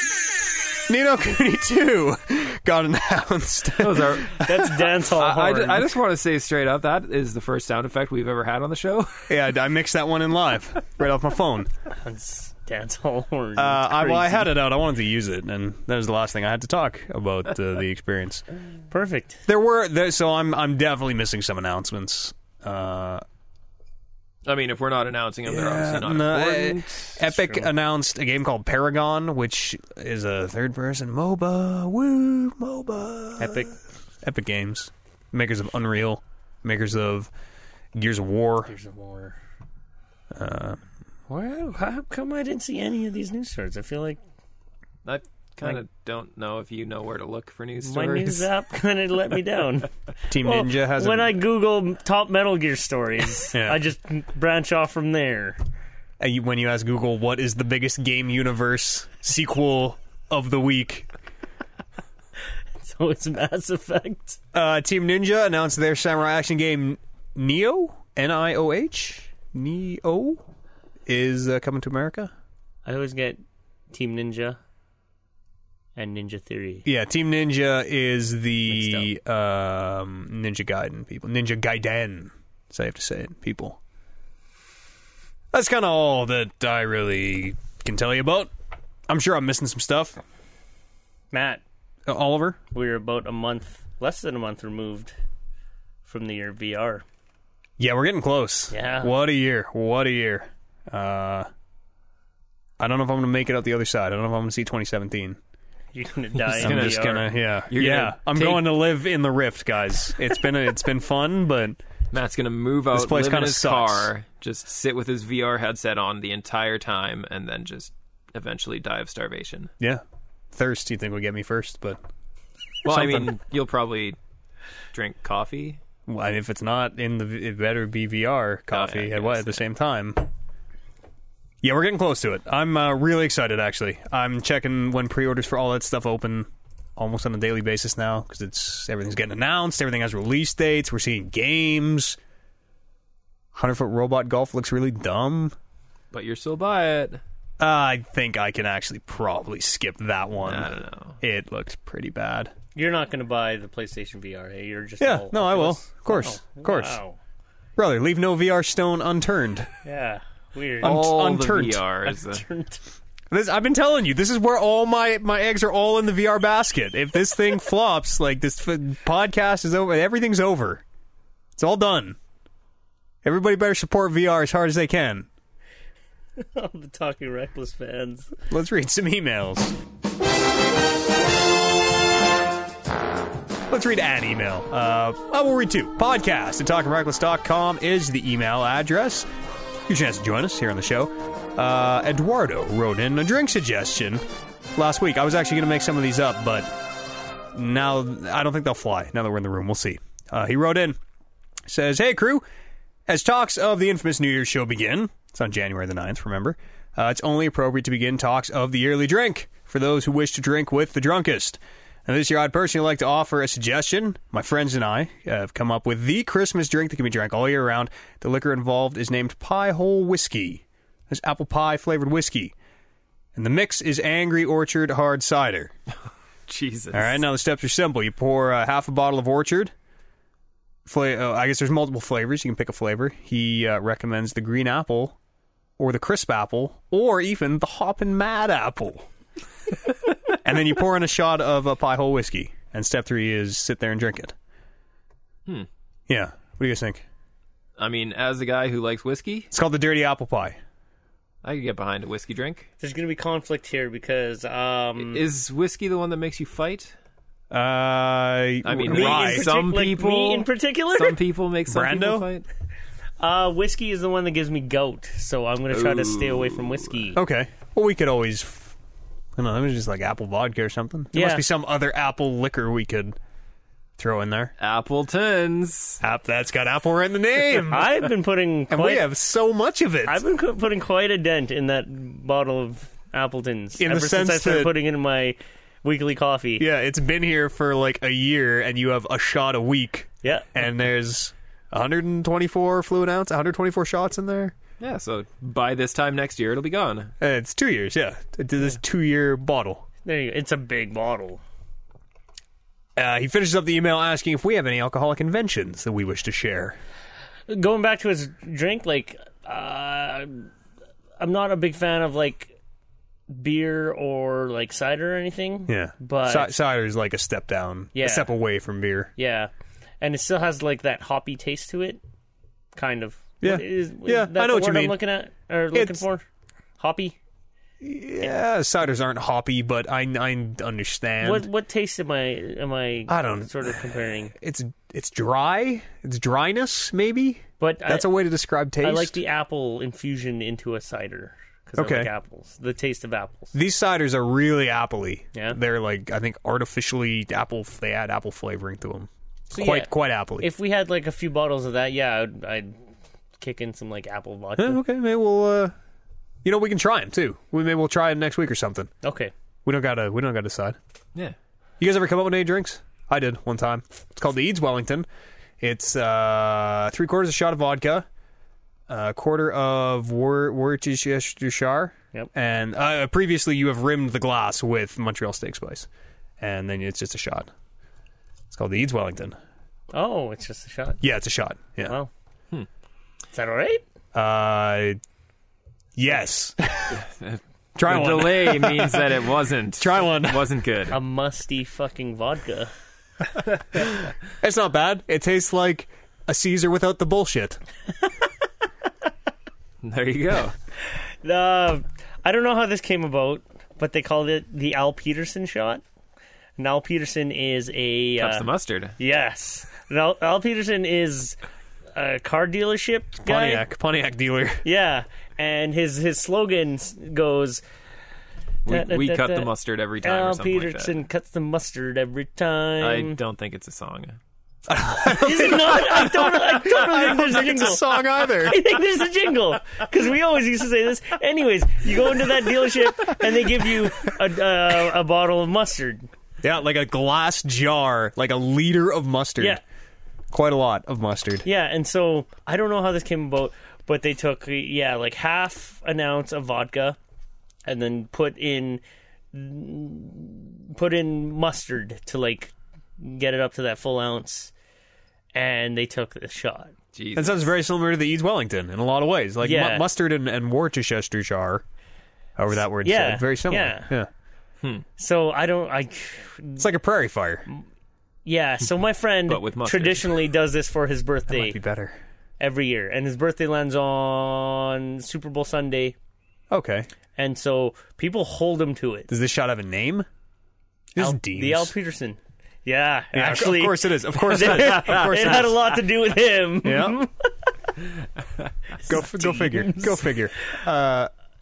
[SPEAKER 2] Nino Cooney 2 got announced.
[SPEAKER 3] Those are.
[SPEAKER 1] That's dance hall
[SPEAKER 3] I, I
[SPEAKER 1] horn.
[SPEAKER 3] ju- I just want to say straight up that is the first sound effect we've ever had on the show.
[SPEAKER 2] yeah, I mixed that one in live right off my phone.
[SPEAKER 1] That's dance hall horn.
[SPEAKER 2] Uh, I, well, I
[SPEAKER 1] Crazy.
[SPEAKER 2] had it out. I wanted to use it, and that was the last thing I had to talk about uh, the experience.
[SPEAKER 1] Perfect.
[SPEAKER 2] There were there, so I'm I'm definitely missing some announcements. Uh,
[SPEAKER 3] I mean, if we're not announcing them, they're obviously not
[SPEAKER 2] no,
[SPEAKER 3] important.
[SPEAKER 2] eh, Epic announced a game called Paragon, which is a third-person MOBA. Woo, MOBA.
[SPEAKER 1] Epic.
[SPEAKER 2] Epic Games, makers of Unreal, makers of Gears of War.
[SPEAKER 1] There's a war. Uh, Well, how come I didn't see any of these news stories? I feel like
[SPEAKER 3] I kind of don't know if you know where to look for news
[SPEAKER 1] my
[SPEAKER 3] stories.
[SPEAKER 1] news app kind of let me down.
[SPEAKER 2] Team
[SPEAKER 1] Well,
[SPEAKER 2] Ninja has
[SPEAKER 1] when
[SPEAKER 2] a,
[SPEAKER 1] I Google top Metal Gear stories,
[SPEAKER 2] Yeah.
[SPEAKER 1] I just branch off from there.
[SPEAKER 2] Uh, you- when you ask Google what is the biggest game universe sequel of the week,
[SPEAKER 1] So it's Mass Effect.
[SPEAKER 2] uh, Team Ninja announced their samurai action game Neo, N I O H, Neo, is uh, coming to America.
[SPEAKER 1] I always get Team Ninja and Ninja Theory.
[SPEAKER 2] Yeah, Team Ninja is the um, Ninja Gaiden people. Ninja Gaiden, is how you have to say it, people. That's kind of all that I really can tell you about. I'm sure I'm missing some stuff.
[SPEAKER 1] Matt,
[SPEAKER 2] Uh, Oliver?
[SPEAKER 1] we're about a month, less than a month removed from the year VR.
[SPEAKER 2] Yeah, we're getting close.
[SPEAKER 1] Yeah.
[SPEAKER 2] What a year. What a year. Uh, I don't know if I'm going to make it out the other side. I don't know if I'm going to see 2017.
[SPEAKER 1] You're gonna die in
[SPEAKER 2] I'm
[SPEAKER 1] VR.
[SPEAKER 2] just gonna, yeah,
[SPEAKER 3] You're
[SPEAKER 2] yeah.
[SPEAKER 3] gonna
[SPEAKER 2] I'm
[SPEAKER 3] take-
[SPEAKER 2] going to live in the rift, guys. It's been a, it's been fun, but
[SPEAKER 3] Matt's gonna move out,
[SPEAKER 2] place
[SPEAKER 3] live in
[SPEAKER 2] kinda
[SPEAKER 3] his
[SPEAKER 2] sucks.
[SPEAKER 3] car, just sit with his VR headset on the entire time, and then just eventually die of starvation.
[SPEAKER 2] yeah, thirst. You think would get me first, but
[SPEAKER 3] Well, I
[SPEAKER 2] Something.
[SPEAKER 3] mean, you'll probably drink coffee.
[SPEAKER 2] well, if it's not in the, it better be VR coffee
[SPEAKER 3] Oh, yeah,
[SPEAKER 2] at what
[SPEAKER 3] yes,
[SPEAKER 2] at the same time. Yeah, we're getting close to it. I'm uh, really excited, actually. I'm checking when pre-orders for all that stuff open almost on a daily basis now because it's everything's getting announced. Everything has release dates. We're seeing games. Hundred foot robot golf looks really dumb.
[SPEAKER 3] But you'll still buy it.
[SPEAKER 2] Uh, I think I can actually probably skip that one.
[SPEAKER 3] I don't know.
[SPEAKER 2] It looks pretty bad.
[SPEAKER 1] You're not gonna buy the PlayStation VR. Hey, you're just
[SPEAKER 2] Yeah,
[SPEAKER 1] all
[SPEAKER 2] no, I will.
[SPEAKER 1] Oculus?
[SPEAKER 2] Of course,
[SPEAKER 1] Oh,
[SPEAKER 2] of course.
[SPEAKER 1] Wow.
[SPEAKER 2] Brother, leave no VR stone unturned.
[SPEAKER 1] Yeah, weird.
[SPEAKER 2] I'm-
[SPEAKER 3] All
[SPEAKER 2] unturned.
[SPEAKER 3] the VR is the,
[SPEAKER 2] This, I've been telling you, this is where all my, my eggs are all in the VR basket. If this thing flops, like this f- podcast is over, everything's over. It's all done. Everybody better support VR as hard as they can.
[SPEAKER 1] All the talking reckless fans.
[SPEAKER 2] Let's read some emails. Let's read an email. Uh, I will read two. Podcast at talkingreckless.com is the email address. Your chance to join us here on the show. Uh, Eduardo wrote in a drink suggestion last week. I was actually going to make some of these up, but now I don't think they'll fly now that we're in the room. We'll see. Uh, he wrote in, says, Hey, crew. As talks of the infamous New Year's show begin, it's on January the 9th, remember, uh, it's only appropriate to begin talks of the yearly drink for those who wish to drink with the drunkest. And this year, I'd personally like to offer a suggestion. My friends and I have come up with the Christmas drink that can be drank all year round. The liquor involved is named Pie Hole Whiskey. It's apple pie flavored whiskey. And the mix is Angry Orchard Hard Cider.
[SPEAKER 3] Jesus.
[SPEAKER 2] All right, now the steps are simple. You pour uh, half a bottle of Orchard. Fla- uh, I guess there's multiple flavors. You can pick a flavor. He uh, recommends the green apple, or the crisp apple, or even the hoppin' mad apple. and then you pour in a shot of a pie hole whiskey. And step three is sit there and drink it. Hmm. Yeah. What do you guys think?
[SPEAKER 3] I mean, as a guy who likes whiskey,
[SPEAKER 2] It's called the dirty apple pie.
[SPEAKER 3] I could get behind a whiskey drink.
[SPEAKER 1] There's gonna be conflict here because um,
[SPEAKER 3] Is whiskey the one that makes you fight?
[SPEAKER 2] Uh, I
[SPEAKER 3] mean,
[SPEAKER 1] me in
[SPEAKER 3] Why?
[SPEAKER 1] partic-
[SPEAKER 3] Some
[SPEAKER 1] like
[SPEAKER 3] people-
[SPEAKER 1] me in particular.
[SPEAKER 3] Some people make some people
[SPEAKER 2] Brando?
[SPEAKER 3] fight.
[SPEAKER 1] Uh, whiskey is the one that gives me gout, so I'm gonna try to stay away from whiskey.
[SPEAKER 2] Okay. Well, we could always. I don't know. It was just like apple vodka or something. There
[SPEAKER 1] Yeah.
[SPEAKER 2] must be some other apple liquor we could throw in there.
[SPEAKER 3] Appletons.
[SPEAKER 2] App that's got apple right in the name.
[SPEAKER 1] I've been putting
[SPEAKER 2] and we
[SPEAKER 1] quite,
[SPEAKER 2] have so much of it.
[SPEAKER 1] I've been cu- putting quite a dent in that bottle of Appleton's
[SPEAKER 2] In the
[SPEAKER 1] ever since I
[SPEAKER 2] sense
[SPEAKER 1] started
[SPEAKER 2] that-
[SPEAKER 1] putting it in my weekly coffee.
[SPEAKER 2] yeah, it's been here for like a year, and you have a shot a week,
[SPEAKER 1] yeah.
[SPEAKER 2] and there's 124 fluid ounce, 124 shots in there.
[SPEAKER 3] Yeah, so by this time next year, it'll be gone.
[SPEAKER 2] Uh, It's two years, yeah. It did This two year bottle.
[SPEAKER 1] There you go. It's a big bottle.
[SPEAKER 2] Uh, he finishes up the email asking if we have any alcoholic inventions that we wish to share.
[SPEAKER 1] Going back to his drink, like uh, I'm not a big fan of like beer or like cider or anything.
[SPEAKER 2] Yeah,
[SPEAKER 1] But-
[SPEAKER 2] Ci- cider is like a step down,
[SPEAKER 1] Yeah.
[SPEAKER 2] a step away from beer.
[SPEAKER 1] Yeah, and it still has like that hoppy taste to it, kind of.
[SPEAKER 2] Yeah.
[SPEAKER 1] What is, is
[SPEAKER 2] Yeah,
[SPEAKER 1] that
[SPEAKER 2] I
[SPEAKER 1] the
[SPEAKER 2] know what you
[SPEAKER 1] word I'm
[SPEAKER 2] mean.
[SPEAKER 1] looking at or looking
[SPEAKER 2] It's-
[SPEAKER 1] for hoppy.
[SPEAKER 2] Yeah, ciders aren't hoppy, but I I understand.
[SPEAKER 1] What what taste am I am I?
[SPEAKER 2] I don't-
[SPEAKER 1] sort of comparing,
[SPEAKER 2] It's it's dry. It's dryness, maybe.
[SPEAKER 1] but
[SPEAKER 2] That's
[SPEAKER 1] I,
[SPEAKER 2] a way to describe taste.
[SPEAKER 1] I like the apple infusion into a cider because
[SPEAKER 2] Okay.
[SPEAKER 1] I like apples. The taste of apples.
[SPEAKER 2] These ciders are really appley.
[SPEAKER 1] Yeah.
[SPEAKER 2] they're like I think artificially apple. They add apple flavoring to them.
[SPEAKER 1] So,
[SPEAKER 2] quite
[SPEAKER 1] yeah,
[SPEAKER 2] quite appley.
[SPEAKER 1] If we had like a few bottles of that, yeah, I'd, I'd kick in some like apple
[SPEAKER 2] Eh,
[SPEAKER 1] vodka.
[SPEAKER 2] okay, maybe we'll. Uh, you know, we can try them too. We maybe we'll try them next week or something.
[SPEAKER 1] Okay,
[SPEAKER 2] We don't gotta. We don't gotta decide.
[SPEAKER 3] Yeah.
[SPEAKER 2] You guys ever come up with any drinks? I did one time. It's called the Eads Wellington. It's uh, three quarters of a shot of vodka, a quarter of Worcestershire,
[SPEAKER 1] Yep.
[SPEAKER 2] and uh, previously you have rimmed the glass with Montreal steak spice, and then it's just a shot. It's called the Eads Wellington.
[SPEAKER 1] Oh, it's just a shot.
[SPEAKER 2] Yeah, it's a shot. Yeah.
[SPEAKER 1] Wow. Is that all right?
[SPEAKER 2] Uh, yes. Try
[SPEAKER 3] The
[SPEAKER 2] one.
[SPEAKER 3] delay means that it wasn't.
[SPEAKER 2] Try one.
[SPEAKER 3] It wasn't good.
[SPEAKER 1] A musty fucking vodka.
[SPEAKER 2] It's not bad. It tastes like a Caesar without the bullshit.
[SPEAKER 3] There you go.
[SPEAKER 1] Uh, I don't know how this came about, but they called it the Al Peterson shot. And Al Peterson is a
[SPEAKER 3] That's
[SPEAKER 1] uh,
[SPEAKER 3] the mustard.
[SPEAKER 1] yes. And Al, Al Peterson is a car dealership guy.
[SPEAKER 2] Pontiac, Pontiac dealer.
[SPEAKER 1] Yeah, and his his slogan s- goes.
[SPEAKER 3] We,
[SPEAKER 1] da,
[SPEAKER 3] we
[SPEAKER 1] da,
[SPEAKER 3] cut
[SPEAKER 1] da.
[SPEAKER 3] the mustard every time or
[SPEAKER 1] Al
[SPEAKER 3] something
[SPEAKER 1] Peterson
[SPEAKER 3] like
[SPEAKER 1] cuts the mustard every
[SPEAKER 3] that. I
[SPEAKER 1] time.
[SPEAKER 3] don't think it's a song.
[SPEAKER 1] Is it not? I don't. I don't know. There's a
[SPEAKER 2] It's a
[SPEAKER 1] jingle.
[SPEAKER 2] song either.
[SPEAKER 1] I think there's a jingle because we always used to say this. Anyways, you go into that dealership and they give you a, uh, a bottle of mustard.
[SPEAKER 2] Yeah, like a glass jar, like a liter of mustard.
[SPEAKER 1] Yeah,
[SPEAKER 2] Quite a lot of mustard.
[SPEAKER 1] yeah. And so I don't know how this came about, but they took yeah like half an ounce of vodka, and then put in put in mustard to like get it up to that full ounce, and they took the shot.
[SPEAKER 2] That
[SPEAKER 3] Jesus.
[SPEAKER 2] sounds very similar to the Eads Wellington in a lot of ways. Like mu-
[SPEAKER 1] Yeah.
[SPEAKER 2] mustard and, and Worcestershire, however that word
[SPEAKER 1] Yeah,
[SPEAKER 2] said. Very similar.
[SPEAKER 1] yeah. So I don't. I
[SPEAKER 2] It's like a prairie fire.
[SPEAKER 1] Yeah, so my friend
[SPEAKER 3] But with mustard.
[SPEAKER 1] traditionally does this for his
[SPEAKER 2] Might
[SPEAKER 1] birthday
[SPEAKER 2] be better.
[SPEAKER 1] every year, and his birthday lands on Super Bowl Sunday,
[SPEAKER 2] Okay.
[SPEAKER 1] and so people hold him to it.
[SPEAKER 2] Does this shot have a name? This is Deems.
[SPEAKER 1] The Al Peterson, yeah,
[SPEAKER 2] Yeah, of-
[SPEAKER 1] actually,
[SPEAKER 2] of course it is. Of course it
[SPEAKER 1] it,
[SPEAKER 2] is. Of course it,
[SPEAKER 1] had a
[SPEAKER 2] is.
[SPEAKER 1] lot to do with him.
[SPEAKER 2] Yeah. go, f- go figure. Go figure.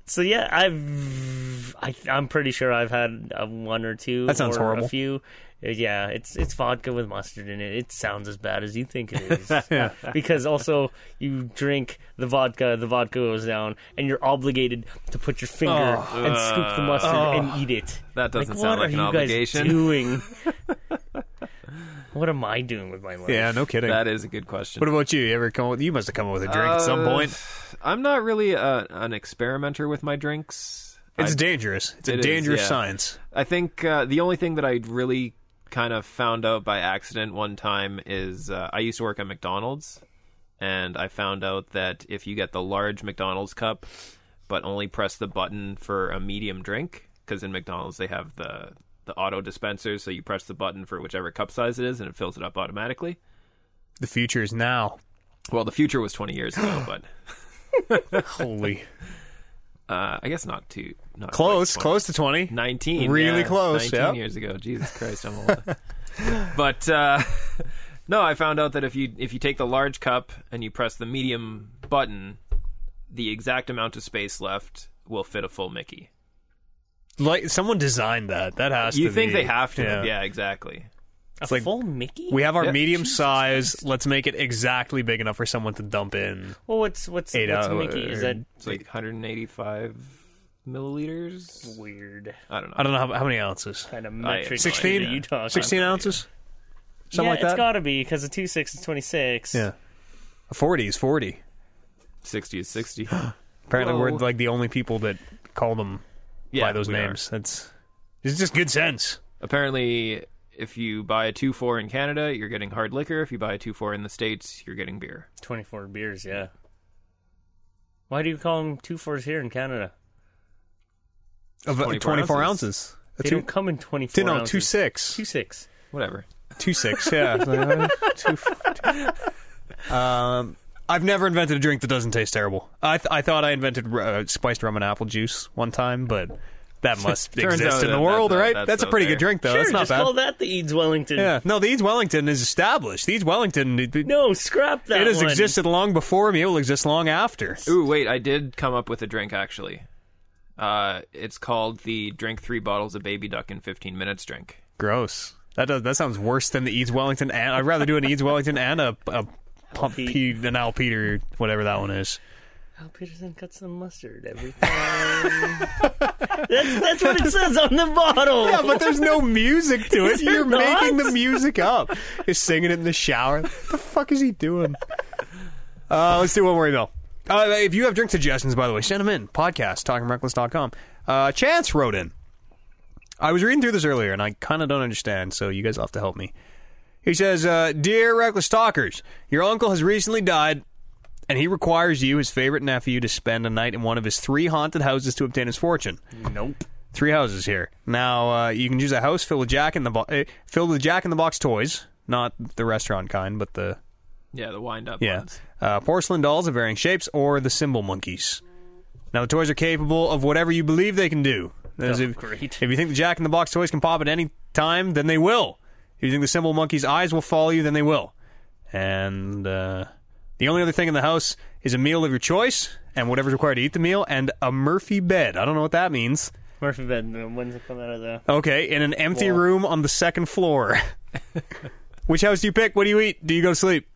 [SPEAKER 1] So yeah, I've I, I'm pretty sure I've had uh one or two.
[SPEAKER 2] That sounds
[SPEAKER 1] or
[SPEAKER 2] horrible.
[SPEAKER 1] A few. Uh, Yeah, it's it's vodka with mustard in it. It sounds as bad as you think it is.
[SPEAKER 2] Yeah.
[SPEAKER 1] Because also you drink the vodka, the vodka goes down, and you're obligated to put your finger
[SPEAKER 2] Oh.
[SPEAKER 1] and scoop the mustard and eat it.
[SPEAKER 3] That doesn't
[SPEAKER 1] like,
[SPEAKER 3] sound
[SPEAKER 1] what
[SPEAKER 3] like
[SPEAKER 1] are
[SPEAKER 3] an
[SPEAKER 1] you
[SPEAKER 3] obligation.
[SPEAKER 1] guys doing? what am I doing with my life?
[SPEAKER 2] Yeah, no kidding.
[SPEAKER 3] That is a good question.
[SPEAKER 2] what about you? You ever come? With, you must have come up with a drink at some
[SPEAKER 3] Uh,
[SPEAKER 2] point.
[SPEAKER 3] I'm not really a, an experimenter with my drinks.
[SPEAKER 2] It's
[SPEAKER 3] I-
[SPEAKER 2] dangerous. It's a
[SPEAKER 3] it is,
[SPEAKER 2] dangerous
[SPEAKER 3] yeah.
[SPEAKER 2] science.
[SPEAKER 3] I think uh, the only thing that I really kind of found out by accident one time is uh, I used to work at McDonald's, and I found out that if you get the large McDonald's cup, but only press the button for a medium drink, because in McDonald's they have the the auto dispensers, so you press the button for whichever cup size it is, and it fills it up automatically.
[SPEAKER 2] The future is now.
[SPEAKER 3] Well, the future was 20 years ago, but
[SPEAKER 2] Holy.
[SPEAKER 3] uh, I guess not too not quite
[SPEAKER 2] Close,
[SPEAKER 3] 20.
[SPEAKER 2] close to 20.
[SPEAKER 3] 19
[SPEAKER 2] Really
[SPEAKER 3] yeah,
[SPEAKER 2] close,
[SPEAKER 3] 19
[SPEAKER 2] yep.
[SPEAKER 3] years ago jesus christ i'm old but uh no i found out that if you if you take the large cup and you press the medium button the exact amount of space left will fit a full mickey
[SPEAKER 2] Like someone designed that. That has
[SPEAKER 3] you
[SPEAKER 2] to
[SPEAKER 3] think
[SPEAKER 2] be-
[SPEAKER 3] they have to
[SPEAKER 2] Yeah.
[SPEAKER 3] yeah, exactly
[SPEAKER 1] a
[SPEAKER 2] like-
[SPEAKER 1] full Mickey?
[SPEAKER 2] We have our
[SPEAKER 3] Yeah.
[SPEAKER 2] medium size. Let's make it exactly big enough for someone to dump in.
[SPEAKER 1] well, what's what's
[SPEAKER 2] Eight
[SPEAKER 1] what's
[SPEAKER 2] hour-
[SPEAKER 1] Mickey? Is that
[SPEAKER 3] it's like 185 milliliters
[SPEAKER 1] weird?
[SPEAKER 3] i don't know
[SPEAKER 2] I don't know how, how many ounces.
[SPEAKER 1] Kind of
[SPEAKER 3] I have
[SPEAKER 1] metric.
[SPEAKER 3] no
[SPEAKER 1] Sixteen.
[SPEAKER 2] idea.
[SPEAKER 1] You talk.
[SPEAKER 2] 16 ounces? Something
[SPEAKER 1] yeah,
[SPEAKER 2] like that?
[SPEAKER 1] it's got to be because the two six is twenty six.
[SPEAKER 2] yeah. 40 is 40.
[SPEAKER 3] 60 is 60.
[SPEAKER 2] Apparently, we're
[SPEAKER 3] Whoa.
[SPEAKER 2] like the only people that call them
[SPEAKER 3] Yeah,
[SPEAKER 2] by those
[SPEAKER 3] we are.
[SPEAKER 2] names. That's it's just good sense.
[SPEAKER 3] Apparently, if you buy a 2 4 in Canada, you're getting hard liquor. If you buy a 2 4 in the States, you're getting beer.
[SPEAKER 1] 24 beers, yeah. Why do you call them two fours here in Canada?
[SPEAKER 2] Of uh,
[SPEAKER 3] 24
[SPEAKER 2] 24
[SPEAKER 3] ounces.
[SPEAKER 2] ounces. A
[SPEAKER 1] They
[SPEAKER 2] two-
[SPEAKER 1] don't come in 24
[SPEAKER 2] two- no,
[SPEAKER 1] ounces.
[SPEAKER 2] two six.
[SPEAKER 1] Two six.
[SPEAKER 3] Whatever.
[SPEAKER 2] Two six, yeah. It's like, uh, two f- um, I've never invented a drink that doesn't taste terrible. I th- I thought I invented r- uh, spiced rum and apple juice one time, but that must
[SPEAKER 3] Turns
[SPEAKER 2] exist
[SPEAKER 3] out
[SPEAKER 2] in the
[SPEAKER 3] that
[SPEAKER 2] world,
[SPEAKER 3] that's out-
[SPEAKER 2] right?
[SPEAKER 3] that's
[SPEAKER 2] That's a
[SPEAKER 3] out
[SPEAKER 2] pretty
[SPEAKER 3] there.
[SPEAKER 2] good drink, though.
[SPEAKER 1] sure,
[SPEAKER 2] Oh, that's not
[SPEAKER 1] just
[SPEAKER 2] bad.
[SPEAKER 1] call that the Eads Wellington.
[SPEAKER 2] yeah, no, the Eads Wellington is established. The Eads Wellington, it, it-
[SPEAKER 1] No, scrap that
[SPEAKER 2] it has
[SPEAKER 1] one.
[SPEAKER 2] existed long before me. It will exist long after.
[SPEAKER 3] Ooh, wait, I did come up with a drink, actually. Uh, it's called the drink three bottles of baby duck in 15 minutes drink.
[SPEAKER 2] Gross. That does, that sounds worse than the Eads Wellington. And I'd rather do an Eads Wellington and a, a pump
[SPEAKER 1] Pete.
[SPEAKER 2] P, an Al Peter, whatever that one is.
[SPEAKER 1] Al Peterson cuts the mustard every time. that's, that's what it says on the bottle.
[SPEAKER 2] Yeah, but there's no music to it.
[SPEAKER 1] there
[SPEAKER 2] You're
[SPEAKER 1] not?
[SPEAKER 2] making the music up. You're singing it in the shower. What the fuck is he doing? Uh, let's do one more email. Uh, if you have drink suggestions, by the way, send them in. Podcast, talkingreckless.com. Uh, Chance wrote in. I was reading through this earlier, and I kind of don't understand, so you guys will have to help me. He says, uh, Dear Reckless Talkers, your uncle has recently died, and he requires you, his favorite nephew, to spend a night in one of his three haunted houses to obtain his fortune
[SPEAKER 1] Nope.
[SPEAKER 2] three houses here. Now uh, you can choose a house filled with Jack in the bo- uh, filled with Jack in the Box toys, not the restaurant kind, but the
[SPEAKER 3] Yeah, the wind up
[SPEAKER 2] yeah
[SPEAKER 3] ones.
[SPEAKER 2] uh, porcelain dolls of varying shapes or the symbol monkeys. Now the toys are capable of whatever you believe they can do. As
[SPEAKER 1] Oh,
[SPEAKER 2] if,
[SPEAKER 1] great.
[SPEAKER 2] if you think the Jack in the Box toys can pop at any time, then they will. If you think the symbol monkey's eyes will follow you, then they will. And uh, the only other thing in the house is a meal of your choice and whatever's required to eat the meal and a Murphy bed. I don't know what that means.
[SPEAKER 1] Murphy bed. The ones that come out of the.
[SPEAKER 2] Okay, in an empty room on the second floor. Which house do you pick? What do you eat? Do you go to sleep?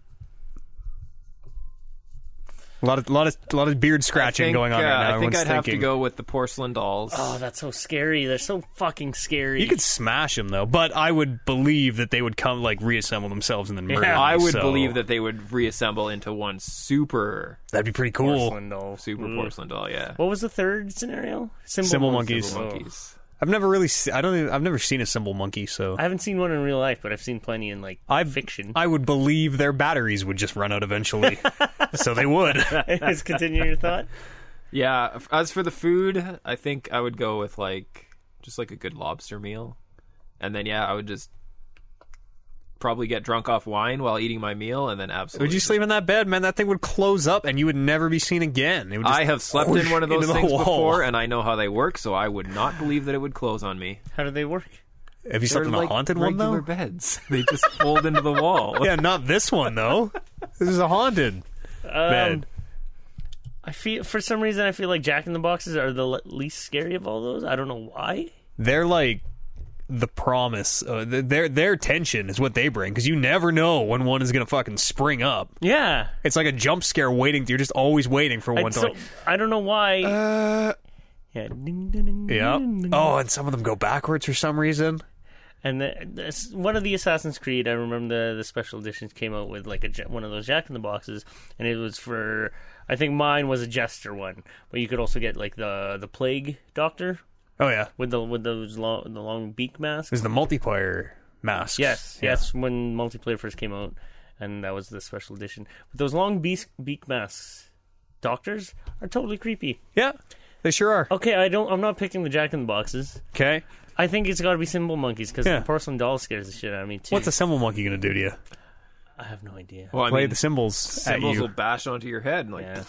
[SPEAKER 2] A lot of lot of lot of beard scratching
[SPEAKER 3] Think,
[SPEAKER 2] going on
[SPEAKER 3] uh,
[SPEAKER 2] right now.
[SPEAKER 3] I think
[SPEAKER 2] Everyone's
[SPEAKER 3] I'd have to
[SPEAKER 2] thinking.
[SPEAKER 3] go with the porcelain dolls.
[SPEAKER 1] Oh, that's so scary. They're so fucking scary.
[SPEAKER 2] You could smash them though, but I would believe that they would come like reassemble themselves and then murder.
[SPEAKER 1] Yeah.
[SPEAKER 2] me,
[SPEAKER 3] I would
[SPEAKER 2] so
[SPEAKER 3] believe that they would reassemble into one super,
[SPEAKER 2] that'd be pretty cool.
[SPEAKER 1] porcelain doll.
[SPEAKER 3] super
[SPEAKER 2] Mm.
[SPEAKER 1] Ooh.
[SPEAKER 3] porcelain doll. Yeah,
[SPEAKER 1] What was the third scenario? Symbol,
[SPEAKER 2] Symbol monkeys.
[SPEAKER 3] Little
[SPEAKER 1] Oh.
[SPEAKER 3] monkeys.
[SPEAKER 2] I've never really, se- I don't, even, I've never seen a symbol monkey, so
[SPEAKER 1] I haven't seen one in real life, but I've seen plenty in like
[SPEAKER 2] I've-
[SPEAKER 1] fiction.
[SPEAKER 2] I would believe their batteries would just run out eventually. so they would.
[SPEAKER 1] Just continue your thought.
[SPEAKER 3] Yeah. f- As for the food, I think I would go with like just like a good lobster meal, and then yeah, I would just probably get drunk off wine while eating my meal, and then absolutely.
[SPEAKER 2] Would you
[SPEAKER 3] just-
[SPEAKER 2] sleep in that bed, man? That thing would close up and you would never be seen again. It would just
[SPEAKER 3] I have slept in one of those
[SPEAKER 2] into the
[SPEAKER 3] things
[SPEAKER 2] wall.
[SPEAKER 3] before, and I know how they work, so I would not believe that it would close on me.
[SPEAKER 1] How do they work?
[SPEAKER 2] Have you slept
[SPEAKER 3] They're
[SPEAKER 2] in a
[SPEAKER 3] like
[SPEAKER 2] haunted one
[SPEAKER 3] regular
[SPEAKER 2] though?
[SPEAKER 3] beds. They just fold into the wall.
[SPEAKER 2] yeah, not this one though. This is a haunted
[SPEAKER 3] Um,
[SPEAKER 2] bed.
[SPEAKER 1] I feel for some reason I feel like Jack in the Boxes are the le- least scary of all those. I don't know why.
[SPEAKER 2] They're like the promise. Uh, th- their their tension is what they bring because you never know when one is gonna fucking spring up.
[SPEAKER 1] Yeah,
[SPEAKER 2] It's like a jump scare waiting. You're just always waiting for
[SPEAKER 1] I,
[SPEAKER 2] one to.
[SPEAKER 1] so,
[SPEAKER 2] like,
[SPEAKER 1] I don't know why. yeah. Ding, ding, ding,
[SPEAKER 2] yeah.
[SPEAKER 1] ding, ding.
[SPEAKER 2] Oh, and some of them go backwards for some reason.
[SPEAKER 1] And the, this, one of the Assassin's Creed, I remember the, the special editions came out with like a ja- one of those Jack in the Boxes, and it was for I think mine was a Jester one, but you could also get like the the Plague Doctor
[SPEAKER 2] Oh yeah,
[SPEAKER 1] with the with those long the long beak mask.
[SPEAKER 2] there's the multiplayer masks.
[SPEAKER 1] Yes,
[SPEAKER 2] Yeah.
[SPEAKER 1] yes, when multiplayer first came out, and that was the special edition. But those long beak beak masks, Doctors are totally creepy.
[SPEAKER 2] Yeah, they sure are.
[SPEAKER 3] Oh.
[SPEAKER 1] Okay, I don't. I'm not picking the Jack in the Boxes.
[SPEAKER 2] Okay.
[SPEAKER 1] I think it's got to be Symbol Monkeys because
[SPEAKER 2] Yeah.
[SPEAKER 1] the porcelain doll scares the shit out of me too.
[SPEAKER 2] What's a symbol monkey gonna do to you?
[SPEAKER 1] I have no idea.
[SPEAKER 3] Well, I
[SPEAKER 2] Play
[SPEAKER 3] mean,
[SPEAKER 2] the symbols,
[SPEAKER 3] symbols
[SPEAKER 2] at you.
[SPEAKER 3] will bash onto your head. And like,
[SPEAKER 1] Yeah.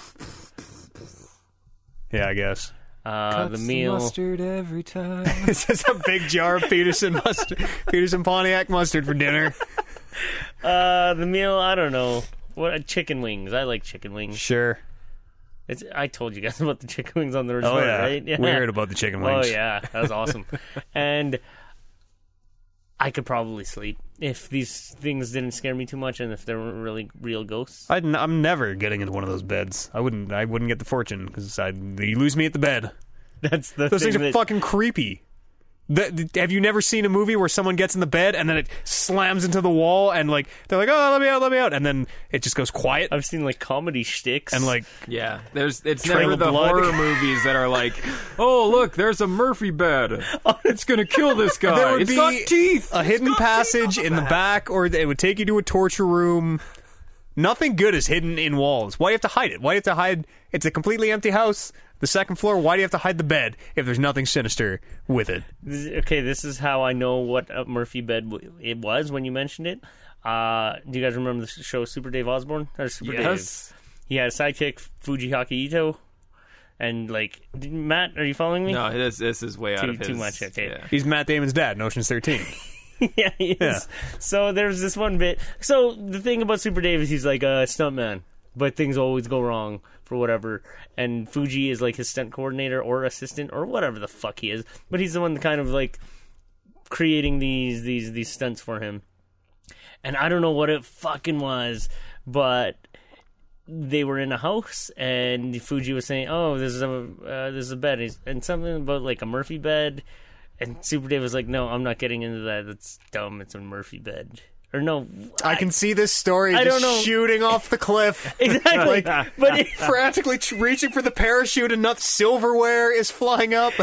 [SPEAKER 2] Yeah, I guess.
[SPEAKER 1] Uh, the
[SPEAKER 3] "Cuts
[SPEAKER 1] meal.
[SPEAKER 3] mustard every time.
[SPEAKER 2] It's just a big jar of Peterson mustard, Peterson Pontiac mustard for dinner.
[SPEAKER 1] Uh, the meal. I don't know. What uh, chicken wings? I like chicken wings.
[SPEAKER 2] Sure.
[SPEAKER 1] It's, I told you guys about the chicken wings on the resort,
[SPEAKER 2] Oh yeah.
[SPEAKER 1] right?
[SPEAKER 2] We heard about the chicken
[SPEAKER 1] Oh
[SPEAKER 2] wings.
[SPEAKER 1] yeah, that was awesome. and I could probably sleep if these things didn't scare me too much, and if there weren't really real ghosts.
[SPEAKER 2] I'd n- I'm never getting into one of those beds. I wouldn't. I wouldn't get the fortune because I you lose me at the bed.
[SPEAKER 1] That's the
[SPEAKER 2] Those
[SPEAKER 1] thing
[SPEAKER 2] things are
[SPEAKER 1] that-
[SPEAKER 2] fucking creepy. The, the- have you never seen a movie where someone gets in the bed and then it slams into the wall and like they're like, "Oh, let me out, let me out," and then it just goes quiet
[SPEAKER 1] I've seen like comedy shticks
[SPEAKER 2] and like
[SPEAKER 3] Yeah, there's it's
[SPEAKER 2] Trail
[SPEAKER 3] never
[SPEAKER 2] of
[SPEAKER 3] the
[SPEAKER 2] Blood.
[SPEAKER 3] horror movies that are like, oh look, there's a Murphy bed. It's gonna kill this guy.
[SPEAKER 2] there would
[SPEAKER 3] It's
[SPEAKER 2] be
[SPEAKER 3] got teeth.
[SPEAKER 2] a hidden passage in the back, or it would take you to a torture room. Nothing good is hidden in walls. Why do you have to hide it? Why do you have to hide? It's a completely empty house. The second floor. Why do you have to hide the bed if there's nothing sinister with it?
[SPEAKER 1] This- okay, this is how I know what a Murphy bed w- it was when you mentioned it. Uh, do you guys remember the show Super Dave Osborne or Super
[SPEAKER 3] Yes.
[SPEAKER 1] Dave? He had a sidekick Fujihaki Ito, and like did- Matt, are you following me?
[SPEAKER 3] No, it is, this is way out
[SPEAKER 1] Too-
[SPEAKER 3] of his.
[SPEAKER 1] too much, okay.
[SPEAKER 3] yeah.
[SPEAKER 2] He's Matt Damon's dad in Ocean's Thirteen.
[SPEAKER 1] yeah, he is. So there's this one bit. So the thing about Super Dave is he's like a stuntman, but things always go wrong for whatever. And Fuji is like his stunt coordinator or assistant or whatever the fuck he is. But he's the one kind of like creating these these these stunts for him. And I don't know what it fucking was, but they were in a house and Fuji was saying, "Oh, this is a uh, this is a bed," He's- and something about like a Murphy bed. And Super Dave was like, "No, I'm not getting into that. That's dumb. It's a Murphy bed." Or no,
[SPEAKER 2] I can see this story
[SPEAKER 1] I
[SPEAKER 2] just
[SPEAKER 1] don't know.
[SPEAKER 2] shooting off the cliff.
[SPEAKER 1] exactly. but it,
[SPEAKER 2] Frantically t- reaching for the parachute, and enough silverware is flying up.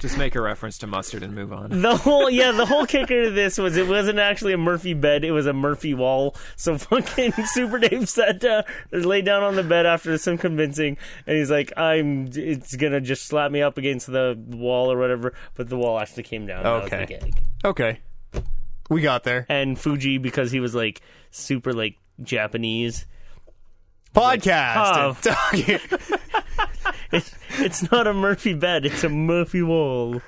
[SPEAKER 3] Just make a reference to mustard and move
[SPEAKER 2] Uh,
[SPEAKER 3] on.
[SPEAKER 1] the whole yeah, the whole kicker to this was it wasn't actually a Murphy bed. It was a Murphy wall. So fucking Super Dave sat down, laid down on the bed after some convincing, and he's like, "I'm. It's gonna just slap me up against the wall or whatever." But the wall actually came down. That was the
[SPEAKER 2] Okay.
[SPEAKER 1] gag.
[SPEAKER 2] okay, we got there.
[SPEAKER 1] and Fuji because he was like super like Japanese.
[SPEAKER 2] Podcast.
[SPEAKER 1] It's not a Murphy bed, it's a Murphy wall.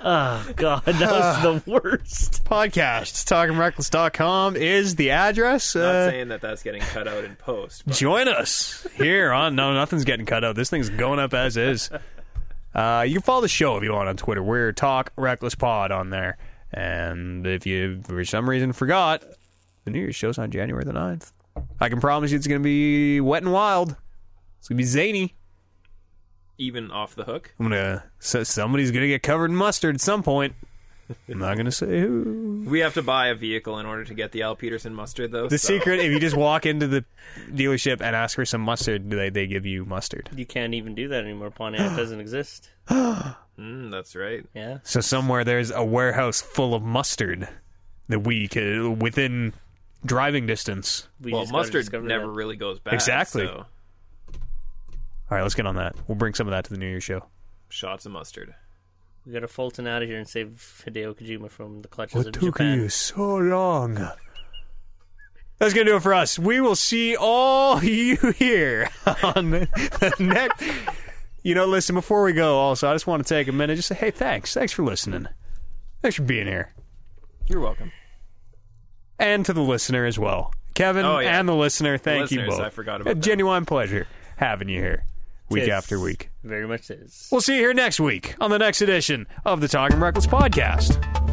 [SPEAKER 1] Oh god, that
[SPEAKER 2] Ah.
[SPEAKER 1] was the worst.
[SPEAKER 2] podcast talkingreckless.com is the address
[SPEAKER 3] Not
[SPEAKER 2] uh,
[SPEAKER 3] saying that that's getting cut out in post. But
[SPEAKER 2] join us here on no nothing's getting cut out this thing's going up as is uh, you can follow the show if you want on twitter we're talk reckless pod on there and if you for some reason forgot the new year's show's on january the 9th i can promise you it's going to be wet and wild it's going to be zany
[SPEAKER 3] even off the hook.
[SPEAKER 2] i'm going to so somebody's going to get covered in mustard at some point i'm not going to say who
[SPEAKER 3] We have to buy a vehicle in order to get the Al Peterson mustard, though.
[SPEAKER 2] The
[SPEAKER 3] so-
[SPEAKER 2] secret, if you just walk into the dealership and ask for some mustard, they, they give you mustard.
[SPEAKER 1] You can't even do that anymore. Pawn Ant doesn't exist.
[SPEAKER 3] Mm, that's right.
[SPEAKER 1] Yeah.
[SPEAKER 2] So somewhere there's a warehouse full of mustard that we could, within driving distance.
[SPEAKER 1] We
[SPEAKER 3] well,
[SPEAKER 1] just gotta
[SPEAKER 3] mustard
[SPEAKER 1] discover
[SPEAKER 3] never
[SPEAKER 1] that.
[SPEAKER 3] really goes bad.
[SPEAKER 2] Exactly.
[SPEAKER 3] So
[SPEAKER 2] All right, let's get on that. We'll bring some of that to the New Year's show.
[SPEAKER 3] shots of mustard.
[SPEAKER 1] We gotta Fulton out of here and save Hideo Kojima from the clutches of Japan.
[SPEAKER 2] so long? That's going to do it for us. We will see all you here on the next. You know, listen, before we go, also, I just want to take a minute just say, hey, thanks. Thanks for listening. Thanks for being here.
[SPEAKER 3] You're welcome.
[SPEAKER 2] and to the listener as well. Kevin
[SPEAKER 3] Oh, yeah.
[SPEAKER 2] and the listener, thank you
[SPEAKER 3] Listeners,
[SPEAKER 2] both.
[SPEAKER 3] I forgot about
[SPEAKER 2] a
[SPEAKER 3] them.
[SPEAKER 2] genuine pleasure having you here week
[SPEAKER 1] Yes.
[SPEAKER 2] after week.
[SPEAKER 1] Very much is.
[SPEAKER 2] We'll see you here next week on the next edition of the Talking Reckless podcast.